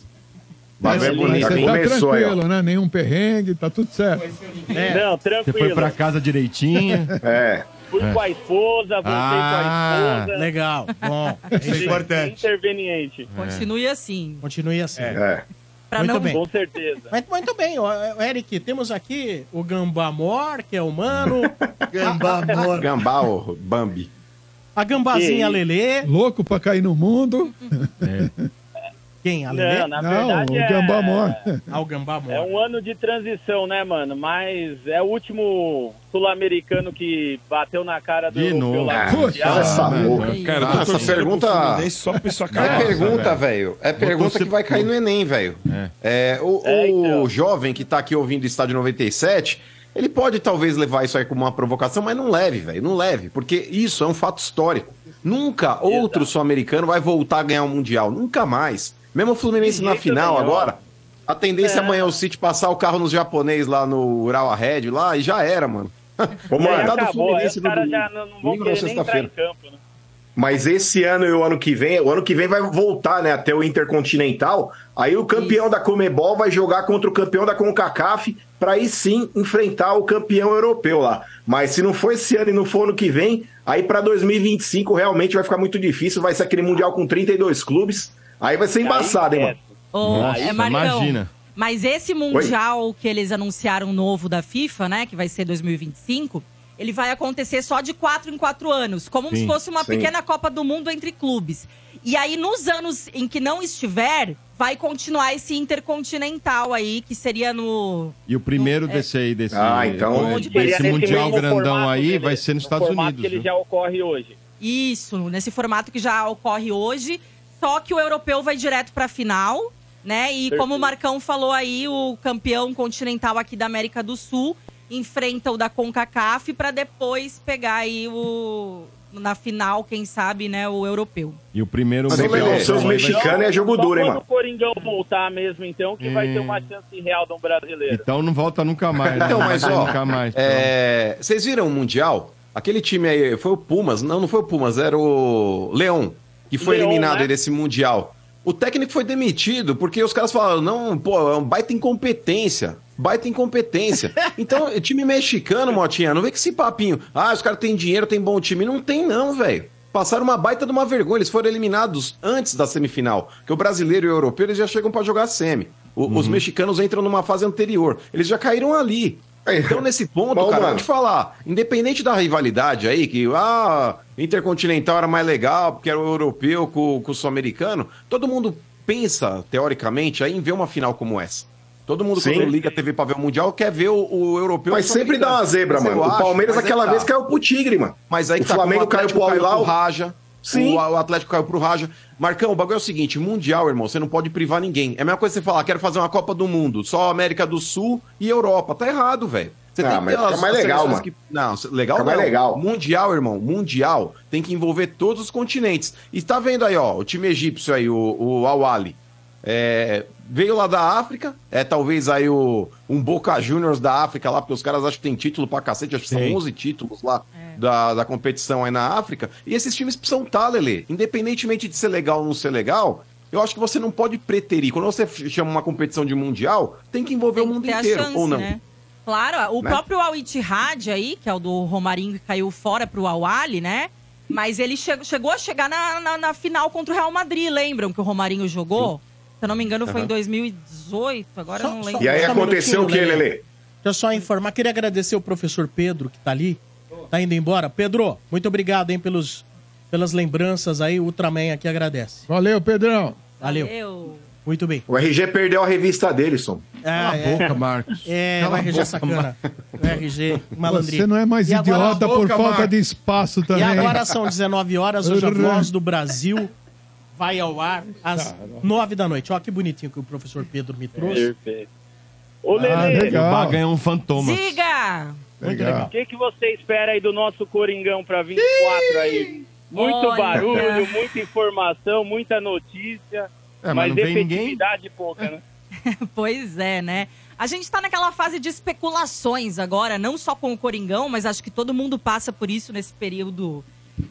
Bagulho é
Mas
bonito,
você
hein?
tá
Começou aí, ó.
tranquilo, né? Nenhum perrengue, tá tudo certo. É.
Não,
Você foi
tranquilo.
pra casa direitinho.
É.
Fui com a esposa, voltei
Ah,
com a esposa.
Legal, bom. É isso
Isso é
aí.
importante.
Interveniente,
Continue assim.
Continue assim.
É.
Pra
Muito
não
bem.
com certeza.
Mas muito bem, ó, Eric, temos aqui o Gambamor, que é humano,
Gambá, ô, Bambi.
a
um
Gambazinha
Que
Lelê.
Louco pra cair no mundo.
É.
Quem? A Lelê?
Não, na
Não,
verdade
o Gambá mor.
é...
Ah, o Gambamor.
é um ano de transição, né, mano? Mas é o último sul-americano que bateu na cara do
De novo. Ah,
europeu lá no
Puta,
Mundial.
essa boca.
Cara, eu tô
Ah, essa
torcendo pro
pergunta-
Fluminense Só pra né? isso
É
acabar.
pergunta, velho. É pergunta que vai cair no Enem, velho. É, o,
É, então.
o jovem que tá aqui ouvindo Estádio 97, ele pode talvez levar isso aí como uma provocação, mas não leve, velho. Não leve, porque isso é um fato histórico. Nunca outro sul-americano vai voltar a ganhar um Mundial. Nunca mais. Mesmo o Fluminense
De
na
jeito
final
nenhum.
agora. A tendência é amanhã o City passar o carro nos japonês lá no Urawa Red, lá, e já era, mano.
Ô,
E aí
mano,
Tá do
acabou, aí os
Fluminense no
caras
domingo.
já não, não vão
Domingo na
querer nem entrar
sexta-feira.
em campo, né?
mas esse ano e o ano que vem, o ano que vem vai voltar, né, até o Intercontinental. Aí o campeão da Comebol vai jogar contra o campeão da CONCACAF para aí sim enfrentar o campeão europeu lá. Mas se não for esse ano e não for ano que vem, aí para 2025 realmente vai ficar muito difícil, vai ser aquele mundial com 32 clubes. Aí vai ser embaçado, hein, mano.
Ô,
Nossa,
é, Marcão,
imagina.
Mas esse Mundial que eles anunciaram novo da FIFA, né? Que vai ser 2025, ele vai acontecer só de quatro em quatro anos, como
Sim,
se fosse uma
sim.
pequena Copa do Mundo entre clubes. E aí, nos anos em que não estiver, vai continuar esse intercontinental aí, que seria no.
E o primeiro
É.
desse aí, desse,
Ah, então-
desse mundial grandão aí, vai ser nos
no
Estados
formato
Unidos.
que ele
viu?
já
Ocorre hoje.
Isso, nesse formato que já ocorre hoje. Só que o europeu vai direto para a final, né? E
Perfeito.
como o Marcão falou aí, o campeão continental aqui da América do Sul enfrenta o da CONCACAF para depois pegar aí o na final, quem sabe, né, o europeu.
E o primeiro
Mas, ô, Lelê,
mundial-
seus mexicanos é jogo
Só
duro, hein,
quando
mano?
o Coringão voltar mesmo, então, que vai ter uma chance real de um brasileiro.
Então não volta nunca mais. né?
Então, mas
Não
ó,
volta nunca mais.
é, vocês viram o Mundial? Aquele time aí, foi o Pumas, não, não foi o Pumas, era o Leão, que foi
Leão,
eliminado
né?
aí desse Mundial. O técnico foi demitido porque os caras falaram, não, pô, é um baita incompetência, baita incompetência. então, o time mexicano, Motinha, não vê que esse papinho, ah, os caras têm dinheiro, tem bom time, não tem não, velho. Passaram uma baita de uma vergonha, eles foram eliminados antes da semifinal, que o brasileiro e o europeu eles já chegam pra jogar a semi. O-
Uhum.
Os mexicanos entram numa fase anterior, eles já caíram ali. Então, nesse ponto,
Bom,
cara, eu
mano.
vou te falar, independente da rivalidade aí, que ah, Intercontinental era mais legal, porque era o europeu com, com o sul-americano, todo mundo pensa, teoricamente, aí em ver uma final como essa. Todo mundo,
Sim.
quando liga a TV pra ver o Mundial, quer ver o, o europeu.
Mas
com o
sempre dá uma zebra,
sul-americano. Mas eu
mano. O
acho,
Palmeiras
mas aí
aquela
tá.
vez caiu pro Tigre, mano.
Mas aí
o
que tá,
Flamengo
como
caiu pro
Atlético
Al-Hilal.
pro Raja. O,
Sim.
o Atlético caiu pro Raja. Marcão, o bagulho é o seguinte: Mundial, irmão, você não pode privar ninguém. É a mesma coisa que você falar, quero fazer uma Copa do Mundo, só América do Sul e Europa. Tá errado, velho. Você
Ah,
tem que
mas
ter as-
fica mais
as
legal,
seleções
mano.
Não, legal
Fica mais
não.
legal.
Mundial, irmão, mundial tem que envolver todos os continentes. E tá vendo aí, ó, o time egípcio aí, o, o Awali. veio lá da África, é talvez aí o, um Boca Juniors da África lá, porque os caras acham que tem título pra cacete, acho que são
Sim.
11 títulos lá
É.
da, da competição aí na África. E esses times precisam tá, Lele. Independentemente de ser legal ou não ser legal, eu acho que você não pode preterir. Quando você chama uma competição de mundial, tem que envolver o mundo
Ter a
inteiro,
chance,
ou não.
né? Claro, o
Né?
próprio Al Ittihad aí, que é o do Romarinho que caiu fora pro Al Ahly, né? Mas ele che- chegou a chegar na, na- na final contra o Real Madrid, lembram que o Romarinho jogou? Se eu não me engano, foi em
Aham.
2018, agora eu não lembro.
E aí
Só um
aconteceu o quê,
minutinho,
Lelê?
Deixa eu só informar. Queria agradecer o professor Pedro, que tá ali. Tá indo embora. Pedro, muito obrigado, hein, pelos, pelas lembranças aí. O Ultraman aqui agradece.
Valeu, Pedrão.
Valeu. Muito bem.
O RG perdeu a revista dele, Som.
Cala a boca, Marcos. É,
Cala
o
a
RG
boca,
sacana. O RG malandrinho.
Você não é mais
E agora-
idiota por falta de espaço
E
também.
agora são 19 horas, hoje a
Urra.
Voz do Brasil vai ao ar às 9 da noite. Ó, que bonitinho que o professor Pedro me trouxe.
Perfeito. Ô, Lelê,
Ah,
O Baga é um fantoma.
Diga!
Ah, Muito
O que, que você espera aí do nosso Coringão para 24 aí? Muito
Olha.
barulho, muita informação, muita notícia,
É, mas
mas,
não vem ninguém?
efetividade pouca, né?
pois é, né? A gente tá naquela fase de especulações agora, não só com o Coringão, mas acho que todo mundo passa por isso nesse período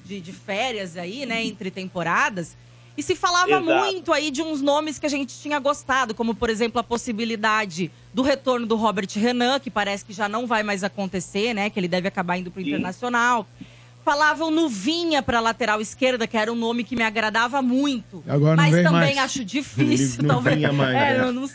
de, de férias aí, né? Entre temporadas. E se falava
Exato.
muito aí de uns nomes que a gente tinha gostado, como, por exemplo, a possibilidade do retorno do Robert Renan, que parece que já não vai mais acontecer, né? Que ele deve acabar indo pro Internacional. Falavam no Vinha pra lateral esquerda, que era um nome que me agradava muito.
Agora não
mas
vem
também
mais.
acho difícil,
Ele não
talvez.
vinha mais,
É,
né?
não- não-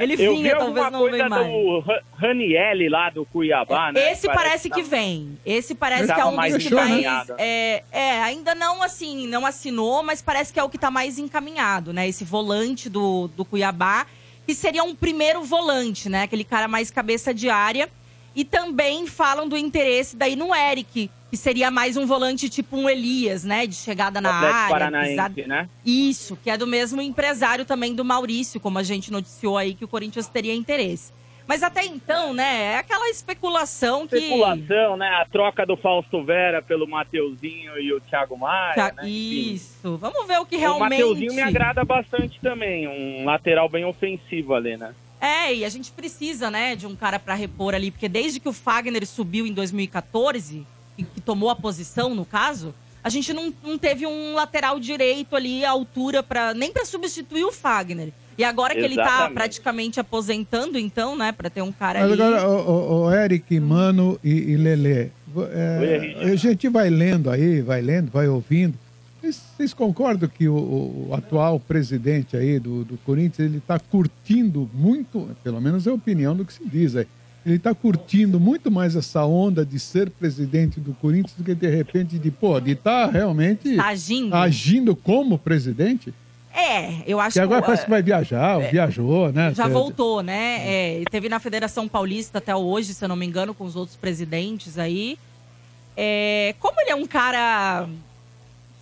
ele
Eu vi
vinha, talvez
alguma
não
coisa
venha mais.
do né? Ra- Ranielli lá do Cuiabá, né?
Esse parece que vem. Esse parece
Tava
que é um
mais
dos que mais.
encaminhado.
É, é, ainda não assim, não assinou, mas parece que é o que tá mais encaminhado, né? Esse volante do, do Cuiabá, que seria um primeiro volante, né? Aquele cara mais cabeça de área. E também falam do interesse daí no Eric, que seria mais um volante tipo um Elias, né? De chegada na
Atlético
área.
Paranaense,
pisada-
né?
Isso, que é do mesmo empresário também do Maurício, como a gente noticiou aí que o Corinthians teria interesse. Mas até então, né, é aquela especulação que.
Especulação, né? A troca do Fausto Vera pelo Mateuzinho e o Thiago Maia.
Tá,
né? Enfim.
Isso. Vamos ver o que
O
realmente.
Mateuzinho me agrada bastante também. Um lateral bem ofensivo ali, né?
É, e a gente precisa, né, de um cara pra repor ali, porque desde que o Fagner subiu em 2014, e que tomou a posição, no caso, a gente não, não teve um lateral direito ali à altura para nem pra substituir o Fagner. E agora que ele tá
Exatamente.
praticamente aposentando, então, né, pra ter um cara
Mas
ali.
agora, o, o- o Eric, Mano e, e Lelê, vo-
Oi,
é,
Henrique.
a gente vai lendo aí, vai lendo, vai ouvindo. Vocês, vocês concordam que o, o- o atual tá presidente aí do, do Corinthians, ele está curtindo muito, pelo menos é a opinião do que se diz aí, Ele está curtindo muito mais essa onda de ser presidente do Corinthians do que de repente de, pô, de estar realmente
Tá agindo.
agindo como presidente.
É, eu acho
que agora
que. eh, é,
parece que vai viajar, ou viajou, né?
Já
Quer-
voltou, né? É, ele teve na Federação Paulista até hoje, se eu não me engano, com os outros presidentes aí. É, como ele é um cara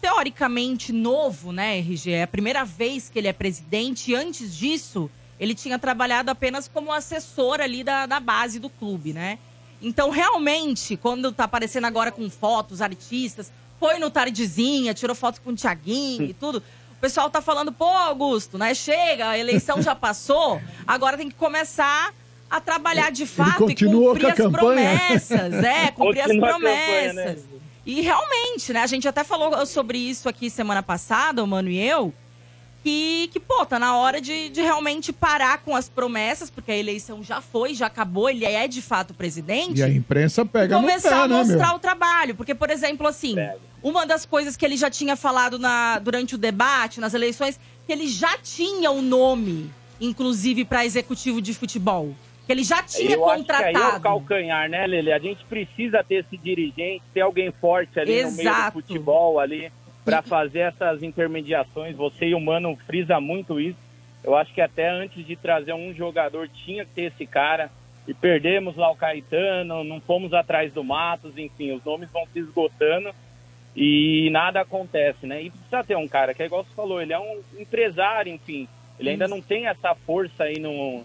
teoricamente novo, né, RG? É a primeira vez que ele é presidente. E antes disso, ele tinha trabalhado apenas como assessor ali da, da base do clube, né? Então, realmente, quando tá aparecendo agora com fotos, artistas, foi no Tardezinha, tirou foto com o Tiaguinho e tudo. O pessoal tá falando, pô, Augusto, né? Chega, a eleição já passou, agora tem que começar a trabalhar de fato e
continuou
cumprir as
com a campanha.
promessas. É, cumprir as
Continua a campanha,
promessas.
né?
E realmente, né? A gente até falou sobre isso aqui semana passada, o Mano e eu. Que, que, pô, tá na hora de, de realmente parar com as promessas, porque a eleição já foi, já acabou, ele é de fato presidente.
E a imprensa pega no
começar
pé,
a
né, meu?
mostrar o trabalho. Porque, por exemplo, assim, uma das coisas que ele já tinha falado na- durante o debate, nas eleições, que ele já tinha o nome, inclusive, para executivo de futebol. Que ele já tinha
Eu acho que aí é o
contratado.
calcanhar, né, Lele? A gente precisa ter esse dirigente, ter alguém forte ali no meio do
Exato.
futebol ali para fazer essas intermediações. Você e o Mano frisa muito isso. Eu acho que até antes de trazer um jogador tinha que ter esse cara. E perdemos lá o Caetano, não fomos atrás do Matos, enfim, os nomes vão se esgotando e nada acontece, né? E precisa ter um cara que é igual você falou, ele é um empresário, enfim. Ele ainda não tem essa força aí no,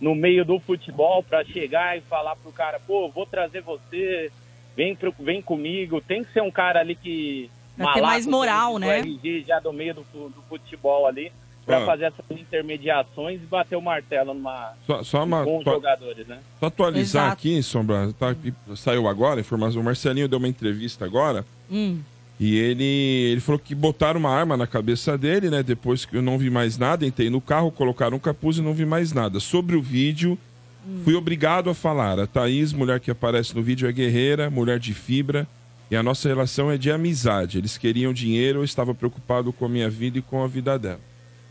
no meio do futebol para chegar e falar pro cara, pô, vou trazer você, vem, pro, vem comigo. Tem que ser um cara ali que.
Pra ter mais moral,
como diz
né?
o RG já do meio do, fu- do futebol ali, para
Ah.
fazer essas intermediações e bater o martelo numa, um
Só, só uma.
com os
só-
jogadores, né?
Só atualizar
Exato.
aqui, Sombra, tá, que saiu agora a informação. O Marcelinho deu uma entrevista agora
Hum.
e ele, ele falou que botaram uma arma na cabeça dele, né? Depois que eu não vi mais nada, entrei no carro, colocaram um capuz e não vi mais nada. Sobre o vídeo, fui obrigado a falar. A Thaís, mulher que aparece no vídeo, é guerreira, mulher de fibra e a nossa relação é de amizade. Eles queriam dinheiro, eu estava preocupado com a minha vida e com a vida dela.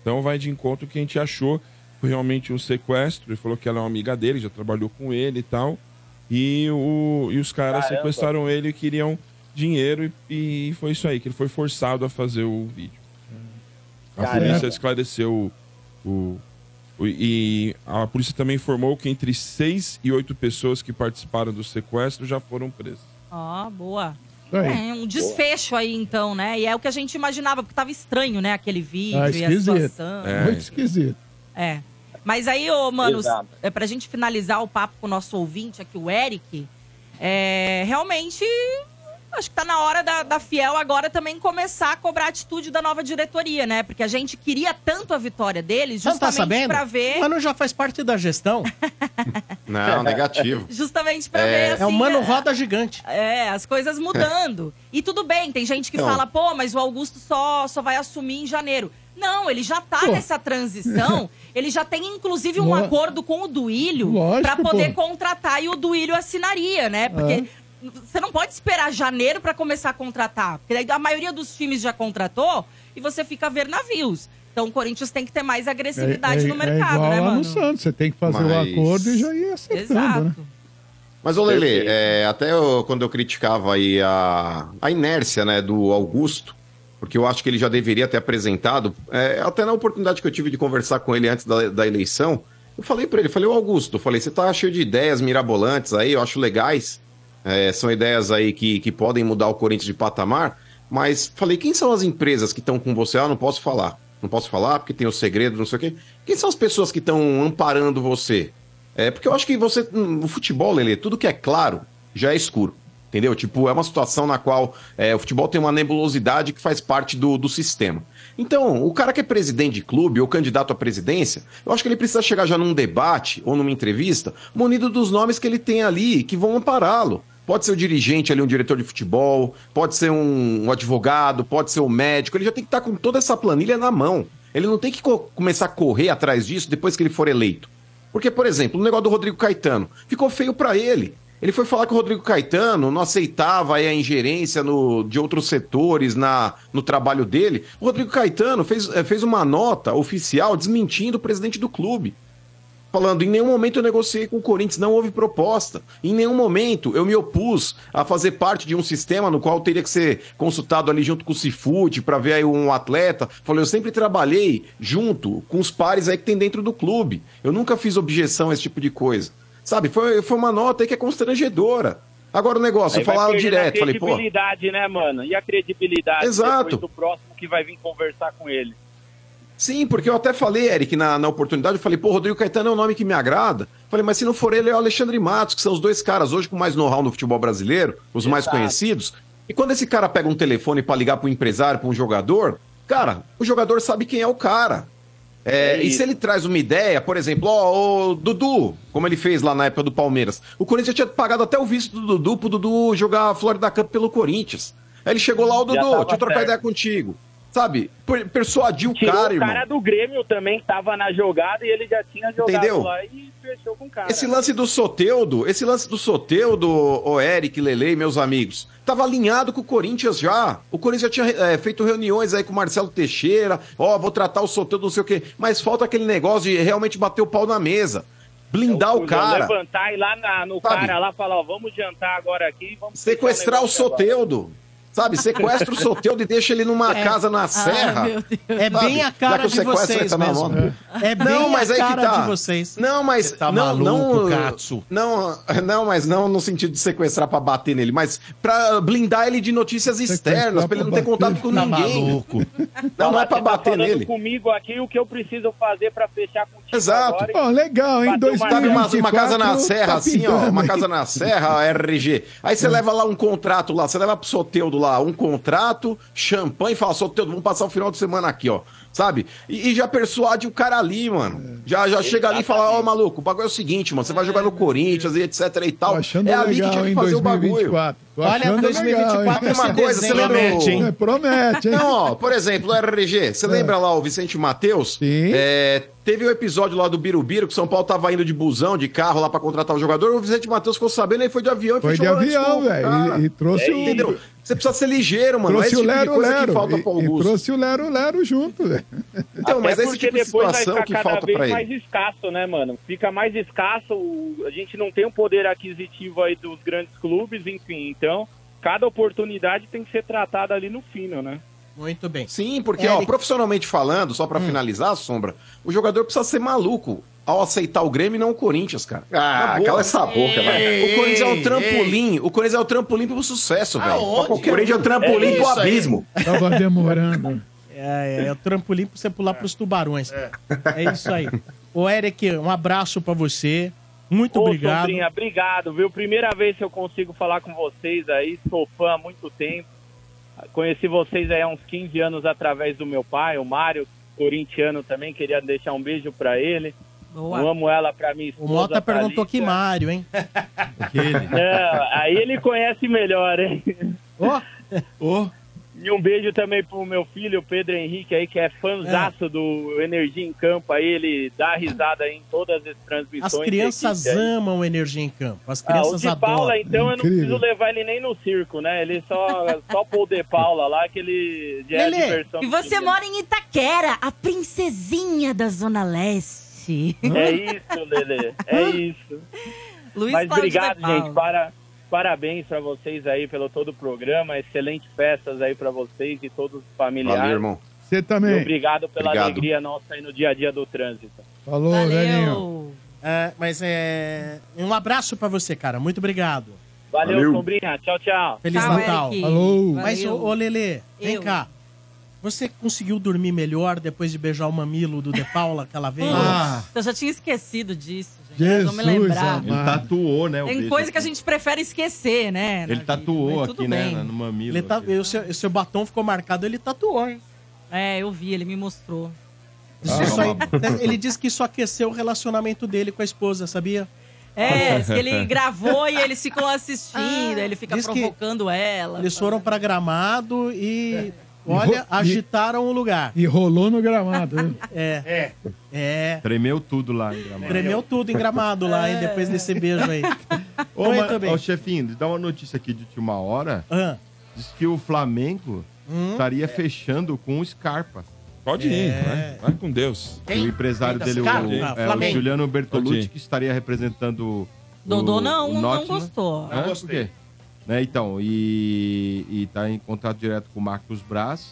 Então vai de encontro que a gente achou foi realmente um sequestro. Ele falou que ela é uma amiga dele, já trabalhou com ele e tal. E, o, e os caras
Caramba.
sequestraram ele e queriam dinheiro e, e foi isso aí, que ele foi forçado a fazer o vídeo. A
Caramba.
polícia esclareceu o, o- o- E a polícia também informou que entre seis e oito pessoas que participaram do sequestro já foram presas.
Ó, boa.
Isso aí.
É, um desfecho aí, então, né? E é o que a gente imaginava, porque tava estranho, né? Aquele vídeo
Ah,
e a
esquisito. É.
situação.
Muito esquisito.
É. Mas aí, ô, mano,
Exato.
é pra gente finalizar o papo com o nosso ouvinte aqui, o Eric, é, realmente acho que tá na hora da, da Fiel agora também começar a cobrar a atitude da nova diretoria, né? Porque a gente queria tanto a vitória deles,
Você não tá
justamente
sabendo?
pra ver.
Mas não já faz parte da gestão? Ah, é um
Não, negativo.
Justamente pra
É.
ver assim.
um
É o mano
roda gigante.
É, as coisas mudando. E tudo bem, tem gente que
Então.
Não.
fala, pô, mas o Augusto só, só vai assumir em janeiro. Não, ele já tá nessa transição. Ele já tem, inclusive, um
Lo-
acordo com o Duílio
Lógico,
pra poder
pô.
contratar e o Duílio assinaria, né? Porque
É.
você não pode esperar janeiro pra começar a contratar. Porque daí a maioria dos times já contratou e você fica a ver navios. Então o Corinthians tem que ter mais agressividade no mercado,
É, igual
né,
lá
mano?
no Santos, você tem que fazer o
Mas-
acordo e já ir acertando, né?
Mas, ô Lele, é, até eu- quando eu criticava aí a, a inércia né, do Augusto, porque eu acho que ele já deveria ter apresentado, é, até na oportunidade que eu tive de conversar com ele antes da, da eleição, eu falei pra ele, falei, ô Augusto, eu falei, você tá cheio de ideias mirabolantes aí, eu acho legais, é, são ideias aí que, que podem mudar o Corinthians de patamar, mas falei, quem são as empresas que estão com você? Ah, não posso falar. Não posso falar porque tem o segredo, não sei o quê. Quem são as pessoas que estão amparando você? É, porque eu acho que você. hum, O futebol, Lele, tudo que é claro já é escuro. Entendeu? Tipo, é uma situação na qual é, o futebol tem uma nebulosidade que faz parte do, do sistema. Então, o cara que é presidente de clube ou candidato à presidência, eu acho que ele precisa chegar já num debate ou numa entrevista munido dos nomes que ele tem ali que vão ampará-lo. Pode ser o dirigente ali, um diretor de futebol, pode ser um, um advogado, pode ser o médico. Ele já tem que estar com toda essa planilha na mão. Ele não tem que co- começar a correr atrás disso depois que ele for eleito. Porque, por exemplo, o negócio do Rodrigo Caetano ficou feio pra ele. Ele foi falar que o Rodrigo Caetano não aceitava aí a ingerência no- de outros setores na, no trabalho dele. O Rodrigo Caetano fez, eh, fez uma nota oficial desmentindo o presidente do clube falando, em nenhum momento eu negociei com o Corinthians, não houve proposta. Em nenhum momento eu me opus a fazer parte de um sistema no qual teria que ser consultado ali junto com o Cifute para ver aí um atleta. Falei, eu sempre trabalhei junto com os pares aí que tem dentro do clube. Eu nunca fiz objeção a esse tipo de coisa. Sabe, foi, foi uma nota aí que é constrangedora. Agora o negócio,
Aí vai
falaram
perdendo
direto,
A
falei, pô,
credibilidade, né, mano? E a credibilidade
Exato.
depois do próximo que vai vir conversar com ele.
Sim, porque eu até falei, Eric, na, na oportunidade, eu falei, pô, Rodrigo Caetano é um nome que me agrada. Falei, mas se não for ele, é o Alexandre Matos, que são os dois caras hoje com mais know-how no futebol brasileiro, os mais
Exato.
conhecidos. E quando esse cara pega um telefone pra ligar para um empresário, pra um jogador, cara, o jogador sabe quem é o cara. É, e se ele traz uma ideia, por exemplo, ó, o Dudu, como ele fez lá na época do Palmeiras, o Corinthians já tinha pagado até o visto do Dudu pro Dudu jogar a Florida Cup pelo Corinthians. Aí ele chegou lá, o
Já
Dudu,
tava
deixa eu trocar
certo.
ideia contigo. Sabe, per- persuadiu o
Tirou
cara,
o
irmão.
cara do Grêmio também, que tava na jogada e ele já tinha jogado
Entendeu?
lá e fechou com o cara.
Esse lance do Soteudo, esse lance do Soteudo, o Eric, Lele, meus amigos, tava alinhado com o Corinthians já. O Corinthians já tinha eh, feito reuniões aí com o Marcelo Teixeira, ó, vou tratar o Soteudo, não sei o quê. Mas falta aquele negócio de realmente bater o pau na mesa,
É,
blindar o cara,
Levantar e ir lá na- no cara lá falar, ó, vamos jantar agora aqui, vamos
sequestrar o Soteudo. Sabe, sequestra o Soteudo e deixa ele numa
É.
casa na
Ah,
serra.
meu Deus.
É
Sabe?
bem a
Já
cara
que o
de
sequestro
vocês
tá na
mesmo.
moda.
É bem
Não, mas
a
aí que
cara
tá.
de vocês.
Não, mas
Você tá
não,
maluco,
não,
Katsu.
Não, não, mas não no sentido de sequestrar pra bater nele, mas pra blindar ele de notícias externas, pra ele não ter contato com ninguém.
Tá
Não, não é pra
Tá
bater
falando
nele.
comigo aqui o que eu preciso fazer pra fechar com o time
Exato.
agora.
Ó, legal, hein? Dois
Sabe uma, uma
2024
casa na serra,
tá
assim, ó.
pintando,
Uma
hein?
casa na serra, RG. Aí você leva lá um contrato lá, você leva pro Soteudo lá um contrato, champanhe, e fala, Soteudo, vamos passar o final de semana aqui, ó. Sabe? E, e já persuade o cara ali, mano. Já, já chega ali e fala, ó, É. maluco, o bagulho é o seguinte, mano. Você vai jogar no Corinthians e etc e tal.
achando
é ali
legal,
que tinha que
hein,
fazer o bagulho.
2024. Tô Olha, achando 2024 legal, hein?
é uma
esse
coisa, você
desenho
lembra
promete, hein?
o-
Promete, hein?
Não, ó, por exemplo, RG,
É.
você lembra lá o Vicente Matheus? Sim. teve um episódio lá do Birubiru que o São Paulo tava indo de busão, de carro lá pra contratar o jogador. O Vicente Matheus ficou sabendo, ele foi de avião e
Foi de
fechou o
avião,
Atlético, cara.
velho. E, e trouxe
É,
o.
Entendeu? Você precisa ser ligeiro, mano. é
Trouxe
esse
o
tipo de
Lero
coisa
Lero.
que falta
e,
pro
e
Augusto.
trouxe o Lero Lero junto, velho.
Então, mas
Até
é esse
porque
tipo de
depois vai
situação
ficar
que
cada
falta
vez
pra ele.
mais escasso, né, mano? Fica mais escasso, o- a gente não tem um poder aquisitivo aí dos grandes clubes, enfim. Então, cada oportunidade tem que ser tratada ali no fino, né?
Muito bem.
Sim, porque, ó, profissionalmente falando, só
Hum.
pra finalizar, Sombra, o jogador precisa ser maluco ao aceitar o Grêmio e não o Corinthians, cara. Tá
Ah,
Na boa.
cala essa boca, vai.
O Corinthians é
Ei,
um trampolim. O Corinthians é o trampolim pro sucesso, velho.
Aonde?
Pra qualquer
O Corinthians é o
um.
trampolim pro
isso aí.
abismo.
Tava demorando.
É, é, é o trampolim pra você pular pros tubarões. É. isso aí. Ô, Eric, um abraço pra você. Muito
Ô,
obrigado.
Sombrinha, obrigado, viu? Primeira vez que eu consigo falar com vocês aí, sou fã há muito tempo. Conheci vocês aí há uns 15 anos através do meu pai, o Mário, corintiano também, queria deixar um beijo pra ele.
Boa.
Eu amo ela pra minha esposa.
O Mota
Thalita.
perguntou que Mário, hein?
Não, aí ele conhece melhor, hein?
Ó,
E um beijo também pro meu filho, o Pedro Henrique, aí, que é fanzaço do Energia em Campo. Aí ele dá risada aí em todas as transmissões.
As crianças
da equipe aí.
amam energia em campo. As
Ah,
crianças
o de
adoram.
Paula, então, eu não preciso levar ele nem no circo, né? Ele só, só pôr o de Paula lá, que ele já é diversão.
E você mora em Itaquera, a princesinha da Zona Leste.
É isso, Lele. É isso.
Luiz
Mas
Cláudio
obrigado,
de Paula.
gente. Para, parabéns pra vocês aí pelo todo o programa. Excelentes festas aí pra vocês e todos os familiares.
Valeu, irmão.
Você também.
E obrigado pela
Obrigado.
alegria nossa aí no dia a dia do trânsito.
Falou, velhinho.
É, mas é. Um abraço pra você, cara. Muito obrigado.
Valeu,
Valeu.
Sombrinha. Tchau, tchau.
Feliz Natal.
Alô.
Mas, ô, ô Lelê, vem
Eu.
cá. Você conseguiu dormir melhor depois de beijar o mamilo do De Paula aquela vez?
Ah. Eu já tinha esquecido disso. Gente.
Jesus tá
Vamos lembrar.
Ele tatuou, né? o
Tem
beijo
coisa que a
aqui.
gente prefere esquecer, né?
Ele tatuou
mas tudo
aqui, né?
bem.
na- No mamilo.
Ele tá, o, seu, o seu batom ficou marcado, ele tatuou, hein?
É, eu vi, ele me mostrou.
Ah, Tá
Isso- isso aí- né, ele disse que isso aqueceu o relacionamento dele com a esposa, sabia?
É, diz que ele gravou e eles ficam assistindo, aí ele fica
Ah, Diz que
provocando ela.
Eles foram pra Gramado e, olha,
E ro- e-
agitaram o lugar.
E rolou no gramado. né?
É. É.
Tremeu tudo lá em Gramado.
Tremeu tudo em Gramado lá,
É.
hein? Depois desse beijo aí.
Ô,
Muito
ma-
bem.
ô, chefinho, dá uma notícia aqui de última hora.
Diz Hum?
que o Flamengo estaria fechando com o Scarpa.
Pode ir,
É.
vai, vai com Deus.
E o empresário dele, o, é, o Juliano Bertolucci, que estaria representando. o-
Dodô
o né?
não, não
Nottingham.
gostou.
Não gostou. Né, então, e, e tá em contato direto com o Marcos Braz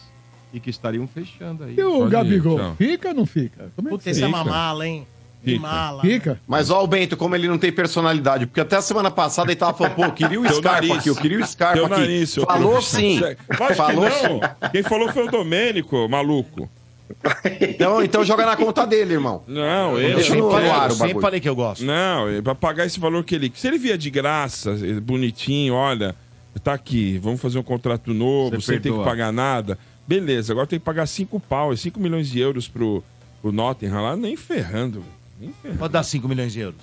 e que estariam fechando aí.
E o Gabigol, fica ou não fica? Como é que
Puta, esse é uma mala, hein? Que mala.
Fica?
Mas ó, o Bento, como ele não tem personalidade, porque até a semana passada ele tava falando, pô, eu queria o
Teu
Scarpa
nariz.
aqui, eu queria o Scarpa
Teu
aqui.
nariz, seu
falou
corrupto.
sim.
Lógico que
Falou sim.
não. Quem falou foi o Domênico, maluco.
Então, então joga na conta dele, irmão.
Não,
Eu
eu,
sempre falei- eu sempre
falei que eu gosto.
Não, é pra pagar esse valor que ele. Se ele via de graça, é, bonitinho, olha, tá aqui, vamos fazer um contrato novo,
Você
sem ter que
perdoa.
pagar nada. Beleza, agora tem que pagar 5 pau, 5 milhões de euros pro, pro Nottingham lá, nem ferrando. velho, Nem ferrando.
Pode dar 5 milhões de euros.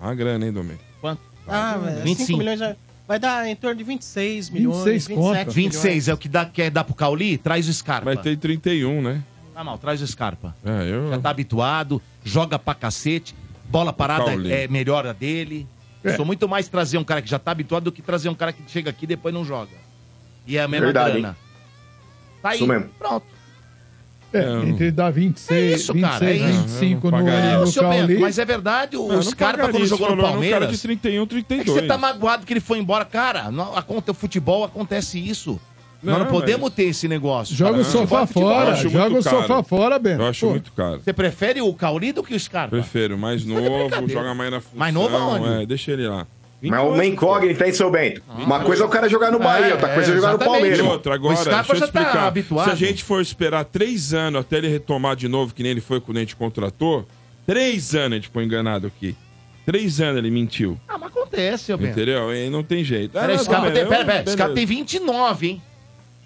Uma grana, hein, Domênico?
Quanto?
Ah, velho,
25.
5 milhões. é- Vai dar em torno de 26 milhões. 27 milhões.
26 é o que dá, quer dar pro Cauli? Traz o Scarpa.
Vai ter 31, né?
Tá mal, traz o Scarpa.
É, eu...
Já tá habituado, joga pra cacete, bola parada
Cauli.
é melhora dele.
É.
Sou muito mais trazer um cara que já tá habituado do que trazer um cara que chega aqui e depois não joga. E é a mesma
Verdade,
grana.
hein?
Tá aí,
Isso mesmo.
pronto.
É, entre dar 26,
É isso,
26
cara, é isso.
25
Eu não
no,
pagaria. Ô,
no
seu Bento,
Cauli.
mas é verdade, o
Não, eu não
Scarpa
pagaria
quando
esse
jogou no
valor, não, cara,
Palmeiras...
de 31, 32.
É que você tá magoado que ele foi embora. Cara, não, aconte- o futebol acontece isso. Nós
Não,
não podemos ter esse negócio.
Joga o
Cara,
sofá
futebol é futebol.
fora,
Eu acho
joga
muito
o
caro.
sofá fora, Bento.
Eu acho
Pô,
muito caro.
Você prefere o Cauli do que o Scarpa? é
Prefiro, mais novo, joga mais na função.
Mais novo aonde?
É, deixa ele lá.
Mas é uma incógnita, hein, seu Bento?
Ah.
Então,
Uma coisa é o cara jogar no Bahia, outra coisa é jogar no Palmeiras.
Outra, agora, deixa eu te
tá
explicar. Se a gente for esperar três anos até ele retomar de novo, que nem ele foi quando a gente contratou, três anos a gente foi enganado aqui. Três anos ele mentiu.
Ah, mas acontece, seu Bento.
entendeu? E não tem jeito.
Peraí,
Ah,
esse cara
também,
tem,
eu-
pera, pera, esse
beleza.
cara tem 29, hein?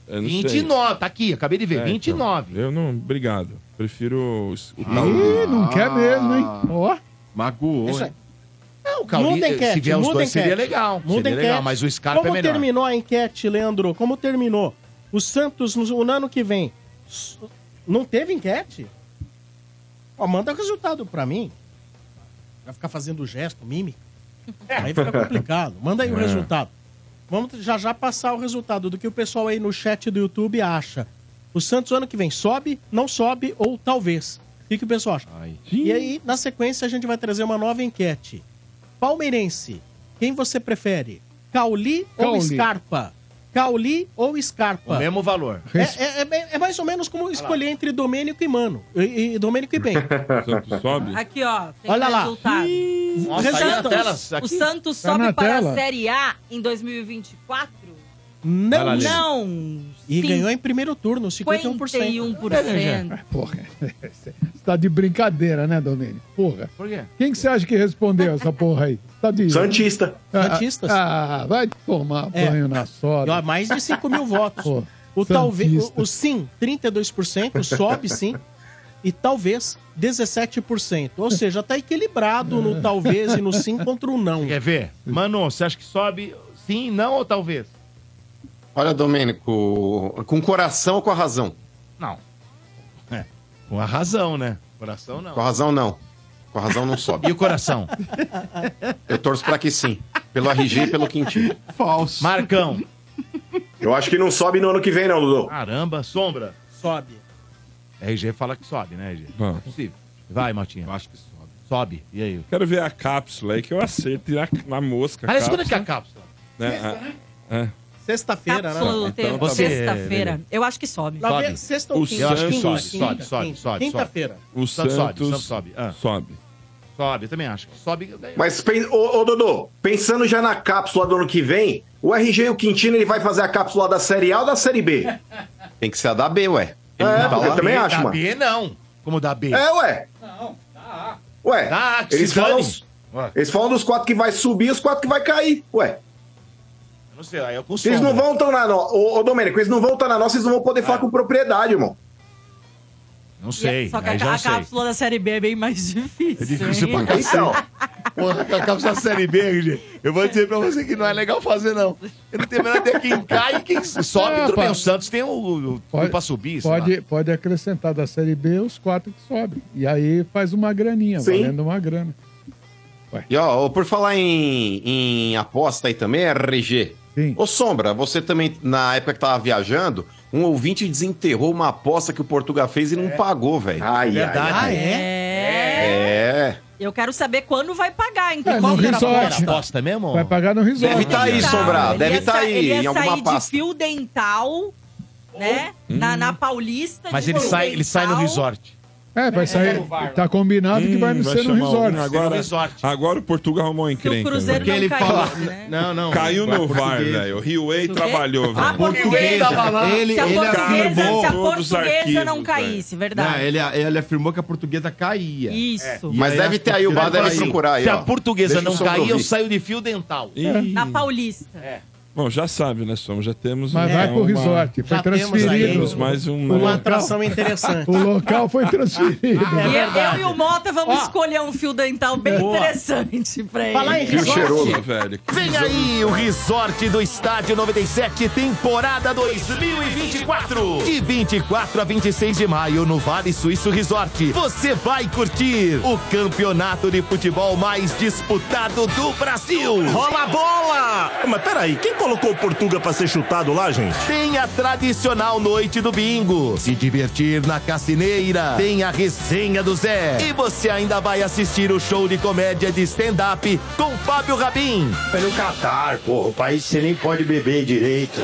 Eu não sei.
29, tá aqui, acabei de ver,
É,
29.
então, eu não, obrigado. Prefiro os- o
Ih, não
Ah.
quer mesmo, hein? Ó.
Magoou.
Isso aí.
Não, o
Cauli,
muda a
se
enquete,
vier os
muda
dois,
a enquete.
seria legal.
Muda
Seria
a
legal,
enquete.
mas o Scarpa
Como
é melhor.
terminou a enquete, Leandro? Como terminou? O Santos, no, no ano que vem, s- não teve enquete? Ó, manda o resultado pra mim. Vai ficar fazendo gesto, mímica.
É.
Aí fica complicado. Manda aí o
É.
resultado. Vamos já já passar o resultado do que o pessoal aí no chat do YouTube acha. O Santos ano que vem sobe, não sobe ou talvez. O que, que o pessoal acha? e aí, na sequência, a gente vai trazer uma nova enquete. Palmeirense, quem você prefere? Cauli, ou
Cauli.
Scarpa? Cauli ou Scarpa?
O mesmo valor.
É, é- é bem- é mais ou menos como escolher entre Domênico e Mano. E, e Domênico e Bem.
Santos sobe?
Aqui, ó, tem
Olha
o
lá.
resultado.
Nossa,
o,
aí na
Santos,
tela,
o
aqui.
Santos
Tá
sobe
na
para
tela.
a Série A em 2024?
Não,
lá, Lê. Não.
E
Sim.
ganhou em primeiro turno, 51%.
51%.
É, Porra, você tá de brincadeira, né, Domênio? Porra.
Por quê?
Quem que você acha que respondeu essa porra aí? Tá de...
Santista.
Ah,
Santistas.
Ah, vai tomar
É.
banho na soda.
Ó, Mais de 5 mil votos.
Pô,
o,
Santista.
talvez, o, o sim, 32%, sobe sim. E talvez 17%. Ou seja, tá equilibrado
É.
no talvez e no sim contra o não.
Quer ver? Mano, você acha que sobe sim, não ou talvez?
Olha, Domênico, com o coração ou com a razão?
Não. É, com a razão, né? Coração não.
Com a razão, não. Com a razão não sobe.
E o coração?
Eu torço pra que sim. Pelo RG e pelo Quintino.
Falso.
Marcão.
Eu acho que não sobe no ano que vem, não, Dudu.
Caramba, sombra.
Sobe.
RG fala que sobe, né, RG? Não é possível. Vai, Martinha. Eu
acho que sobe.
Sobe. E aí?
Quero ver a cápsula aí que eu acerto na, na mosca.
Aliás,
cápsula.
quando é que é a cápsula?
Né?
Sexta,
Ah,
né?
ah.
Sexta-feira, né?
Cápsula do
Então
tempo,
tá bom.
sexta-feira. Eu acho que sobe.
Lá vem sexta ou
O
quinta?
Santos
Quinta,
sobe,
quinta,
sobe, sobe,
quinta.
sobe,
Quinta-feira.
O
Santos
Santos,
sobe, o Santos sobe. Ah.
sobe.
Sobe, eu também acho que sobe. ganha.
Mas, pen- ô, ô, Dodô, pensando já na cápsula do ano que vem, o RG e o Quintino ele vai fazer a cápsula da Série A ou da Série B?
Tem que ser a da B, ué. tá
É, porque eu também
B,
acho,
da
mano.
B não. Como da B.
É, ué. Ué,
Ah, que
eles,
se
falam,
dane. Ué.
eles falam dos quatro que vai subir e os quatro que vai cair. Ué,
Eu Não sei, aí eu com
eles
sombra.
não vão estar na nossa. Ô, ô, Domênico, eles não vão estar na nossa, eles não vão poder
Ah.
falar com propriedade, irmão.
Não sei.
Só que
aí
a,
já
a
sei.
cápsula da Série B é bem mais difícil. É
difícil pra cacete. Então, Porra, tá
É
com a cápsula da Série B, RG, eu vou dizer pra você que não é legal fazer, não. Eu não tenho a menor ideia quem cai e quem sobe.
É,
tudo bem,
pá.
o Santos tem o, o, tudo pra subir, sei lá.
Pode, pode acrescentar da Série B os quatro que sobem. E aí faz uma graninha,
Sim.
valendo uma grana.
E ó, por falar em, em aposta aí também, RG. Sim. Ô Sombra, você também, na época que tava viajando, um ouvinte desenterrou uma aposta que o Portugal fez
É.
e não pagou, velho.
Ai,
Verdade.
né?
Ah,
É.
Eu quero saber quando vai pagar, então.
É,
Qual
no
que era a
resort.
aposta?
aposta mesmo?
Vai pagar no resort.
Deve tá aí, Sombra,
Ele
deve
ia
tá
sa-
aí,
Ele ia
em alguma
sair
pasta.
de fio dental, né? Na, na Paulista.
Mas
de
ele
fio
sai, ele sai no
dental.
resort.
É, vai sair. Tá combinado que vai
Hum,
ser no
chamar
resort.
alguém. Agora, agora o Portugal arrumou a encrenca.
Cruzeiro
velho.
não Porque ele caísse, fala-
né?
Não, não.
não,
Caiu
vai
no VAR,
português.
velho. O Rio Way trabalhou, velho.
A portuguesa, Ah, se a portuguesa, se a portuguesa não caísse,
Não,
verdade.
ele, ele afirmou que a portuguesa caía.
Isso.
E a portuguesa caiu.
Se a portuguesa
Deixa o
não
Sombra
cair, eu
ouvir.
saio de fio dental.
Ih.
Na Paulista. É.
Bom, já sabe, né, Somos? Já temos.
Mas vai pro resort, foi É, um Já temos transferido. aí né?
Temos mais um.
uma
atração interessante.
O local foi transferido.
É
E eu e o Mota vamos escolher um fio dental bem
Boa.
interessante pra ele.
velho.
Vem aí o Resort do Estádio 97, temporada 2024. De 24 a 26 de maio no Vale Suíço Resort. Você vai curtir o campeonato de futebol mais disputado do Brasil.
Rola a bola! Mas peraí, quem colocou o Portuga pra ser chutado lá, gente?
Tem a tradicional noite do bingo. Se divertir na cassineira. Tem a resenha do Zé. E você ainda vai assistir o show de comédia de stand-up com Fábio Rabin.
Pelo É Catar, porra. O país você nem pode beber direito.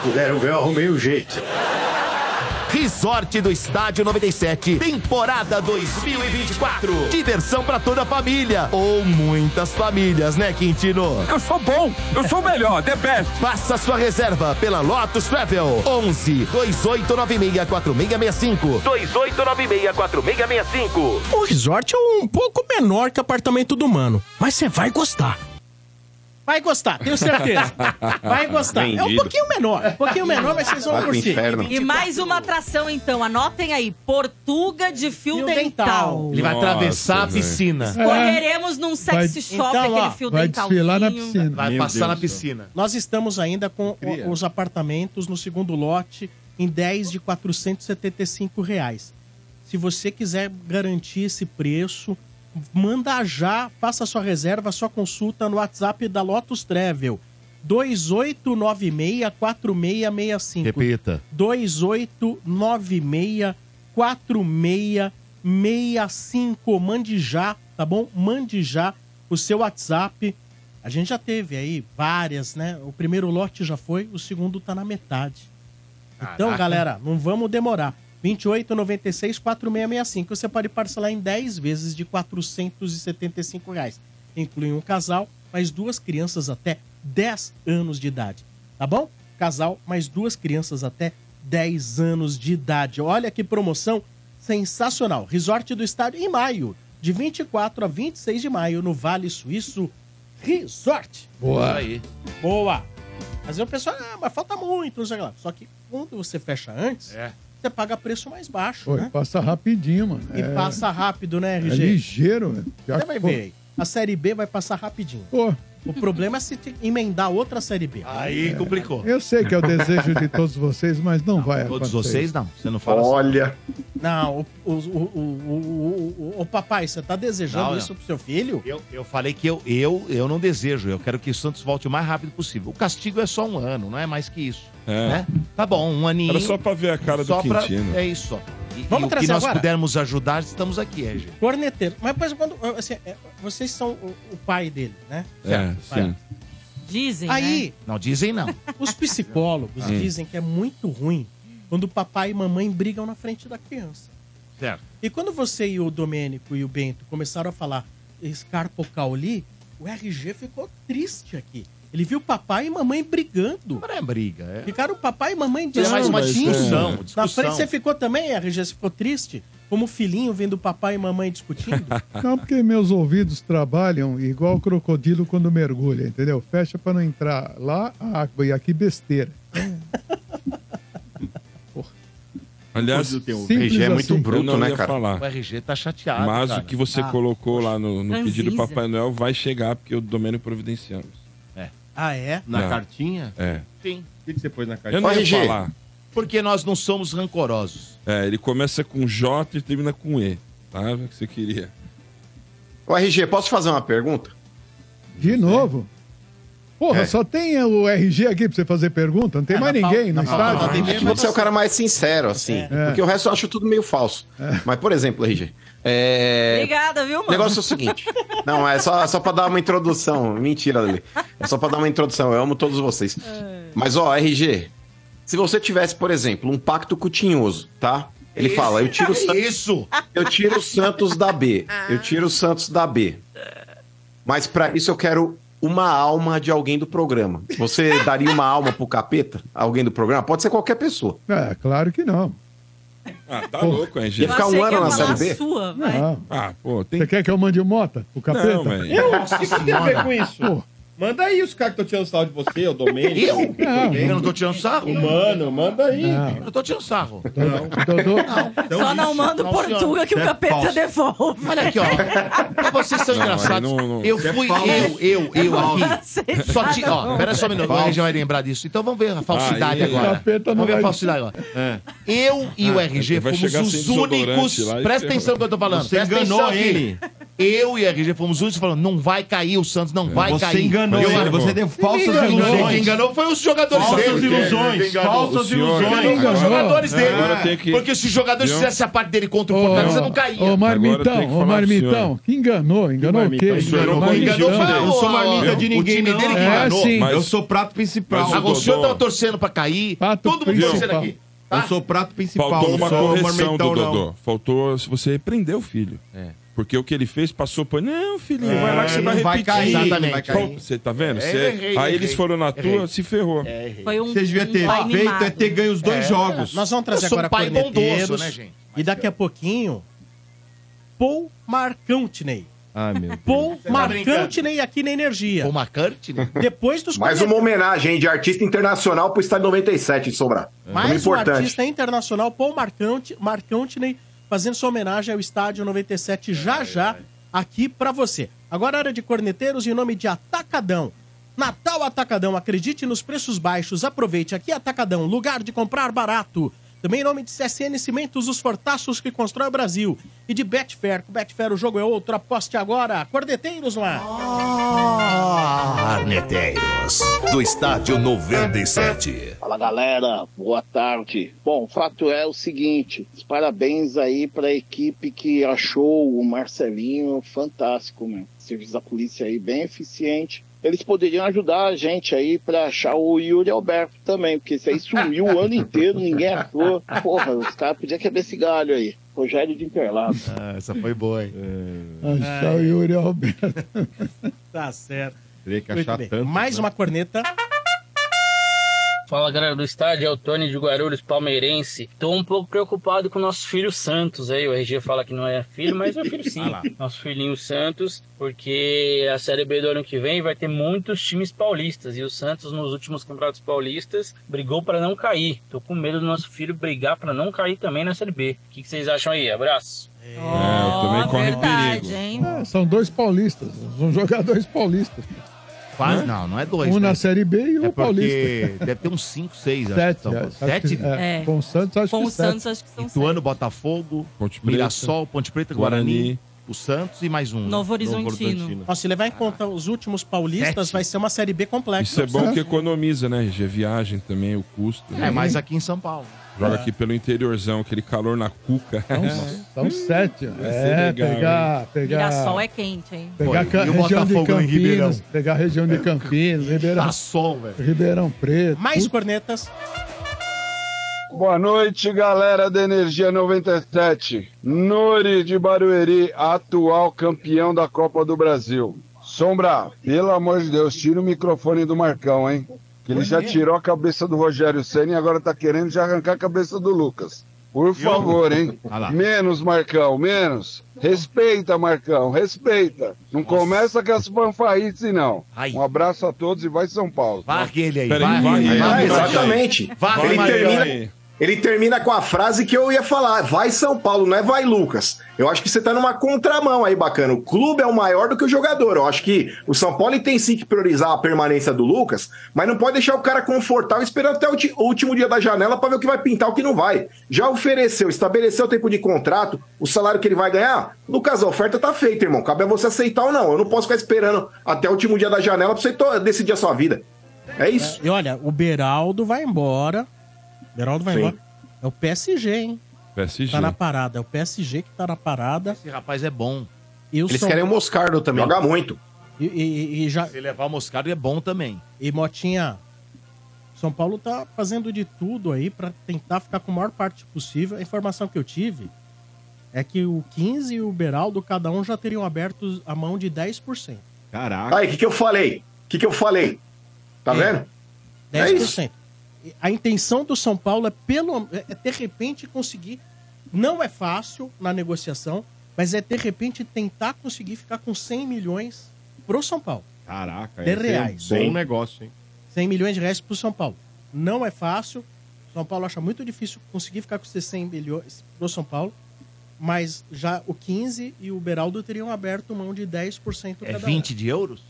Puderam ver, eu arrumei o jeito.
Resort do Estádio 97, temporada 2024. Diversão pra toda a família. Ou muitas famílias, né, Quintino? Eu sou bom, eu sou melhor, The Best. Faça sua reserva pela Lotus Travel. 11 2896 4665. 2896 4665.
O resort é um pouco menor que apartamento do mano, mas você vai gostar.
Vai gostar, tenho certeza.
Ah,
Vai gostar. É um
Vendido.
pouquinho menor, um pouquinho menor, mas vocês vão curtir.
E mais uma atração, então. Anotem aí. Portuga de fio, dental.
Ele vai
Nossa,
atravessar a
velho.
piscina.
Escolheremos num sex
Vai-
shop
Então, ó,
aquele fio dental.
Vai passar na piscina.
Nós estamos ainda com o-
Cria.
os apartamentos no segundo lote em 10 de 475 reais. Se você quiser garantir esse preço, manda já, faça sua reserva, sua consulta no WhatsApp da Lotus Travel. 28964665.
Repita.
28964665. Mande já, tá bom? Mande já o seu WhatsApp. A gente já teve aí várias, né? O primeiro lote já foi, o segundo tá na metade. Então,
Caraca.
galera, não vamos demorar. 2896-4665. Você pode parcelar em 10 vezes de R$ 475 reais. Inclui um casal, mais duas crianças até 10 anos de idade. Tá bom? Casal, mais duas crianças até 10 anos de idade. Olha que promoção sensacional. Resort do Estádio em maio, de 24 a 26 de maio, no Vale Suíço Resort.
Boa.
Aí.
Boa. Mas aí o pessoal, ah, mas falta muito, não sei o que lá. Só que quando você fecha antes,
É.
você paga preço mais baixo,
Foi,
né?
passa rapidinho, mano.
E passa rápido, né,
é
RG?
ligeiro, velho. Já
Você vai
que foi.
ver aí. A Série B vai passar rapidinho. O problema é se te- emendar outra Série B.
Aí complicou.
Eu sei que é o desejo de todos vocês, mas não vai
Todos
acontecer.
vocês não. Você não fala assim.
Olha.
Não, o, o, o, o, o- o papai, você tá desejando
Não, não.
isso pro seu filho?
Eu, eu falei que eu, eu, eu não desejo. Eu quero que o Santos volte o mais rápido possível. O castigo é só um ano, não é mais que isso.
É.
né? Tá bom, um aninho.
Era só pra ver a cara do
Só pra-
Quintino.
É isso. ó. E,
Vamos
e o que
trazer
nós
agora?
pudermos ajudar, estamos aqui, é, RG.
Corneteiro. Mas, pois, quando. assim, é, vocês são o, o pai dele, né?
É,
É,
Certo, pai.
Dizem,
Aí.
né?
Não dizem não.
Os psicólogos
Hum.
dizem que é muito ruim quando o papai e mamãe brigam na frente da criança.
Certo.
E quando você e o Domênico e o Bento começaram a falar Scarpo Cauli, o RG ficou triste aqui. Ele viu papai e mamãe brigando.
Não é briga, é.
Ficaram papai e mamãe
É mais uma
brigando.
discussão,
Na
discussão.
frente você ficou também, RG, você ficou triste? Como filhinho vendo papai e mamãe discutindo?
Não, porque meus ouvidos trabalham igual o crocodilo quando mergulha, entendeu? Fecha pra não entrar lá a água e aqui besteira.
Aliás,
Simples o RG é muito assim. bruto,
Eu não
né,
ia
cara?
falar.
O RG tá chateado.
Mas
cara.
o que você
Tá.
colocou lá no, no pedido do
Ranzinza.
Papai Noel vai chegar, porque o domínio providenciamos.
Ah, é?
Na
Não.
cartinha?
É.
Sim.
O que, que você pôs na
Eu
cartinha?
não ia falar.
Porque nós não somos rancorosos.
É, ele começa com J e termina com E. Tá? O que você queria.
Ô, RG, posso fazer uma pergunta?
De novo? Porra,
É.
só tem o RG aqui pra você fazer pergunta? Não tem mais ninguém no estádio?
É que você é o cara mais sincero, assim.
É.
Porque o resto eu acho tudo meio falso. Mas, por exemplo, RG. É...
Obrigada, viu,
O
mano?
negócio é o seguinte. Não, é só, só pra dar uma introdução. Mentira, Lele. É só pra dar uma introdução. Eu amo todos vocês. Mas, ó, RG, se você tivesse, por exemplo, um pacto cutinhoso, tá? Ele
Isso,
fala, eu tiro o
é
Santos.
isso.
Eu tiro o Santos da B. Eu tiro o Santos da B. Mas pra isso eu quero uma alma de alguém do programa. Você daria uma alma pro capeta? Alguém do programa? Pode ser qualquer pessoa.
É, claro que não.
Ah, tá
Pô,
louco, hein, gente?
Ia ficar um Eu achei ano que ia na falar Série B?
sua,
vai. Não.
Ah, pô, tem
Você quer que eu mande o Mota pro capeta?
Não, velho.
Eu? O que que tem a ver com isso?
Pô.
Manda aí os caras que estão tirando sarro de você, o Domênico.
Eu?
o
Não.
Domênico.
Eu não
tô tirando sarro.
Mano, manda aí.
Não.
Eu tô tirando sarro.
Então,
Só não
isso,
manda o
não, senhora.
Portuga que o
É
capeta
falso.
devolve.
Olha aqui, ó. Vocês são
Não,
engraçados.
não, não.
Eu
Isso é
fui,
falso.
eu, eu,
É
eu
falso.
aqui. Só ti... Ó, pera só um minuto. O
Falso.
RG vai lembrar disso. Então vamos ver a falsidade
Aí.
agora.
Capeta não
Vamos ver a
vai-
falsidade agora. É. Eu e o
Ah,
RG
vai
fomos
chegar sem
os
desodorante
únicos.
lá e
Presta
ferrou.
atenção no que eu tô falando.
Você
presta
enganou
atenção aqui.
ele.
Eu e o RG fomos os únicos falando: não vai cair, o Santos não vai
Você
cair.
enganou
Eu-
ele, você deu
Quem
falsas
enganou?
ilusões.
Quem enganou foi os jogadores
Falsas
dele.
ilusões,
Quem enganou?
falsas
O senhor.
ilusões.
Quem enganou? Os
Agora-
jogadores dele.
agora tem que-
Porque se os jogadores
Viu?
fizessem a parte dele contra o Fortaleza, não caía.
Ô,
Agora tem que
Marmitão, ô,
falar pro
Marmitão,
senhor.
que enganou, enganou o quê?
Marmitão?
é um
Enganou quem? Enganou foi eu. Eu sou marmita de ninguém,
O time
não.
dele que
É,
enganou.
assim.
sim.
Mas-
Eu sou prato principal.
Agora,
Dodô.
o senhor tava torcendo pra cair. todo mundo tá torcendo
principal.
aqui.
Eu sou prato principal.
Faltou
não
uma
sou
correção do
é um marmitão, não.
Dodô. Faltou se você repreender o filho. Porque o que ele fez passou por. Não, filhinho,
É,
vai lá que você vai
não vai
repetir.
cair, não vai
Exatamente.
cair.
Você tá vendo?
É,
Você-
errei,
Aí
errei.
eles foram na tua,
Errei.
se ferrou.
É,
Foi um,
Vocês deviam ter
pai
feito,
mimado.
é ter ganho os dois
É.
jogos.
Nós vamos trazer
Eu sou
agora
pai
corneteiros,
bondoso, né, gente?
E daqui a pouquinho, Paul Marcantney.
Ah, meu
Paul
Você tá
Marcantney aqui na Energia. Paul
Marcantney?
Depois dos
Mais uma homenagem de artista internacional pro Estádio 97 de Sombra.
É.
Muito
Mais um
importante.
artista internacional, Paul Marcante, Marcantney, fazendo sua homenagem ao Estádio 97 já já aqui pra você. Agora hora de corneteiros em nome de Atacadão. Natal Atacadão, acredite nos preços baixos, aproveite aqui Atacadão, lugar de comprar barato. Também em nome de CSN Cimentos, os fortaços que constrói o Brasil. E de Betfair, com Betfair o jogo é outro, aposte agora. Corneteiros no ar.
Arneteiros, do estádio 97.
Fala galera, boa tarde. Bom, o fato é o seguinte: parabéns aí pra equipe que achou o Marcelinho fantástico, meu. Serviço da polícia aí bem eficiente. Eles poderiam ajudar a gente aí pra achar o Yuri Alberto também, porque isso aí sumiu o ano inteiro, ninguém achou. Porra, os caras podiam quebrar esse galho aí. Rogério de Interlagos.
Ah, essa foi boa, hein?
É. Achar o Yuri Alberto.
Tá certo.
Teria que
Muito
achar
bem.
tanto.
Mais
né?
uma corneta.
Fala galera do estádio, é o Tony de Guarulhos, palmeirense. Tô um pouco preocupado com o nosso filho Santos aí. O RG fala que não é filho, mas é filho sim.
Ah lá.
nosso filhinho Santos, porque a Série B do ano que vem vai ter muitos times paulistas. E o Santos, nos últimos campeonatos paulistas, brigou pra não cair. Tô com medo do nosso filho brigar pra não cair também na Série B. O que, que vocês acham aí? Abraço.
É, também corre
perigo. É, são dois paulistas. Vão jogar dois paulistas.
Quase
Né?
não, não é dois.
Um
né?
na Série B e um
É porque
paulista.
deve ter uns 5, 6.
Sete. acho que- é,
É.
Com o Santos, acho
Com
que
o
sete.
Santos, acho que são Ituano, Botafogo, Ponte
Preta,
Mirassol, Ponte Preta, Guarani, o Santos e mais um. né?
Ó, se levar em conta os últimos paulistas, vai ser uma Série B completa.
Isso é bom que economiza, né, RG? Viagem também, o custo. né?
É, mas aqui em São Paulo.
É.
Joga aqui pelo interiorzão, aquele calor na cuca.
um
São sete. ó.
Hum, Vai ser
É,
legal,
pegar, pegar.
Mirassol é quente, hein?
Pegar
Pô,
ca-
e o
região de
Botafogo em
Campinas,
Ribeirão?
pegar a região de Campinas, Ribeirão,
Tá sol, velho.
Ribeirão Preto.
Mais cornetas.
Boa noite, galera da Energia 97. Nuri de Barueri, atual campeão da Copa do Brasil. Sombra, pelo amor de Deus, tira o microfone do Marcão, hein? Que ele já tirou a cabeça do Rogério Senna e agora tá querendo já arrancar a cabeça do Lucas. Por favor, hein? Menos, Marcão, menos. Respeita, Marcão, respeita. Não começa com as fanfarrices, não. Um abraço a todos e vai São Paulo.
Vargue ele
Peraí, varre ele. Varre,
Exatamente.
varre,
Ele
varre,
termina.
varre.
Ele termina com a frase que eu ia falar: vai São Paulo, não é vai Lucas. Eu acho que você tá numa contramão aí bacana. O clube é o maior do que o jogador. Eu acho que o São Paulo ele tem sim que priorizar a permanência do Lucas, mas não pode deixar o cara confortável esperando até o ti- o último dia da janela para ver o que vai pintar, o que não vai. Já ofereceu, estabeleceu o tempo de contrato, o salário que ele vai ganhar. Lucas, a oferta tá feita, irmão. Cabe a você aceitar ou não. Eu não posso ficar esperando até o último dia da janela pra você to- decidir a sua vida. É isso.
E olha, o Beraldo vai embora. Beraldo vai
Sim.
embora. É o PSG, hein?
PSG.
Tá na parada. É o PSG que tá na parada. Esse
rapaz é bom.
Eles querem o Moscardo também.
Joga
muito.
E, e- e já...
Se levar o Moscardo é bom também.
E Motinha, São Paulo tá fazendo de tudo aí pra tentar ficar com a maior parte possível. A informação que eu tive é que o 15 e o Beraldo, cada um já teriam aberto a mão de 10%.
Caraca.
Aí, o que, que eu falei? O que, que eu falei? Tá vendo?
10%.
É isso.
E A intenção do São Paulo é, pelo, é de repente conseguir. Não é fácil na negociação, mas é de repente tentar conseguir ficar com 100 milhões pro São Paulo.
Caraca,
De
esse é um
reais.
bom
Sim.
negócio, hein?
100 milhões de reais pro São Paulo. Não é fácil. São Paulo acha muito difícil conseguir ficar com esses 100 milhões pro São Paulo. Mas já o 15 e o Beraldo teriam aberto mão de 10% cada
É
um.
20 de euros?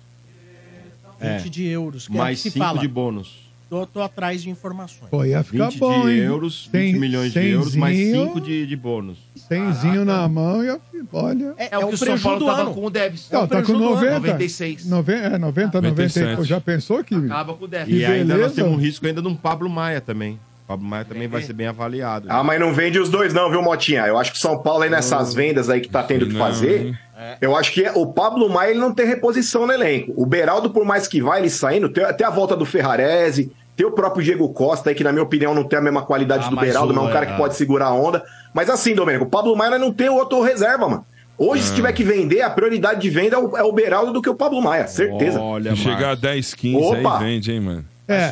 20 de euros. que é o
Mais
que se
5
fala.
de bônus.
Tô, tô atrás de informações.
Pô, ia ficar
20
bom,
de
hein?
euros, 20 milhões de euros, mais 5 de, de bônus.
Cenzinho na mão e eu fico, olha.
É,
o que o São Paulo tava com o déficit.
Não, tá com 90.
96.
90, é, 90, 90.
97.
Pô, já pensou que.
Acaba com o déficit.
E ainda nós
beleza.
temos um risco ainda de um Pablo Maia também. O Pablo Maia também
É.
vai ser bem avaliado.
Ah, mas não vende os dois, não, viu, Motinha? Eu acho que o São Paulo aí nessas vendas aí que tá tendo que fazer.
É.
Eu acho que é, o Pablo Maia ele não tem reposição no elenco. O Beraldo, por mais que vá, ele saindo, tem até a volta do Ferrarese, tem o próprio Diego Costa aí, que na minha opinião não tem a mesma qualidade
Ah,
do
mas
Beraldo,
o-
mas é um cara
é.
que pode segurar a onda. Mas assim, Domênico, o Pablo Maia não tem o outro reserva, mano. Hoje, se tiver que vender, a prioridade de venda é o, é o Beraldo do que o Pablo Maia, certeza.
Se chegar a 10, 15
Opa!
aí vende, hein, mano?
um
É,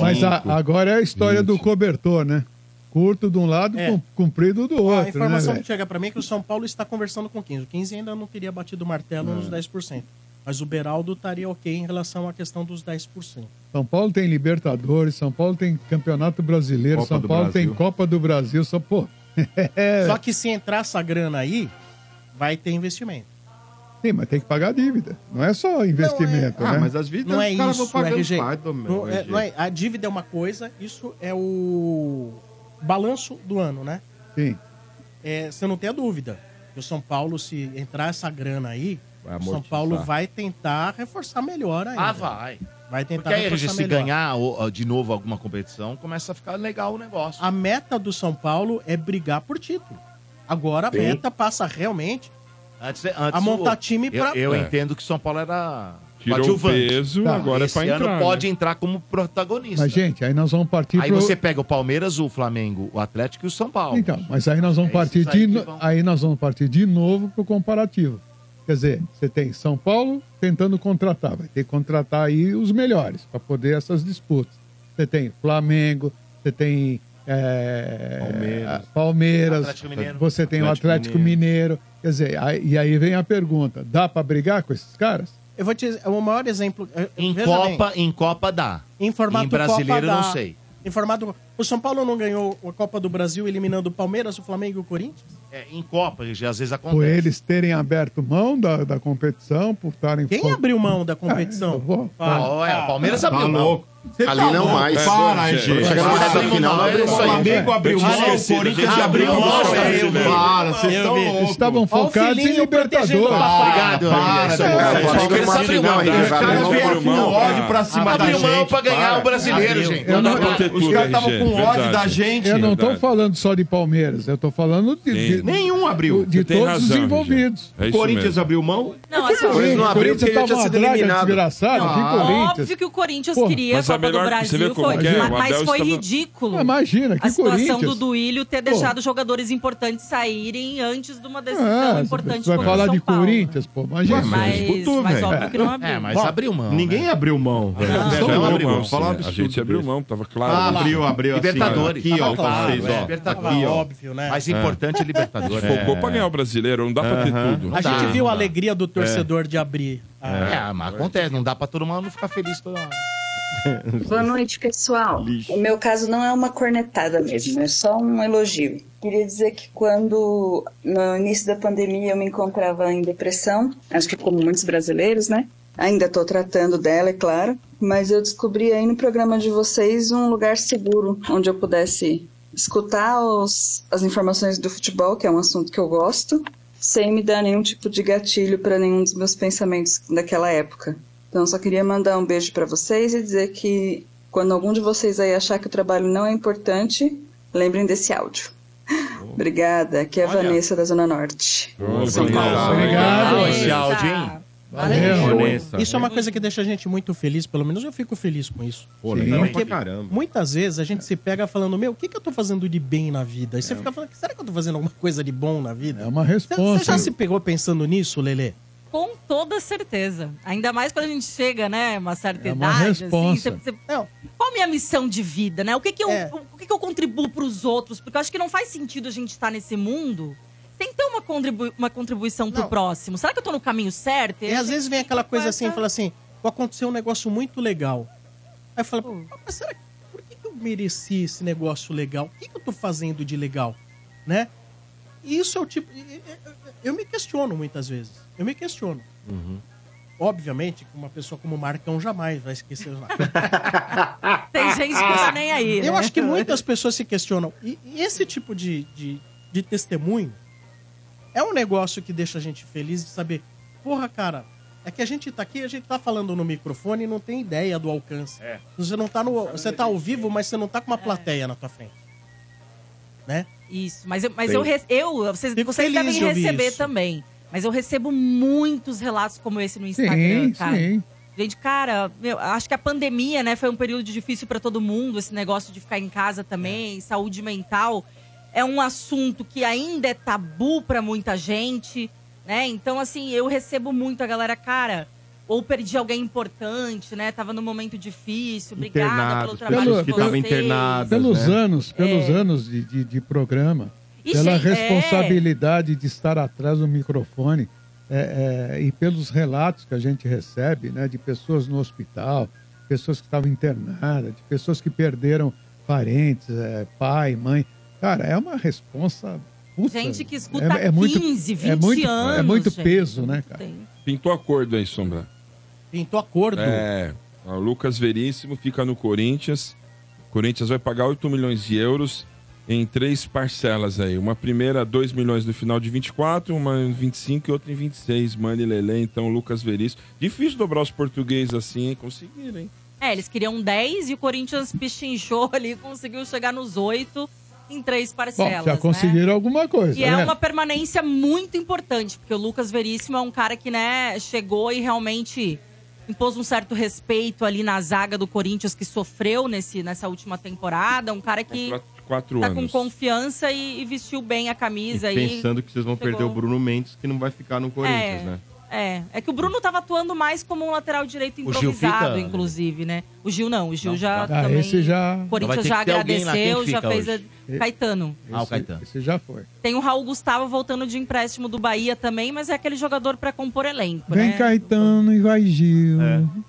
mas a- agora é a história do cobertor, né? Curto de um lado,
É.
com- comprido do outro.
a informação
né,
que chega pra mim é que o São Paulo está conversando com o 15. O 15 ainda não teria batido o martelo
É.
nos 10%. Mas o Beraldo estaria ok em relação à questão dos 10%.
São Paulo tem Libertadores, São Paulo tem Campeonato Brasileiro,
Copa
São
do
Paulo
Brasil.
tem Copa do Brasil, só pô.
É.
Só que se entrar essa grana aí, vai ter investimento.
Sim, mas tem que pagar a dívida. Não é só
Ah,
investimento, né?
não é isso, RG. não, é, não é- a dívida é uma coisa, isso é o balanço do ano, né?
Sim.
É, você não tem a dúvida. que O São Paulo, se entrar essa grana aí,
Vai
o São
amortizar.
Paulo vai tentar reforçar melhor ainda.
Ah, vai.
Vai tentar
Porque aí, RG,
reforçar
se
melhor.
ganhar o- o- de novo alguma competição, começa a ficar legal o negócio.
A meta do São Paulo é brigar por título. Agora a
Sim.
meta passa realmente
Antes, antes
a montar
o-
time pra.
Eu, eu
É.
entendo que o São Paulo era
Tirou o peso,
Tá.
agora é
Esse
pra
ano
entrar,
pode entrar como protagonista.
Mas, tipo, gente, aí nós vamos partir
Tá. Aí
pro.
você pega o Palmeiras, o Flamengo, o Atlético e o São Paulo.
Então, mas aí nós vamos partir
aí
de
que
no- aí nós vamos partir de novo pro comparativo. Quer dizer, você tem São Paulo tentando contratar, vai ter que contratar aí os melhores para poder essas disputas. Você tem Flamengo, você tem é,
Palmeiras.
Palmeiras,
Atlético Mineiro.
você tem o
Atlético
Atlético Mineiro. Quer dizer, aí- e aí vem a pergunta: dá para brigar com esses caras?
Eu vou te dizer, o maior exemplo. eh,
Em Copa, em Copa dá.
Em formato
Em brasileiro,
Copa
não
da-
sei.
Em formato... O São Paulo não ganhou a Copa do Brasil eliminando o Palmeiras, o Flamengo e o Corinthians?
É, em Copa, RG, às vezes
Por
acontece.
eles terem aberto mão da, da competição, por estarem.
Quem abriu mão da competição?
Ah, olha, o Palmeiras abriu
Tá
mão.
louco.
Você
Ali não
louco?
mais.
Para,
Pera,
RG.
gente. Chega na reta final,
não,
abriu
é isso
mão.
aí.
Flamengo abriu mão, o Corinthians abriu mão, velho. Para, vocês estão loucos. Estavam focados em Libertadores. Para,
Obrigado,
para,
RG. Isso
cara.
aí.
Flamengo
Palmeiras abriu
abriu mão,
mão.
hein,
Os
vai
caras
abriu
vieram
mão,
com
cara.
ódio pra cima
Abriu
da
mão
gente.
pra ganhar
Para.
o brasileiro,
Abriu.
gente.
Eu não-
Os caras
Os caras estavam com ódio da gente.
Eu não estou falando só de Palmeiras, eu estou falando de, de-
Nenhum abriu.
de
Você tem
todos os
razão,
envolvidos.
É isso Corinthians mesmo. abriu mão?
Não,
Mas
assim,
por
Corinthians
quê?
não
O
abriu
Corinthians
porque ele
tá
já
uma
tinha sido
draga
eliminado.
desgraçado,
Ah,
que Corinthians.
Óbvio que o Corinthians
Porra,
queria a
mas a
Copa do
melhor- você
Brasil,
vê como
foi,
que é? O
mas
Abel
foi
estava-
ridículo.
É, Imagina, que
a situação do
Corinthians.
Duílio ter
Pô.
deixado jogadores importantes saírem antes de uma
é
decisão
Ah,
importante
você vai
como
falar
São
de
né?
Paulo.
Corinthians, pô, imagina.
Mas- mas óbvio que não
abriu. É, mas
Bom,
abriu mão.
Ninguém abriu mão, velho.
Não, não
Vocês estão
abriu
loucos.
mão,
Falar
sim.
um
né? A
absurdo
gente abriu
desse.
mão, tava claro. né?
Ah, abriu, abriu. assim,
Libertadores.
ó. aqui, ó,
Tava claro,
com vocês,
é,
ó.
Libertadores.
Aqui, ó.
né? Óbvio, né?
Mas
É.
importante é
A
Libertadores.
gente focou pra ganhar o brasileiro, não dá pra ter
Aham.
tudo.
A gente
dá,
viu
não
a
dá.
alegria do torcedor de abrir.
É, mas acontece, não dá pra todo mundo ficar feliz toda hora.
Boa noite, pessoal.
Lixo.
O meu caso não é uma cornetada mesmo, é só um elogio. Queria dizer que quando, no início da pandemia, eu me encontrava em depressão, acho que como muitos brasileiros, né? Ainda estou tratando dela, é claro, mas eu descobri aí no programa de vocês um lugar seguro onde eu pudesse escutar os- as informações do futebol, que é um assunto que eu gosto, sem me dar nenhum tipo de gatilho para nenhum dos meus pensamentos daquela época. Então, só queria mandar um beijo para vocês e dizer que quando algum de vocês aí achar que o trabalho não é importante, lembrem desse áudio. Obrigada, aqui é a Vanessa da Zona Norte.
Obrigado.
Obrigado. Esse áudio, hein?
Valeu.
Valeu, Vanessa.
Isso é uma coisa que deixa a gente muito feliz, pelo menos eu fico feliz com isso.
Pô, legal
Porque
pra caramba.
Muitas vezes a gente se pega falando, meu, o que, que eu tô fazendo de bem na vida? E
É.
você fica falando, será que eu tô fazendo alguma coisa de bom na vida? É uma resposta. Você já se pegou pensando nisso, Lelê?
Com toda certeza. Ainda mais quando a gente chega, né, uma certa
É uma
idade.
resposta.
Assim, você- você- Qual a minha missão de vida, né? O que que eu,
É.
o que que eu contribuo para os outros? Porque eu acho que não faz sentido a gente estar nesse mundo sem ter uma, contribu uma contribuição pro próximo. Será que eu tô no caminho certo?
E É, às vezes vem aquela coisa assim, fala assim, aconteceu um negócio muito legal. Aí fala, mas será que por que que eu mereci esse negócio legal? O que, que eu tô fazendo de legal? Né? E isso é o tipo. e- e- Eu me questiono muitas vezes. Eu me questiono.
Hum.
Uhum.
Obviamente, que uma pessoa como o Marcão jamais vai esquecer nada.
Tem gente que não tá nem aí.
Eu
né?
acho que muitas pessoas se questionam. E, e esse tipo de, de, de testemunho é um negócio que deixa a gente feliz de saber. Porra, cara, é que a gente tá aqui, a gente tá falando no microfone e não tem ideia do alcance. Você não tá no. Você tá ao vivo, mas você não tá com
É.
uma plateia na tua frente. Né?
Isso, mas eu, mas
Sim.
eu, re- eu vocês,
Fico
vocês
feliz
devem
de ouvir
receber
isso.
também. Mas eu recebo muitos relatos como esse no Instagram,
Sim,
cara.
sim.
Gente, cara, meu, acho que a pandemia, né, foi um período difícil pra todo mundo, esse negócio de ficar em casa
É.
também, saúde mental é um assunto que ainda é tabu pra muita gente, né? Então assim, eu recebo muito a galera, cara, ou perdi alguém importante, né? Tava num momento difícil, obrigada pelo
Internados,
trabalho
pessoas
de
que estavam
vocês.
internadas.
Pelos
né?
anos, pelos
É.
anos de, de, de programa,
E,
pela
gente, é.
responsabilidade de estar atrás do microfone é, é, e pelos relatos que a gente recebe, né, de pessoas no hospital, pessoas que estavam internadas, de pessoas que perderam parentes, é, pai, mãe. Cara, é uma responsa. Puta,
Gente que escuta 15, 20
é muito, É
anos,
muito
gente.
peso, né, cara?
Pintou acordo aí, Sombra.
Pintou acordo.
É. O Lucas Veríssimo fica no Corinthians. O Corinthians vai pagar 8 milhões de euros em três parcelas aí. Uma primeira, 2 milhões no final de 24, uma em 25 e outra em 26. Mani Lelê, então, o Lucas Veríssimo. Difícil dobrar os portugueses assim, hein? Conseguiram, hein?
É, eles queriam 10 e o Corinthians pichinchou ali, conseguiu chegar nos 8 em três
Bom,
parcelas.
já conseguiram alguma coisa.
né? E é
né?
uma permanência muito importante, porque o Lucas Veríssimo é um cara que, né, chegou e realmente impôs um certo respeito ali na zaga do Corinthians que sofreu nesse, nessa última temporada. Um cara que
Quatro, quatro
tá com
anos.
confiança e, e vestiu bem a camisa. E
Pensando que vocês vão perder o Bruno Mendes, que não vai ficar no Corinthians,
É.
né?
É, é que o Bruno tava atuando mais como um lateral direito
O Gil fica,
improvisado,
né?
inclusive, né? O Gil não, o Gil já
Ah,
também...
esse já-
O
Vai
Corinthians
ter
já
que ter alguém lá. Quem
agradeceu, já
fica
fez...
hoje?
A... Caetano.
Ah, o Caetano. Esse já foi.
Tem o Raul Gustavo voltando de empréstimo do Bahia também, mas é aquele jogador pra compor elenco,
Vem
né?
Caetano e vai Gil.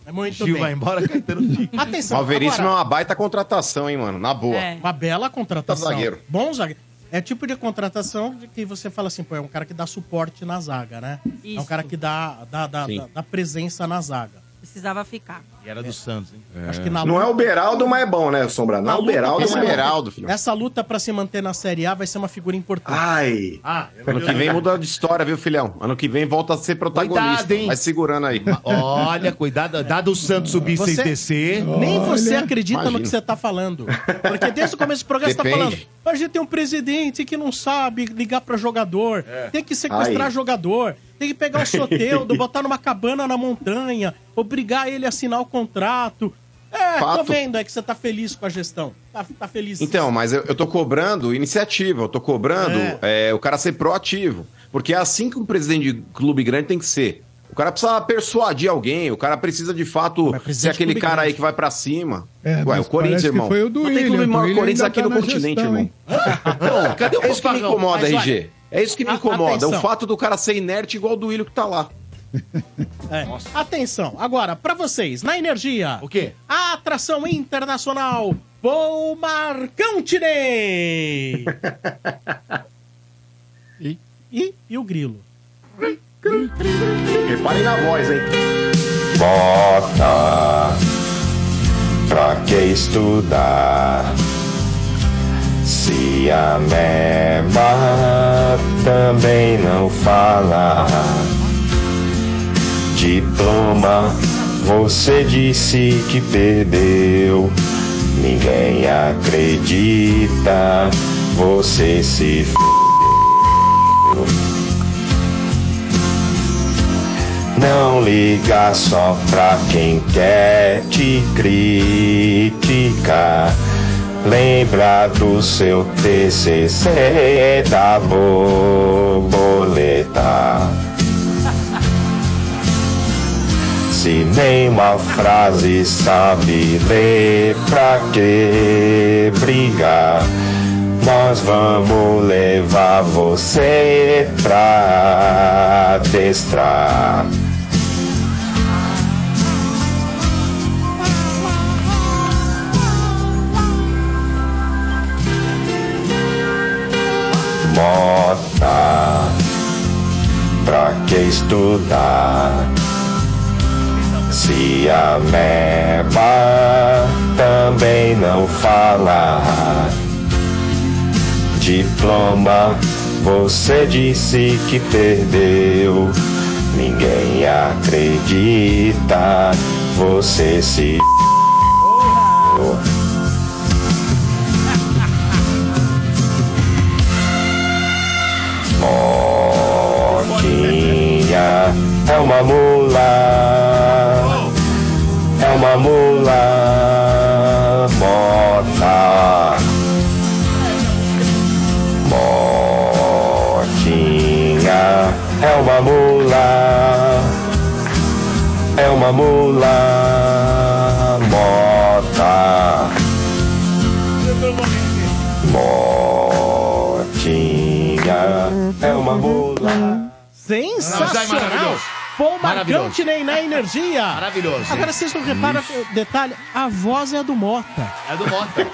É muito
Gil vai embora,
Caetano fica. Atenção,
Ó, O Veríssimo é
agora-
uma baita contratação, hein, mano? Na boa.
É. Uma bela contratação.
Tá zagueiro.
Bom zagueiro. É tipo de contratação de que você fala assim, pô, é um cara que dá suporte na zaga, né? É um
Isso.
cara que dá, dá, dá,
Sim.
dá, dá presença na zaga.
Precisava ficar.
E era do Santos, hein?
Acho que na
Não é o Beraldo, mas é bom, né, Sombra? Não é o Beraldo, mas é
Beraldo,
filho.
Essa luta pra se manter na Série A vai ser uma figura importante.
Ai.
Ah, eu
Ano que vem muda de história, viu, filhão? Ano que vem volta a ser protagonista.
Cuidado, hein?
Vai segurando aí.
Olha, cuidado. Dado o Santos subir
Você-
sem descer.
Nem você
Olha.
acredita no que você tá falando. Porque desde o começo do programa você tá
Depende.
falando. "Mas A gente tem um presidente que não sabe ligar pra jogador,
É.
tem que sequestrar
Aí.
jogador, tem que pegar o soteudo, botar numa cabana na montanha, obrigar ele a assinar o contrato. É, tô
Fato.
vendo é que você tá feliz com a gestão. Tá, tá feliz.
Então, mas eu, eu tô cobrando iniciativa, eu tô cobrando é, o cara ser proativo. Porque é assim que um presidente de clube grande tem que ser. O cara precisa persuadir alguém, o cara precisa de fato ser
presidente
aquele
de clube
cara aí que vai pra cima.
É,
Ué,
mas
o Corinthians,
parece que
irmão.
foi o do
Não tem
Willian,
clube
o
maior que o
Willian
Corinthians
ainda
aqui
tá na
no continente,
gestão,
irmão. Não, cadê o
É
é
isso
isso
que
que me
não-
incomoda,
mas olha,
RG? É isso que me incomoda, é
atenção.
o fato do cara ser inerte igual o do Willian que tá lá.
É. Atenção, agora, pra vocês, na energia. O quê? A atração internacional. Vou Marcão Tirei! e? e? E o grilo?
Reparem na voz, hein?
Bota pra que estudar se a meba também não fala? Diploma, você disse que perdeu. Ninguém acredita, você se f... Não liga só pra quem quer te criticar. Lembra do seu TCC é da borboleta. Se nem uma frase sabe ler, pra que brigar? Nós vamos levar você pra adestrar. Bota pra que estudar? Se a meba também não fala. Diploma, você disse que perdeu. Ninguém acredita, você se. Moquinha é uma mula, é uma mula mota. Moquinha é uma mula, é uma mula mota. Moquinha é uma mula.
é
Sensacional! Paul Marcão
Maravilhoso.
Tirei na energia. Maravilhoso. Agora vocês não reparam, detalhe, a voz é a do Mota.
É do Mota.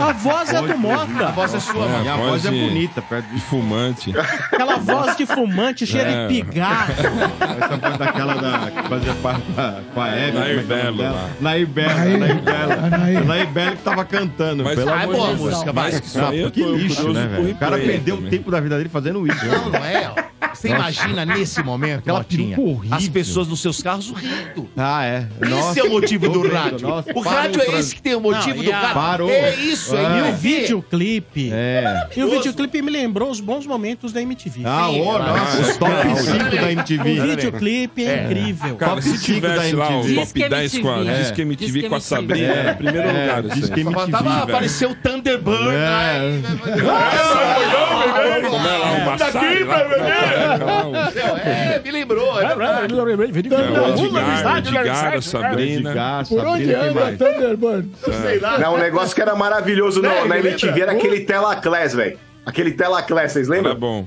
A voz é do Mota.
A voz é sua,
É,
mano.
a voz é
bonita, perto de fumante.
Aquela voz de fumante, cheiro
É.
de pigarro.
Essa voz daquela Então da, que fazia parte da, com a Hebe. é
Nair Belo, lá.
Nair Belo, Nair Belo. Nair Belo que tava cantando.
Mas
pelo
ah, é
amor
boa
de
a
Deus.
música, vai.
Mas que sapo,
Aí eu
que
tô
lixo,
curioso
né,
pro
velho? O cara
replay
perdeu
também.
o tempo da vida dele fazendo isso.
Não, não é, ó. Você
Nossa.
imagina nesse momento,
Aquela
Motinha,
peruca horrível.
as pessoas nos seus carros rindo.
Ah, é.
Esse é o motivo do rádio. o rádio é esse que tem o motivo do rádio.
Parou.
É isso, é
E o
isso.
videoclipe.
É.
E o videoclipe me lembrou os bons momentos da MTV.
Ah,
Sim,
ô,
cara.
nossa,
é
os top
Não,
né?
5 da MTV.
O videoclipe é,
É.
incrível.
Cara, se tivesse lá o Top 10 com a Disque é MTV com a Sabrina,
É.
em primeiro
É,
lugar. assim.
Disque MTV,
Tava,
velho.
apareceu o Thunderbird. aí, né?
Não é lá uma
Daqui,
sala,
pra-
lá,
É, me lembrou. é verdade.
É, o Edgar,
Verdade,
Edgar, a
verdade.
Sabrina.
Por onde
Sabrina, quem
anda
mais?
Thunderbird?
É.
Sei lá.
um
Não, o negócio que era maravilhoso no-
Lembra?
na MTV era aquele Telaclass, velho. Aquele Telaclass, vocês lembram? Era
bom.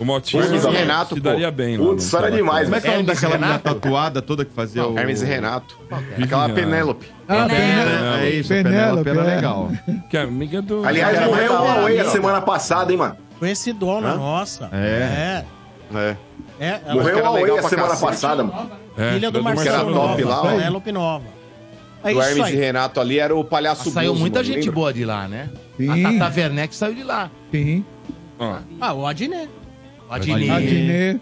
O Motinho
Renato,
Renato, se daria
pô.
bem lá
Putz,
no
isso era
Telaclass.
demais,
Como é que é o nome
Hermes
daquela menina
Renato?
tatuada toda que fazia o...
Hermes e Renato.
Aquela
Viviane.
Penélope.
Ah,
né?
Penélope.
É isso, a Penélope era
Penélope, é.
legal.
Que amiga do...
Aliás,
Era
é
morreu
mais
o
da hora,
Huawei a
né?
semana passada, hein, mano?
Conhecidona,
Hã?
nossa.
É.
É.
É. é ela-
Morreu o Huawei a semana
cacete.
passada, mano.
É,
Filha do
do
Marcelo
Marcelo Top lá,
Nova.
ó.
Penélope Nova. É
o
isso
Hermes
aí.
e Renato ali era o palhaço
Saiu
Blues,
muita
mano,
gente
lembra?
boa de lá, né?
Sim.
A Tata Werneck saiu de lá.
Sim.
Ah, o Adnet.
O Adnet.
Adnet.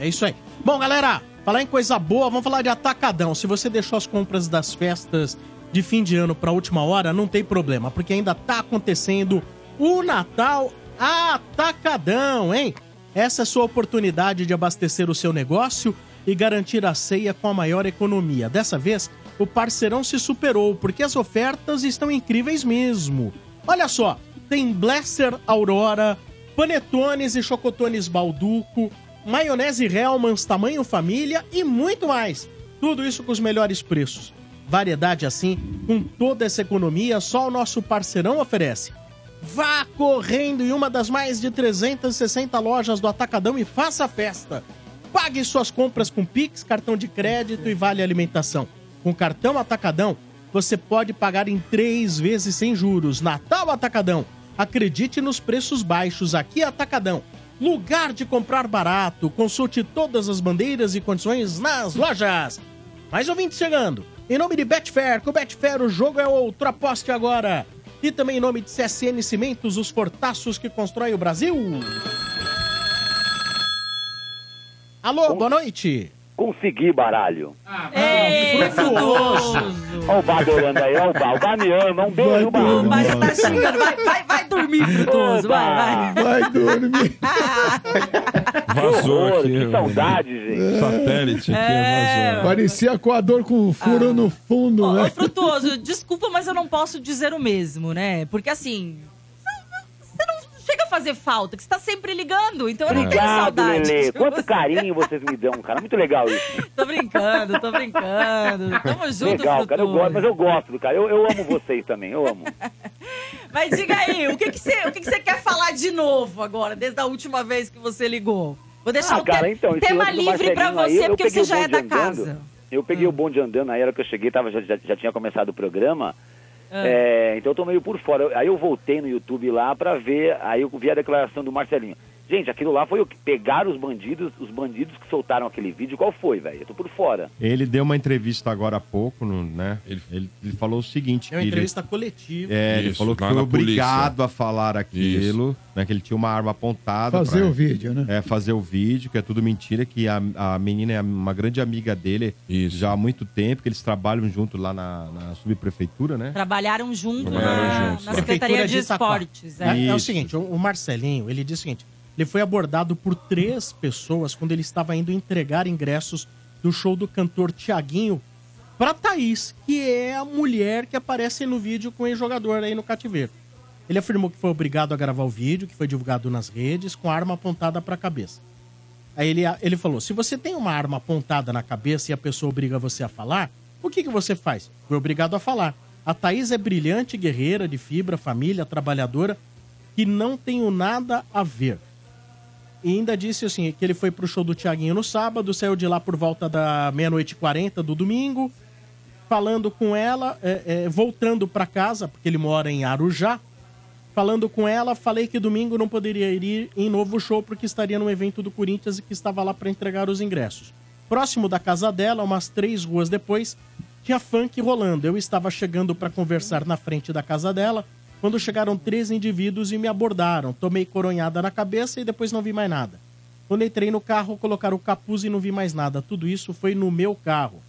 É isso aí. Bom, galera, falar em coisa boa, vamos falar de atacadão. Se você deixou as compras das festas de fim de ano pra última hora, não tem problema, porque ainda tá acontecendo o Natal Atacadão, hein? Essa é a sua oportunidade de abastecer o seu negócio e garantir a ceia com a maior economia. Dessa vez, o parceirão se superou, porque as ofertas estão incríveis mesmo. Olha só, tem Blesser Aurora, panetones e chocotones balduco, maionese Hellmann's tamanho família e muito mais. Tudo isso com os melhores preços. Variedade assim, com toda essa economia, só o nosso parceirão oferece. Vá correndo em uma das mais de 360 lojas do Atacadão e faça a festa. Pague suas compras com Pix, cartão de crédito e vale alimentação. Com cartão Atacadão, você pode pagar em três vezes sem juros. Natal Atacadão. Acredite nos preços baixos aqui Atacadão. Lugar de comprar barato. Consulte todas as bandeiras e condições nas lojas. Mais ouvinte chegando. Em nome de Betfair, com Betfair o jogo é outro. Aposte agora. E também em nome de CSN Cimentos, os fortaços que constroem o Brasil. Alô, boa noite.
Consegui, baralho.
Ei, frutuoso.
Olha o Bá gorando aí, olha o Bá. O Bá me ama, um beijo, Bá.
O Bá já tá xingando. Vai, vai, vai dormir, frutuoso. Vai, vai.
Vai dormir.
Vazou aqui.
Que saudade, gente.
Satélite aqui,
É.
vazou.
Parecia coador com um furo no fundo,
Ô,
né?
Frutuoso, desculpa, mas eu não posso dizer o mesmo, né? Porque assim. Você não chega a fazer falta, que você tá sempre ligando, então eu não tenho
Obrigado,
saudade.
Lelê.
de
Quanto
você.
carinho vocês me dão, cara. Muito legal isso.
Tô brincando, tô brincando. Tamo junto,
legal, cara. Eu
Frutuoso.
gosto, mas eu gosto, cara. Eu, eu amo vocês também, eu amo.
Mas diga aí, o que que você o que que você quer falar de novo agora, desde a última vez que você ligou? Vou deixar
Ah,
o
cara,
te-
então, esse
tema
lance do
livre pra
Marcelinho aí,
você,
eu
porque
peguei
você
o
já é
bonde
da
andando.
casa. Ah.
Eu peguei o bonde andando, aí a hora que eu cheguei, tava, já, já- já tinha começado o programa.
Ah.
É, então eu tô meio por fora. Aí eu voltei no YouTube lá pra ver, aí eu vi a declaração do Marcelinho. Gente, aquilo lá foi o que pegaram os bandidos, os bandidos que soltaram aquele vídeo. Qual foi, velho? Eu tô por fora.
Ele deu uma entrevista agora há pouco, no- né? Ele, ele falou o seguinte...
É uma
que ele-
entrevista coletiva.
É, ele
Isso,
falou que
lá
foi
na
obrigado a falar aquilo, né? Que ele tinha uma arma apontada.
Fazer o vídeo, né?
É, fazer o vídeo, que é tudo mentira, que a, a menina é uma grande amiga dele já há muito tempo, que eles trabalham junto lá na, na subprefeitura, né?
Trabalharam junto
Trabalharam
na,
juntos,
na
né?
Secretaria
Prefeitura
de,
Itaquá.
Esportes. é.
É, é o
Isso.
seguinte, o o Marcelinho, ele diz o seguinte, ele foi abordado por três pessoas quando ele estava indo entregar ingressos do show do cantor Tiaguinho para Thaís, que é a mulher que aparece no vídeo com o jogador aí no cativeiro. Ele afirmou que foi obrigado a gravar o vídeo, que foi divulgado nas redes, com a arma apontada para a cabeça. Aí ele, ele falou: se você tem uma arma apontada na cabeça e a pessoa obriga você a falar, o que, que você faz? Foi obrigado a falar. A Thaís é brilhante, guerreira, de fibra, família, trabalhadora, que não tenho nada a ver. E ainda disse assim, que ele foi pro show do Tiaguinho no sábado, saiu de lá por volta da meia-noite e 40 do domingo, falando com ela, é, é, voltando pra casa, porque ele mora em Arujá, falando com ela, falei que domingo não poderia ir em novo show porque estaria num evento do Corinthians e que estava lá para entregar os ingressos. Próximo da casa dela, umas três ruas depois, tinha funk rolando. Eu estava chegando para conversar na frente da casa dela quando chegaram três indivíduos e me abordaram. Tomei coronhada na cabeça e depois não vi mais nada. Quando entrei no carro, colocaram o capuz e não vi mais nada. Tudo isso foi no meu carro.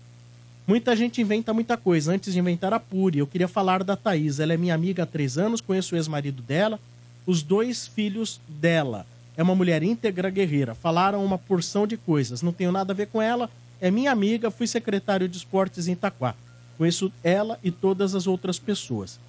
Muita gente inventa muita coisa. Antes de inventar a Puri, eu queria falar da Thaís. Ela é minha amiga há três anos, conheço o ex-marido dela, os dois filhos dela. É uma mulher íntegra guerreira. Falaram uma porção de coisas. Não tenho nada a ver com ela. É minha amiga, fui secretário de esportes em Itaquá. Conheço ela e todas as outras pessoas.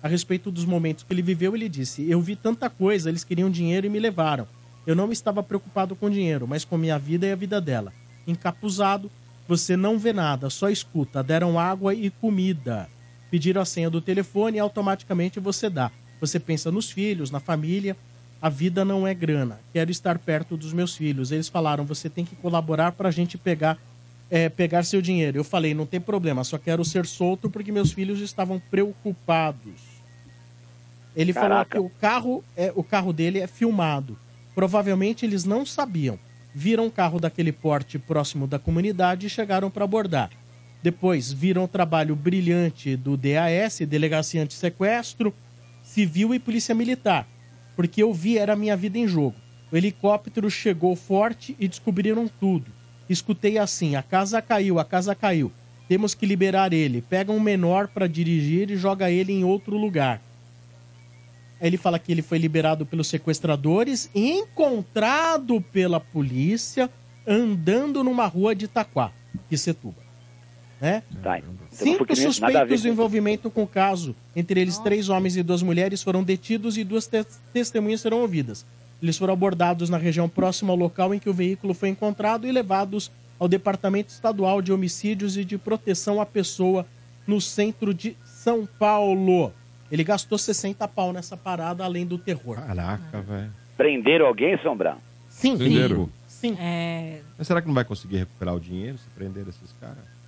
A respeito dos momentos que ele viveu, ele disse: Eu vi tanta coisa, eles queriam dinheiro e me levaram. Eu não estava preocupado com dinheiro, mas com minha vida e a vida dela. Encapuzado, você não vê nada, só escuta. Deram água e comida. Pediram a senha do telefone e automaticamente você dá. Você pensa nos filhos, na família. A vida não é grana. Quero estar perto dos meus filhos. Eles falaram: você tem que colaborar para a gente pegar é, pegar seu dinheiro. Eu falei, não tem problema, só quero ser solto porque meus filhos estavam preocupados. Ele
Caraca.
falou que o carro, é, o carro dele é filmado. Provavelmente eles não sabiam. Viram um carro daquele porte próximo da comunidade e chegaram para abordar. Depois viram o trabalho brilhante do DAS, Delegacia Antissequestro, Civil e Polícia Militar. Porque eu vi era a minha vida em jogo. O helicóptero chegou forte e descobriram tudo. Escutei assim: a casa caiu, a casa caiu. Temos que liberar ele. Pega um menor para dirigir e joga ele em outro lugar. Aí ele fala que ele foi liberado pelos sequestradores e encontrado pela polícia andando numa rua de Itaquá, de Setuba. Né?
Tá. então não foi
Cinco
que nem- nada a ver
suspeitos do
com-
envolvimento com o caso, entre eles três homens e duas mulheres, foram detidos e duas te- testemunhas serão ouvidas. Eles foram abordados na região próxima ao local em que o veículo foi encontrado e levados ao Departamento Estadual de Homicídios e de Proteção à Pessoa no centro de São Paulo. Ele gastou 60 pau nessa parada, além do terror.
Caraca, velho.
Prenderam alguém, Sombra?
Sim,
Prenderam.
cinco. Sim.
É,
Mas será que não vai conseguir recuperar o dinheiro se prender esses caras?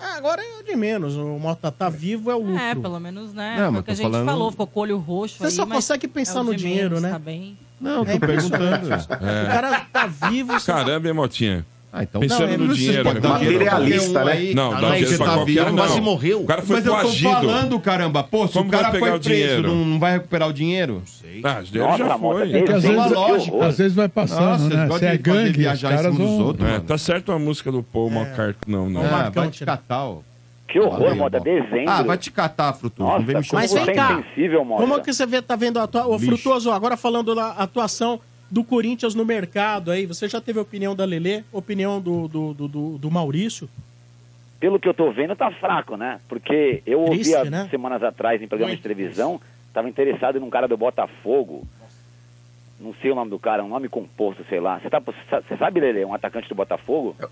Ah, agora é o de menos. O Mota tá vivo é o lucro.
é, pelo menos, né?
Não,
Foi
mas
o que a
tô
gente
falando-
falou, ficou com o olho roxo.
Você
aí,
só
mas
consegue pensar
é o
no
de
dinheiro,
menos,
né?
Tá bem.
Não,
É
tô perguntando.
O cara tá vivo. você-
É. Caramba, hein, Motinha?
Não,
Pensando
é,
no
não
dinheiro.
pode
né?
dar dinheiro pra
Materialista,
qualquer um
né?
aí,
Não,
cara,
dá
aí
dinheiro
você
pra
tá
qualquer
vivo,
um,
quase
não.
morreu.
O cara foi
Mas eu tô
coagido.
falando, caramba. Pô, se
Como
o cara
vai pegar
foi
o
preso,
dinheiro?
não, não vai recuperar o dinheiro? Não
sei. Ah, dinheiro já
Nossa,
foi.
É que às, vezes, às vezes vai passando,
Nossa,
né?
pode
Se é
fazer
gangue, os caras vão...
É, tá certo a música do Paul McCartney. Não, não.
Ah, vai te catar, ó.
Que horror,
Valeu,
Mota,
bom.
dezembro.
Ah, vai te catar, Frutu. Não
Nossa,
vem me chamar.
Mas vem cá,
insensível, Mota.
como é que você vê, tá vendo a atua... Ô,
Lixo.
Frutuoso, agora falando da atuação do Corinthians no mercado aí, você já teve a opinião da Lelê, opinião do, do, do, do- do Maurício?
pelo que eu tô vendo, tá fraco, né? Porque eu ouvi
Triste,
há
né?
semanas atrás em programa de televisão, tava interessado num cara do Botafogo. Não sei o nome do cara, um nome composto, sei lá. Você tá, você sabe, Lele, um atacante do Botafogo?
É,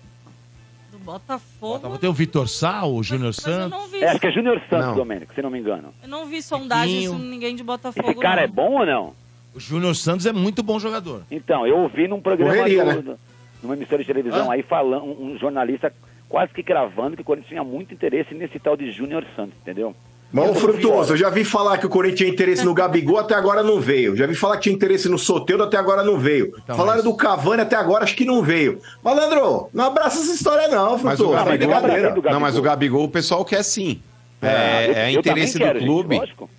Do Botafogo,
Tem o Vitor Sal, o Júnior
eu
Santos.
não vi,
É, acho que é Júnior Santos,
Não.
Domênico, se não me engano.
eu não vi sondagem
Tiquinho.
com ninguém de Botafogo.
Esse cara
não.
é bom ou não?
O Júnior Santos é muito bom jogador.
Então, eu ouvi num programa,
Correria,
né?
do- do- numa emissora de televisão aí, falando, um um jornalista quase que cravando que o Corinthians tinha muito interesse nesse tal de Júnior Santos, entendeu?
Mão frutuoso, eu já vi falar que o Corinthians tinha interesse no Gabigol, até agora não veio. Já vi falar que tinha interesse no Soteldo, até agora não veio. Falaram do Cavani, até agora acho que não veio. Malandro, não abraça essa história não,
Mas o
frutuoso. é
Gabigol,
brincadeira.
não, mas o Gabigol o pessoal quer sim. É,
É, eu-
é
eu
interesse
também
do
quero,
clube.
gente, lógico.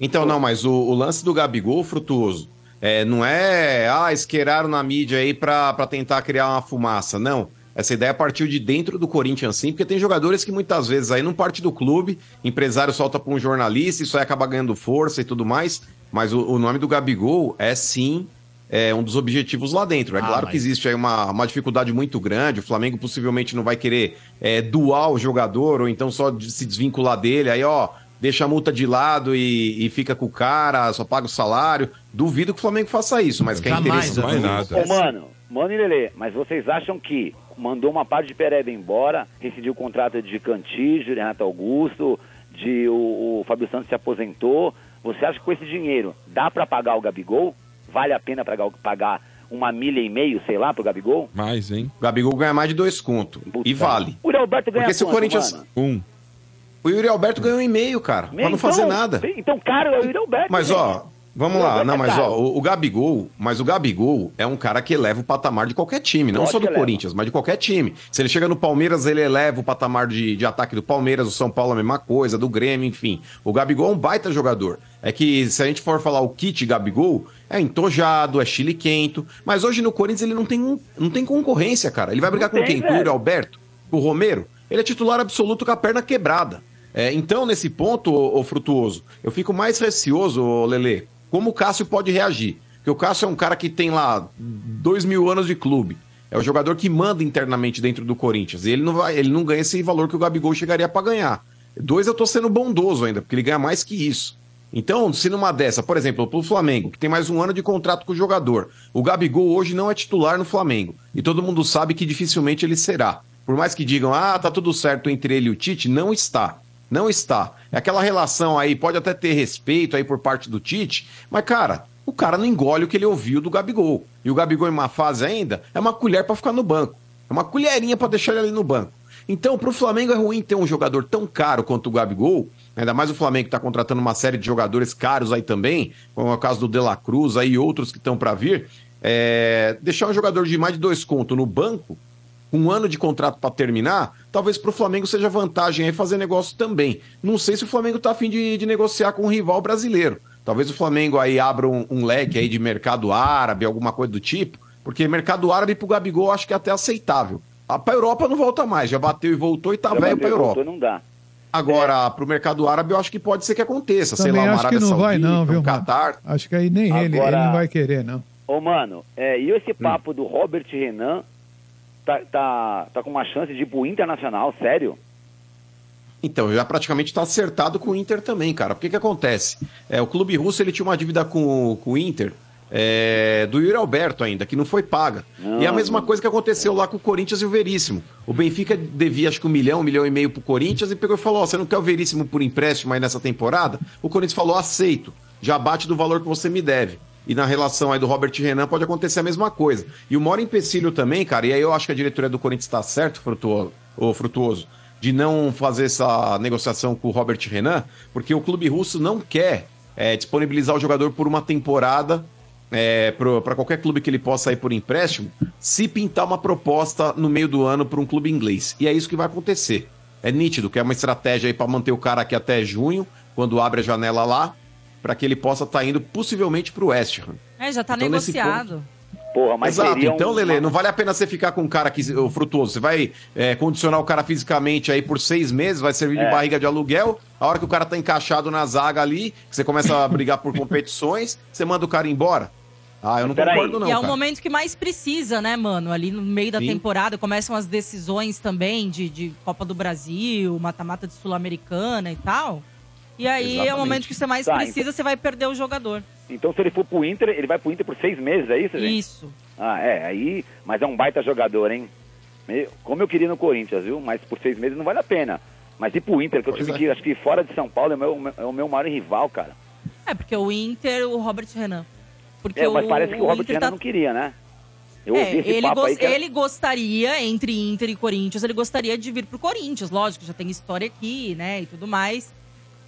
então, não, mas o, o lance do Gabigol, frutuoso, é, não é, ah, esqueraram na mídia aí pra, pra tentar criar uma fumaça, não. Essa ideia partiu de dentro do Corinthians, sim, porque tem jogadores que muitas vezes aí não parte do clube, empresário solta pra um jornalista, isso aí acaba ganhando força e tudo mais, mas o, o nome do Gabigol é sim é um dos objetivos lá dentro. É claro que existe aí uma, uma dificuldade muito grande. O Flamengo possivelmente não vai querer é, duar o jogador ou então só de- se desvincular dele. Aí, ó, deixa a multa de lado e, e fica com o cara, só paga o salário. Duvido que o Flamengo faça isso, mas que é interesse do Flamengo.
Ô, mano, mano e Lelê, mas vocês acham que mandou uma parte de Pereba embora, rescindiu o contrato de Cantígio, de Renato Augusto, de o, o Fábio Santos se aposentou. Você acha que com esse dinheiro dá pra pagar o Gabigol? Vale a pena pagar, o- pagar uma milha e meio, sei lá, pro Gabigol?
Mais, hein?
O Gabigol ganha mais de dois conto. e vale.
O Alberto ganha
Porque se o
quanto,
Corinthians.
mano?
Um.
O Yuri Alberto ganhou um e meio, cara. pra não fazer nada.
Então, cara, é o Yuri Alberto.
Mas,
gente.
ó, vamos lá.
é
Não, mas, ó, o, o Gabigol, mas o Gabigol é um cara que eleva o patamar de qualquer time, não
Lógico
só do
que eleva.
Corinthians, mas de qualquer time. Se ele chega no Palmeiras, ele eleva o patamar de, de ataque do Palmeiras, do São Paulo a mesma coisa, do Grêmio, enfim. O Gabigol é um baita jogador. É que se a gente for falar o kit Gabigol, é entojado, é chile quento, mas hoje no Corinthians ele não tem, um- não tem concorrência, cara. Ele vai brigar
Não
com
tem,
quem? Com o Yuri
velho.
Alberto? Com o Romero? Ele é titular absoluto com a perna quebrada. É, então, nesse ponto, ô, ô Frutuoso, eu fico mais receoso, ô Lele, como o Cássio pode reagir. Porque o Cássio é um cara que tem lá dois mil anos de clube. É o jogador que manda internamente dentro do Corinthians. E ele não, vai, ele não ganha esse valor que o Gabigol chegaria pra ganhar. Dois, eu tô sendo bondoso ainda, porque ele ganha mais que isso. Então, se numa dessa, por exemplo, pro Flamengo, que tem mais um ano de contrato com o jogador, o Gabigol hoje não é titular no Flamengo. E todo mundo sabe que dificilmente ele será. Por mais que digam, ah, tá tudo certo entre ele e o Tite, não está. Não está. É Aquela relação aí pode até ter respeito aí por parte do Tite, mas, cara, o cara não engole o que ele ouviu do Gabigol. E o Gabigol, em uma fase ainda, é uma colher pra ficar no banco. É uma colherinha pra deixar ele ali no banco. Então, pro Flamengo é ruim ter um jogador tão caro quanto o Gabigol, ainda mais o Flamengo que tá contratando uma série de jogadores caros aí também, como é o caso do De La Cruz aí e outros que estão pra vir. É, deixar um jogador de mais de dois conto no banco, com um ano de contrato pra terminar, talvez pro Flamengo seja vantagem aí fazer negócio também. Não sei se o Flamengo tá afim de, de negociar com um rival brasileiro. Talvez o Flamengo aí abra um, um leque aí de mercado árabe, alguma coisa do tipo, porque mercado árabe pro Gabigol eu acho que é até aceitável. A, pra Europa não volta mais, já bateu e voltou e tá
Já
velho pra
bateu,
Europa.
voltou, Não dá.
Agora, pro mercado árabe eu acho que pode ser que aconteça,
Também
sei lá, uma
acho que
Arábia
não vai
Saudita,
não, viu,
um
mano?
Catar.
Acho que aí nem ele, ele
Agora-
não vai querer, não.
Ô, mano, é, e
Hum.
esse papo do Robert Renan tá, tá, tá com uma chance de ir pro Internacional, sério?
Então, já praticamente está acertado com o Inter também, cara. Porque que acontece? É, o clube russo ele tinha uma dívida com, o- com o Inter é, do Yuri Alberto ainda, que não foi paga. E é a mesma coisa que aconteceu lá com o Corinthians e o Veríssimo. O Benfica devia acho que um milhão, um milhão e meio pro Corinthians e pegou e falou: ó, você não quer o Veríssimo por empréstimo aí nessa temporada? O Corinthians falou: aceito, já bate do valor que você me deve. E na relação aí do Robert Renan pode acontecer a mesma coisa. E o maior empecilho também, cara, e aí eu acho que a diretoria do Corinthians está certo, Frutuoso, ô, Frutuoso, de não fazer essa negociação com o Robert Renan, porque o clube russo não quer é, disponibilizar o jogador por uma temporada é, para qualquer clube que ele possa ir por empréstimo, se pintar uma proposta no meio do ano para um clube inglês. E é isso que vai acontecer. É nítido que é uma estratégia aí para manter o cara aqui até junho, quando abre a janela lá, para que ele possa estar indo possivelmente para o West Ham.
É, já tá
Então, nesse
negociado.
Porra, mas
Exato,
seria um-
então, Lele, não vale a pena você ficar com um cara que, ô, frutuoso. Você vai é, condicionar o cara fisicamente aí por seis meses, vai servir de
É.
barriga de aluguel. A hora que o cara tá encaixado na zaga ali, que você começa a brigar por competições, você manda o cara embora. Ah, eu não concordo, não.
um
e é o
cara.
momento que mais precisa, né, mano? Ali no meio da
Sim.
temporada começam as decisões também de, de Copa do Brasil, mata-mata de Sul-Americana e tal. E aí é o
Exatamente.
momento que você mais
Tá,
precisa,
então-
você vai perder o jogador.
Então, se ele for pro Inter, ele vai pro Inter por seis meses, é isso, gente?
Isso.
Ah, é, aí. Mas é um baita jogador, hein? Me- Como eu queria no Corinthians, viu? Mas por seis meses não vale a pena. Mas ir pro Inter, que eu tive
é.
que ir, acho que fora de São Paulo é o meu, é o meu maior rival, cara.
É, porque o Inter, o Robert Renan. Porque
É, mas parece que o Robert
Inter tá
Renan não queria, né? Eu
É,
ouvi esse
ele,
papo
gos-
aí que era-
ele gostaria, entre Inter e Corinthians, ele gostaria de vir pro Corinthians, lógico, já tem história aqui, né, e tudo mais.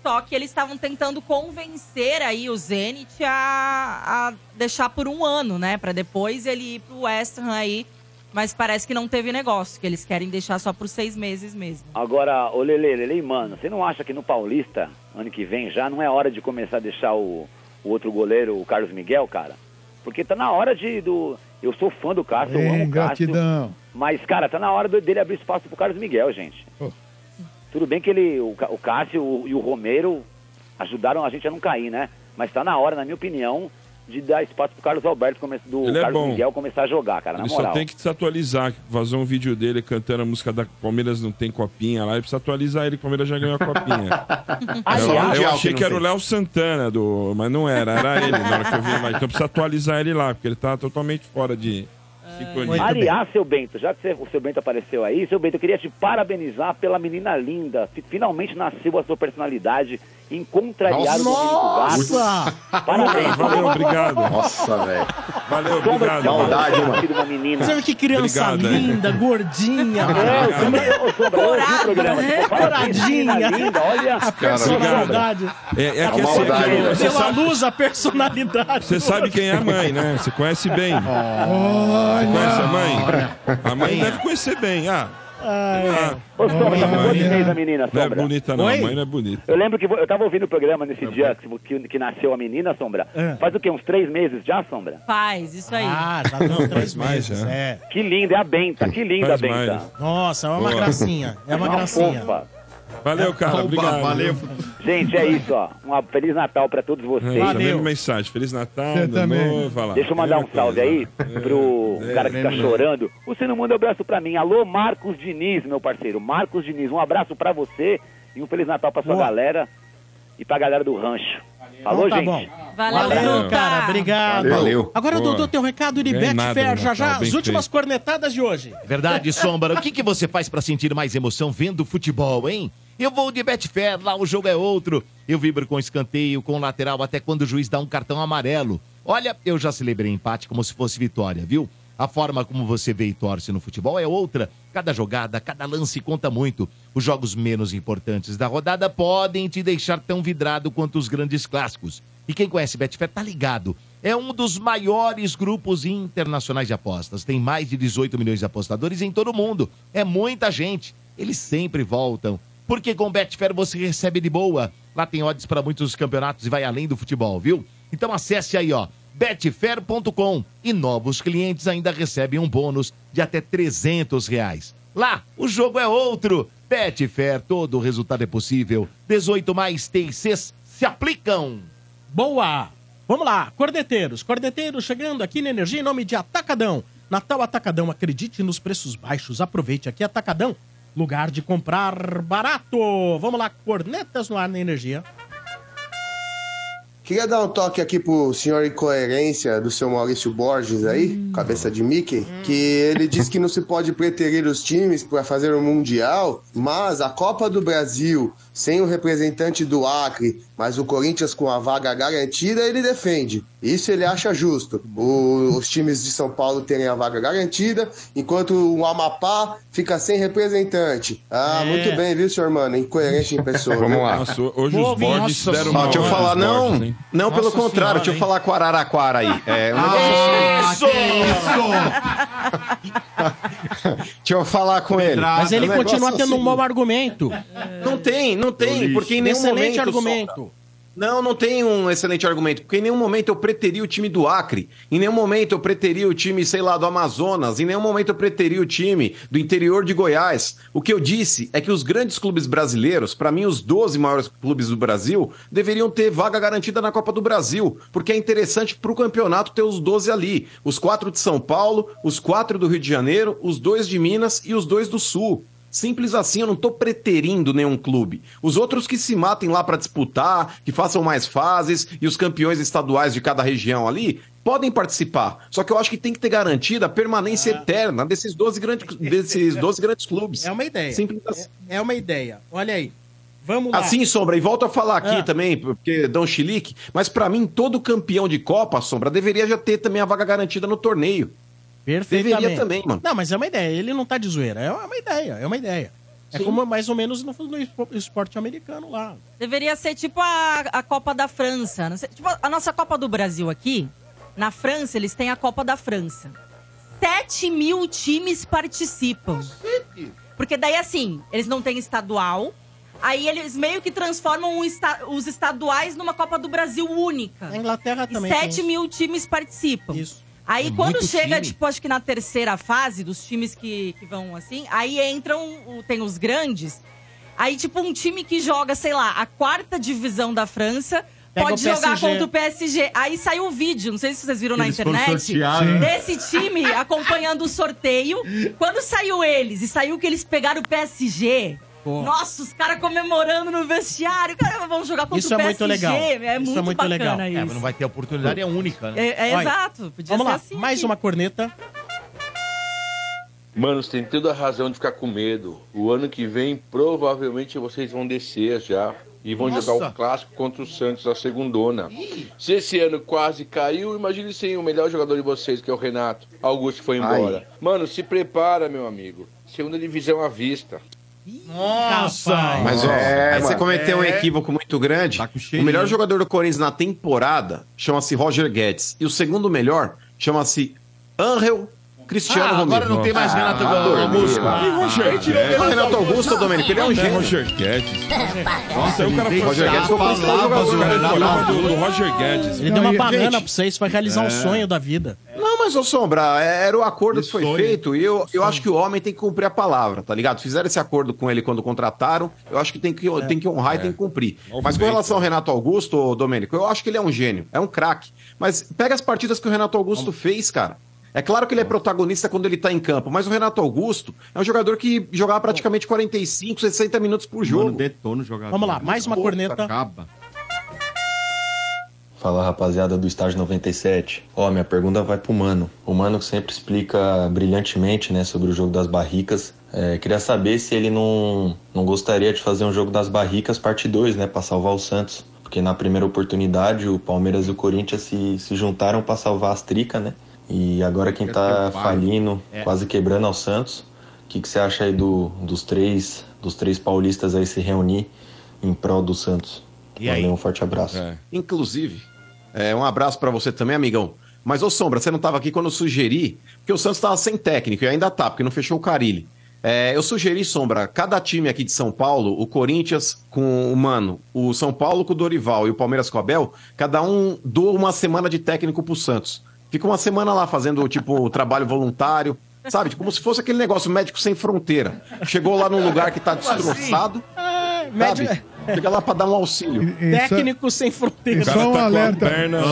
Só que eles estavam tentando convencer aí o Zenit a, a deixar por um ano, né, Pra depois ele ir pro West Ham aí. Mas parece que não teve negócio, que eles querem deixar só por seis meses mesmo.
Agora, ô Lele, Lele, mano, você não acha que no Paulista, ano que vem já, não é hora de começar a deixar o, o outro goleiro, o Carlos Miguel, cara? Porque tá na hora de. Do... Eu sou fã do Cássio, eu amo
Hein,
o Cássio.
gratidão.
Mas, cara, tá na hora do- dele abrir espaço pro Carlos Miguel, gente. Tudo bem que ele, o, Ca- o Cássio o- e o Romero ajudaram a gente a não cair, né? Mas tá na hora, na minha opinião, de dar espaço pro Carlos Alberto, come- do
Ele é
Carlos
bom.
Miguel começar a jogar, cara, na
Ele
moral.
só tem que se atualizar. Vazou um vídeo dele cantando a música da Palmeiras não tem copinha lá. Ele precisa atualizar ele, que o Palmeiras já ganhou a copinha.
Ah,
eu,
é?
eu
Mundial que
achei
não
que era o
tem.
Léo Santana, do... mas não era, né? era ele na hora que eu vi lá. Então precisa atualizar ele lá, porque ele tá totalmente fora de sincronia.
Aliás, seu Bento, já que você- o seu Bento apareceu aí, seu Bento, eu queria te parabenizar pela menina linda. Fi- Finalmente nasceu a sua personalidade incontrariável do Dominico
Nossa!
Gato. Parabéns.
Valeu, obrigado.
Nossa, velho.
Valeu,
obrigado. Maldade, mano. Uma menina.
Você vê que criança
Obrigado, hein?
linda, gordinha.
É, Sombra, ô, Sombra, eu ouvi o programa.
né?
Parabéns, menina
Coradinha.
linda, Olha
né?" A personalidade.
É,
tá
é que assim, é que
né?
você
Tá Pela
sabe,
luz, a personalidade.
você sabe quem é a mãe, né? Você conhece bem. Você conhece a mãe? A mãe deve conhecer bem. Ah,
Ai.
Ô, Sombra, tá com quantos meses a menina,
não é
Sombra?
bonita, não. A
Oi?
mãe não é bonita. Tá
Eu lembro que vo- eu tava ouvindo o programa nesse dia que, que- que nasceu a menina, Sombra.
É.
Faz o quê? Uns três meses já, Sombra?
Faz, isso aí.
Ah,
Tá
já deu três meses.
né?
É.
Que linda, é a Benta, que linda a
Faz
Benta.
Nossa, é uma
Boa.
gracinha. É uma
Uma
gracinha.
fofa.
Valeu, cara.
Opa,
obrigado.
valeu.
Gente, é isso, ó. Um Feliz Natal pra todos vocês.
Valeu. Também É, mensagem. Feliz Natal,
Você
ano
também.
novo, lá.
Deixa eu mandar um salve aí pro
é,
cara que tá
lembra.
chorando. Você não manda um abraço pra mim. Alô, Marcos Diniz, meu parceiro. Marcos Diniz, um abraço pra você e um Feliz Natal pra sua galera e pra galera do rancho. Falou,
Então tá
gente?
bom.
Valeu,
Valeu.
cara. Obrigado.
Valeu.
Agora,
Boa.
Dodô, tem um recado de
Ganhei nada
Betfair.
no
Já,
Natal,
já,
bem
as últimas cornetadas de hoje.
Verdade, Sombra. O que, que você faz pra sentir mais emoção vendo futebol, hein? Eu vou de Betfair, lá o jogo é outro. Eu vibro com escanteio, com lateral, até quando o juiz dá um cartão amarelo. Olha, eu já celebrei empate como se fosse vitória, viu? A forma como você vê e torce no futebol é outra. Cada jogada, cada lance conta muito. Os jogos menos importantes da rodada podem te deixar tão vidrado quanto os grandes clássicos. E quem conhece Betfair tá ligado. É um dos maiores grupos internacionais de apostas. Tem mais de 18 milhões de apostadores em todo o mundo. É muita gente. Eles sempre voltam. Porque com Betfair você recebe de boa. Lá tem odds para muitos campeonatos e vai além do futebol, viu? Então acesse aí, ó, betfair.com e novos clientes ainda recebem um bônus de até 300 reais. Lá, o jogo é outro. Betfair, todo resultado é possível. 18 mais TICs se aplicam.
Boa! Vamos lá, cordeteiros. Cordeteiros chegando aqui na Energia em nome de Atacadão. Natal Atacadão, acredite nos preços baixos. Aproveite aqui, Atacadão, lugar de comprar barato. Vamos lá, cornetas no ar na Energia.
Queria dar um toque aqui pro senhor incoerência do seu Maurício Borges aí, cabeça de Mickey, que ele diz que não se pode preterir os times para fazer o Mundial, mas a Copa do Brasil, sem o representante do Acre, mas o Corinthians com a vaga garantida, ele defende. Isso ele acha justo. O- os times de São Paulo terem a vaga garantida, enquanto o Amapá fica sem representante. Ah,
É.
muito bem, viu, senhor mano? Incoerente em pessoa.
Vamos
viu?
lá.
Nossa
Ó,
senhora.
Deixa eu falar, não. não, pelo
Nossa
contrário,
senhora,
deixa eu
hein?
falar com a Araraquara aí. É, um negócio-
Isso!
É.
Deixa eu falar com ele.
Mas ele
né?
O negócio
continua
é o
tendo um
seguinte.
mau argumento.
É.
Não tem, não tem, porque em nenhum
Excelente
momento.
argumento.
Sombra. Não, não tem um excelente argumento, porque em nenhum momento eu preteri o time do Acre, em nenhum momento eu preteri o time, sei lá, do Amazonas, em nenhum momento eu preteri o time do interior de Goiás. O que eu disse é que os grandes clubes brasileiros, pra mim os 12 maiores clubes do Brasil, deveriam ter vaga garantida na Copa do Brasil, porque é interessante pro campeonato ter os 12 ali, os quatro de São Paulo, os quatro do Rio de Janeiro, os dois de Minas e os dois do Sul. Simples assim, eu não tô preterindo nenhum clube. Os outros que se matem lá pra disputar, que façam mais fases e os campeões estaduais de cada região ali podem participar. Só que eu acho que tem que ter garantida a permanência eterna desses 12 grandes desses 12 grandes clubes.
Ah. É uma ideia.
Simples assim.
É uma ideia. Olha aí. Vamos lá.
Assim, Sombra, e volto a falar aqui
Ah.
também, porque dá um chilique, mas pra mim todo campeão de Copa, Sombra, deveria já ter também a vaga garantida no torneio.
Perfeitamente.
Deveria também, mano.
Não, mas é uma ideia. Ele não tá de zoeira. É uma ideia, é uma ideia. É
Sim.
como mais ou menos no, no espo- esporte americano lá.
Deveria ser tipo a, a Copa da França. não sei, Tipo, a nossa Copa do Brasil aqui, na França, eles têm a Copa da França. 7 mil times participam. Porque daí, assim, eles não têm estadual. Aí eles meio que transformam o esta- os estaduais numa Copa do Brasil única.
A Inglaterra também
E
tem
7
isso.
mil times participam.
Isso.
Aí
É
quando
muito
chega,
time.
tipo, acho que na terceira fase dos times que, que vão assim, aí entram, o- tem os grandes. Aí, tipo, um time que joga, sei lá, a quarta divisão da França.
Pega
Pode
o
jogar
PSG.
contra o PSG. Aí saiu o vídeo, não sei se vocês viram
Eles
na
foram
internet.
sorteados.
Desse time acompanhando o sorteio. Quando saiu eles e saiu que eles pegaram o PSG.
Pô.
Nossa, os caras comemorando no vestiário. Caramba, vamos jogar contra
Isso
o
é
PSG.
muito legal.
É
Isso
muito,
é muito
bacana
legal.
isso.
É, mas
Não vai ter oportunidade, é única, né?
É, é
Olha,
exato. Podia
Vamos
ser
lá,
assim.
mais uma corneta.
Mano, você tem toda a razão de ficar com medo. O ano que vem, provavelmente, vocês vão descer já. E vão
Nossa.
jogar o clássico contra o Santos, a segundona. Se esse ano quase caiu, imagine sem o melhor jogador de vocês, que é o Renato. Augusto foi embora. Mano, se prepara, meu amigo. Segunda divisão à vista.
É.
Nossa! Mas ó,
É,
aí você
mano.
cometeu um
É. Tá
equívoco muito grande. o melhor jogador do Corinthians na temporada chama-se Roger Guedes. E o segundo melhor chama-se Angel Cristiano
Ah,
Romero.
agora não tem mais Renato Augusto.
E Roger
Ah,
Guedes?
é.
Não, Renato Augusto, Domênico, ele é um gênio.
Roger Guedes.
É,
Nossa, aí o cara
Ele
foi
Roger Guedes foi o principal jogador.
O cara falava do, do Roger Guedes.
Ele deu uma banana
gente,
pra vocês, vai realizar
é.
um sonho da vida.
Não, mas, ô Sombra, é- era o acordo que foi feito e eu, eu acho que o homem tem que cumprir a palavra, tá ligado? Fizeram esse acordo com ele quando contrataram, eu acho que tem
É.
que, tem que honrar e tem que cumprir. Mas com relação
né?
ao Renato Augusto, ô, Domênico, eu acho que ele é um gênio, é um craque. Mas pega as partidas que o Renato Augusto fez, cara. É claro que ele é protagonista quando ele tá em campo, mas o Renato Augusto é um jogador que jogava praticamente 45, 60 minutos por jogo. Mano,
detona o jogador.
Vamos lá, mais uma corneta.
Fala rapaziada do estágio 97. Ó, minha pergunta vai pro Mano. O Mano sempre explica brilhantemente, né, sobre o jogo das barricas. É, queria saber se ele não, não gostaria de fazer um jogo das barricas parte 2, né, pra salvar o Santos. Porque na primeira oportunidade o Palmeiras e o Corinthians se, se juntaram pra salvar as tricas, né? E agora quem tá falindo,
É.
quase quebrando ao Santos. O que, que você acha aí do, dos três dos três paulistas aí se reunir em prol do Santos?
E
Valeu,
aí?
um forte abraço.
Inclusive, é, um abraço pra você também, amigão. Mas, ô Sombra, você não tava aqui quando eu sugeri, porque o Santos tava sem técnico e ainda tá, porque não fechou o Carilli. É, eu sugeri, Sombra, cada time aqui de São Paulo, o Corinthians com o Mano, o São Paulo com o Dorival e o Palmeiras com o Abel, cada um doa uma semana de técnico pro Santos. Fica uma semana lá fazendo, tipo, trabalho voluntário, sabe? Tipo, como se fosse aquele negócio médico sem fronteira. Chegou lá num lugar que tá
assim?
destroçado,
É,
sabe? Chega lá pra dar um auxílio.
Técnico sem
E
fronteiras.
tá
só um alerta.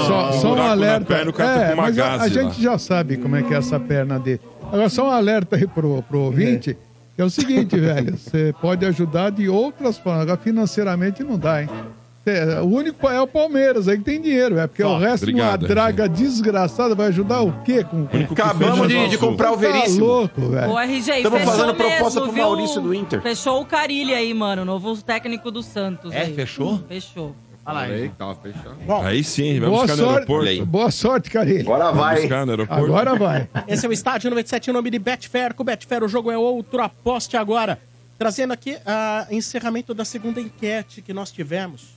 só só um alerta. é, mas a, a gente já sabe como é que é essa perna dele. Agora, só um alerta aí pro, pro ouvinte. que É. o seguinte, velho. Você pode ajudar de outras formas. Agora, financeiramente não dá, hein? Até, o único é o Palmeiras, aí que tem dinheiro, é porque
Ó,
o resto
obrigado.
uma draga desgraçada vai ajudar o quê? Com, com
é
Acabamos de, de comprar o Veríssimo.
Tá louco, velho.
Ô, RG, fechou
Estamos É. fazendo
mesmo,
proposta pro
viu?
Maurício do Inter.
Fechou o Carilli aí, mano, novo técnico do Santos.
É,
aí.
fechou?
Fechou.
Olha lá,
Aí, tá, fechado.
Aí sim, vai
Boa
buscar no
sorte.
aeroporto.
Boa sorte, Carilho.
Agora vai. Vai buscar no aeroporto.
Agora vai.
Esse é o Estádio 97, em nome de Betfair. Com Betfair o jogo é outro, aposte agora. Trazendo aqui o encerramento da segunda enquete que nós tivemos.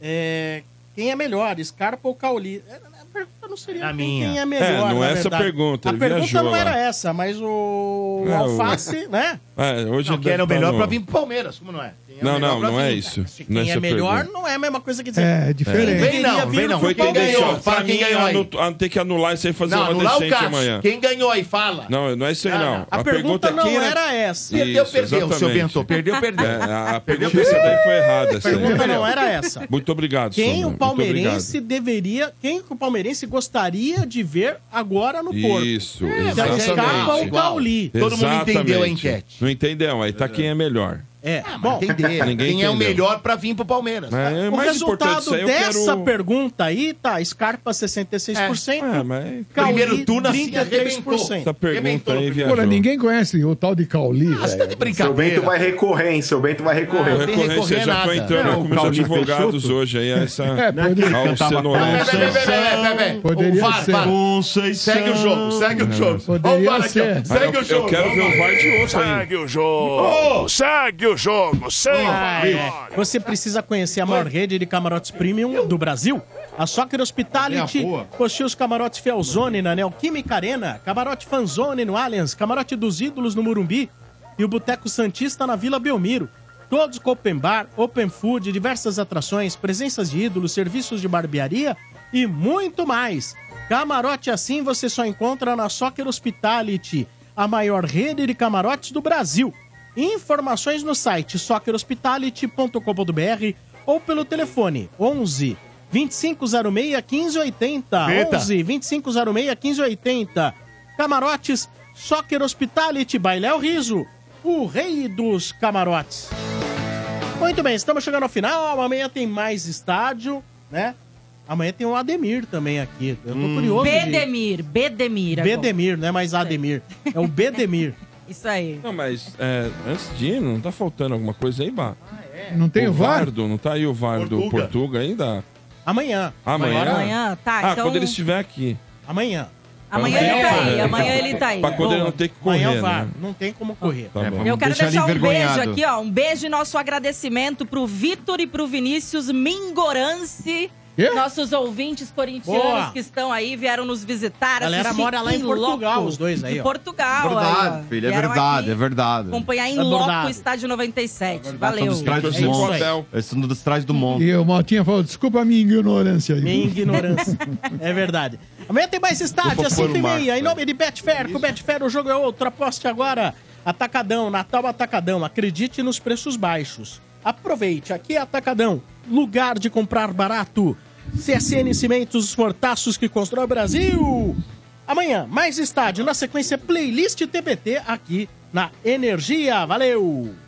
É, quem é melhor, Scarpa ou Cauli? É, A pergunta não seria
A
quem,
minha.
quem é melhor,
É, não
na
é essa a
verdade.
pergunta,
A
ele
pergunta
viajou
não
lá.
era essa, mas o
É, o-
Alface, né?
É, hoje
Não,
deve
quem era o
tá
melhor
no-
pra vir pro Palmeiras, como não é? Quem é o
Não,
melhor
não,
pra
não é
vir?
isso.
Quem
Nessa
é melhor
pergunta.
não é a mesma coisa que dizer.
É,
diferente.
Vem não, vem não.
Foi quem deixou. Pra mim,
ganhou aí.
anu- ah, tem que anular isso aí e fazer
Não,
uma
anular o
decente
Cássio.
amanhã.
Quem ganhou aí, fala.
Não, não é isso aí, não.
não. A pergunta
é quem
não era essa.
Perdeu,
Perdeu,
isso,
perdeu, seu
perdeu, seu
Bento.
Bento.
Perdeu, perdeu.
a, a pergunta essa daí foi errada. essa
A pergunta
daí.
não era essa.
Muito obrigado,
Quem
Sombra,
o
muito
palmeirense deveria. Quem o palmeirense gostaria de ver agora no
obrigado.
corpo?
Isso,
É, mas é
exatamente.
Scarpa ou Cauli? Todo mundo entendeu a
enquete. Não entendeu, aí tá quem é melhor.
É,
bom,
entender.
Quem
Ninguém
é o
entendeu.
melhor pra vir pro Palmeiras?
Mas é
o
mais importante
resultado
isso aí, eu
dessa
quero-
pergunta aí tá Scarpa 66%.
É, mas...
Cauli,
Primeiro turno, assim,
33%.
Essa pergunta é aí viajou.
Olha, ninguém conhece o tal de Cauli,
tá
velho.
Seu Bento vai recorrer, hein? Seu Bento vai recorrer.
Eu Ah, recorrer, já tô entrando
Não,
com meus
Paulinho
advogados
Peixoto.
hoje aí, essa
É, pode-
Poderia ser.
Conceição.
Segue o jogo, segue o jogo. Vamos
Poderia
para aqui, ó.
ser.
Segue
Eu-
o jogo.
eu quero ver o VAR de osso aí.
Segue o jogo.
Oh!
Segue o jogo. Sem
Ah,
VAR.
é. Você precisa conhecer a maior rede de camarotes premium do Brasil? A Soccer Hospitality
Minha boa.
possui os camarotes Felzone na Neoquímica Arena, camarote Fanzone no Allianz, camarote dos Ídolos no Murumbi e o Boteco Santista na Vila Belmiro. Todos com open bar, open food, diversas atrações, presenças de ídolos, serviços de barbearia e muito mais. Camarote assim você só encontra na Soccer Hospitality, a maior rede de camarotes do Brasil. Informações no site soccerhospitality.com.br ou pelo telefone 11 2506 1580.
Eita.
11 2506 1580. Camarotes Soccer Hospitality by Léo Riso, o rei dos camarotes. Muito bem, estamos chegando ao final. Amanhã tem mais estádio, né? Amanhã tem o Ademir também aqui. Eu tô
Hum.
curioso. de-
Bedemir, Bedemir. agora.
Bedemir, não é mais Ademir. É o Bedemir.
Isso aí.
Não, mas é, antes de ir, não tá faltando alguma coisa aí, Bá?
Não tem o VAR?
Vardo, não tá aí o VAR do
Portuga.
Portuga ainda?
Amanhã.
Amanhã?
Amanhã, tá,
Ah,
então-
quando ele estiver aqui.
Amanhã.
Amanhã ele tá aí, amanhã ele tá aí.
Pra quando ele não ter que correr,
Amanhã é o VAR,
né?
não tem como correr.
É,
Tá bom.
Eu quero deixar, um beijo aqui, ó. Um beijo e nosso agradecimento pro Vitor e pro Vinícius Mingorance.
Quê?
Nossos ouvintes corintianos
Boa.
que estão aí, vieram nos visitar.
Galera
assistir
mora lá em
loco.
Portugal, os dois aí,
Em
ó.
Portugal. aí, ó.
Verdade, filho, é
Vieram
verdade, é
aqui
verdade.
Acompanhar em
É
loco o
verdade.
Estádio 97.
São
Valeu.
dos trás
É
do
isso
monte.
aí.
Eles são dos trás do monte.
E o Maltinha falou, desculpa a minha ignorância. aí.
Minha ignorância. é verdade. Amanhã tem mais estádio,
Desculpa
às
pôr
5 e
o Marcos
meia. Em
aí.
nome de Betfair, com Betfair o jogo é outro. Aposte agora. Atacadão, Natal Atacadão. Acredite nos preços baixos. Aproveite, aqui é Atacadão. Lugar de comprar barato. CSN Cimentos, os fortaços que constrói o Brasil. Amanhã, mais estádio. Na sequência, playlist TBT aqui na Energia. Valeu!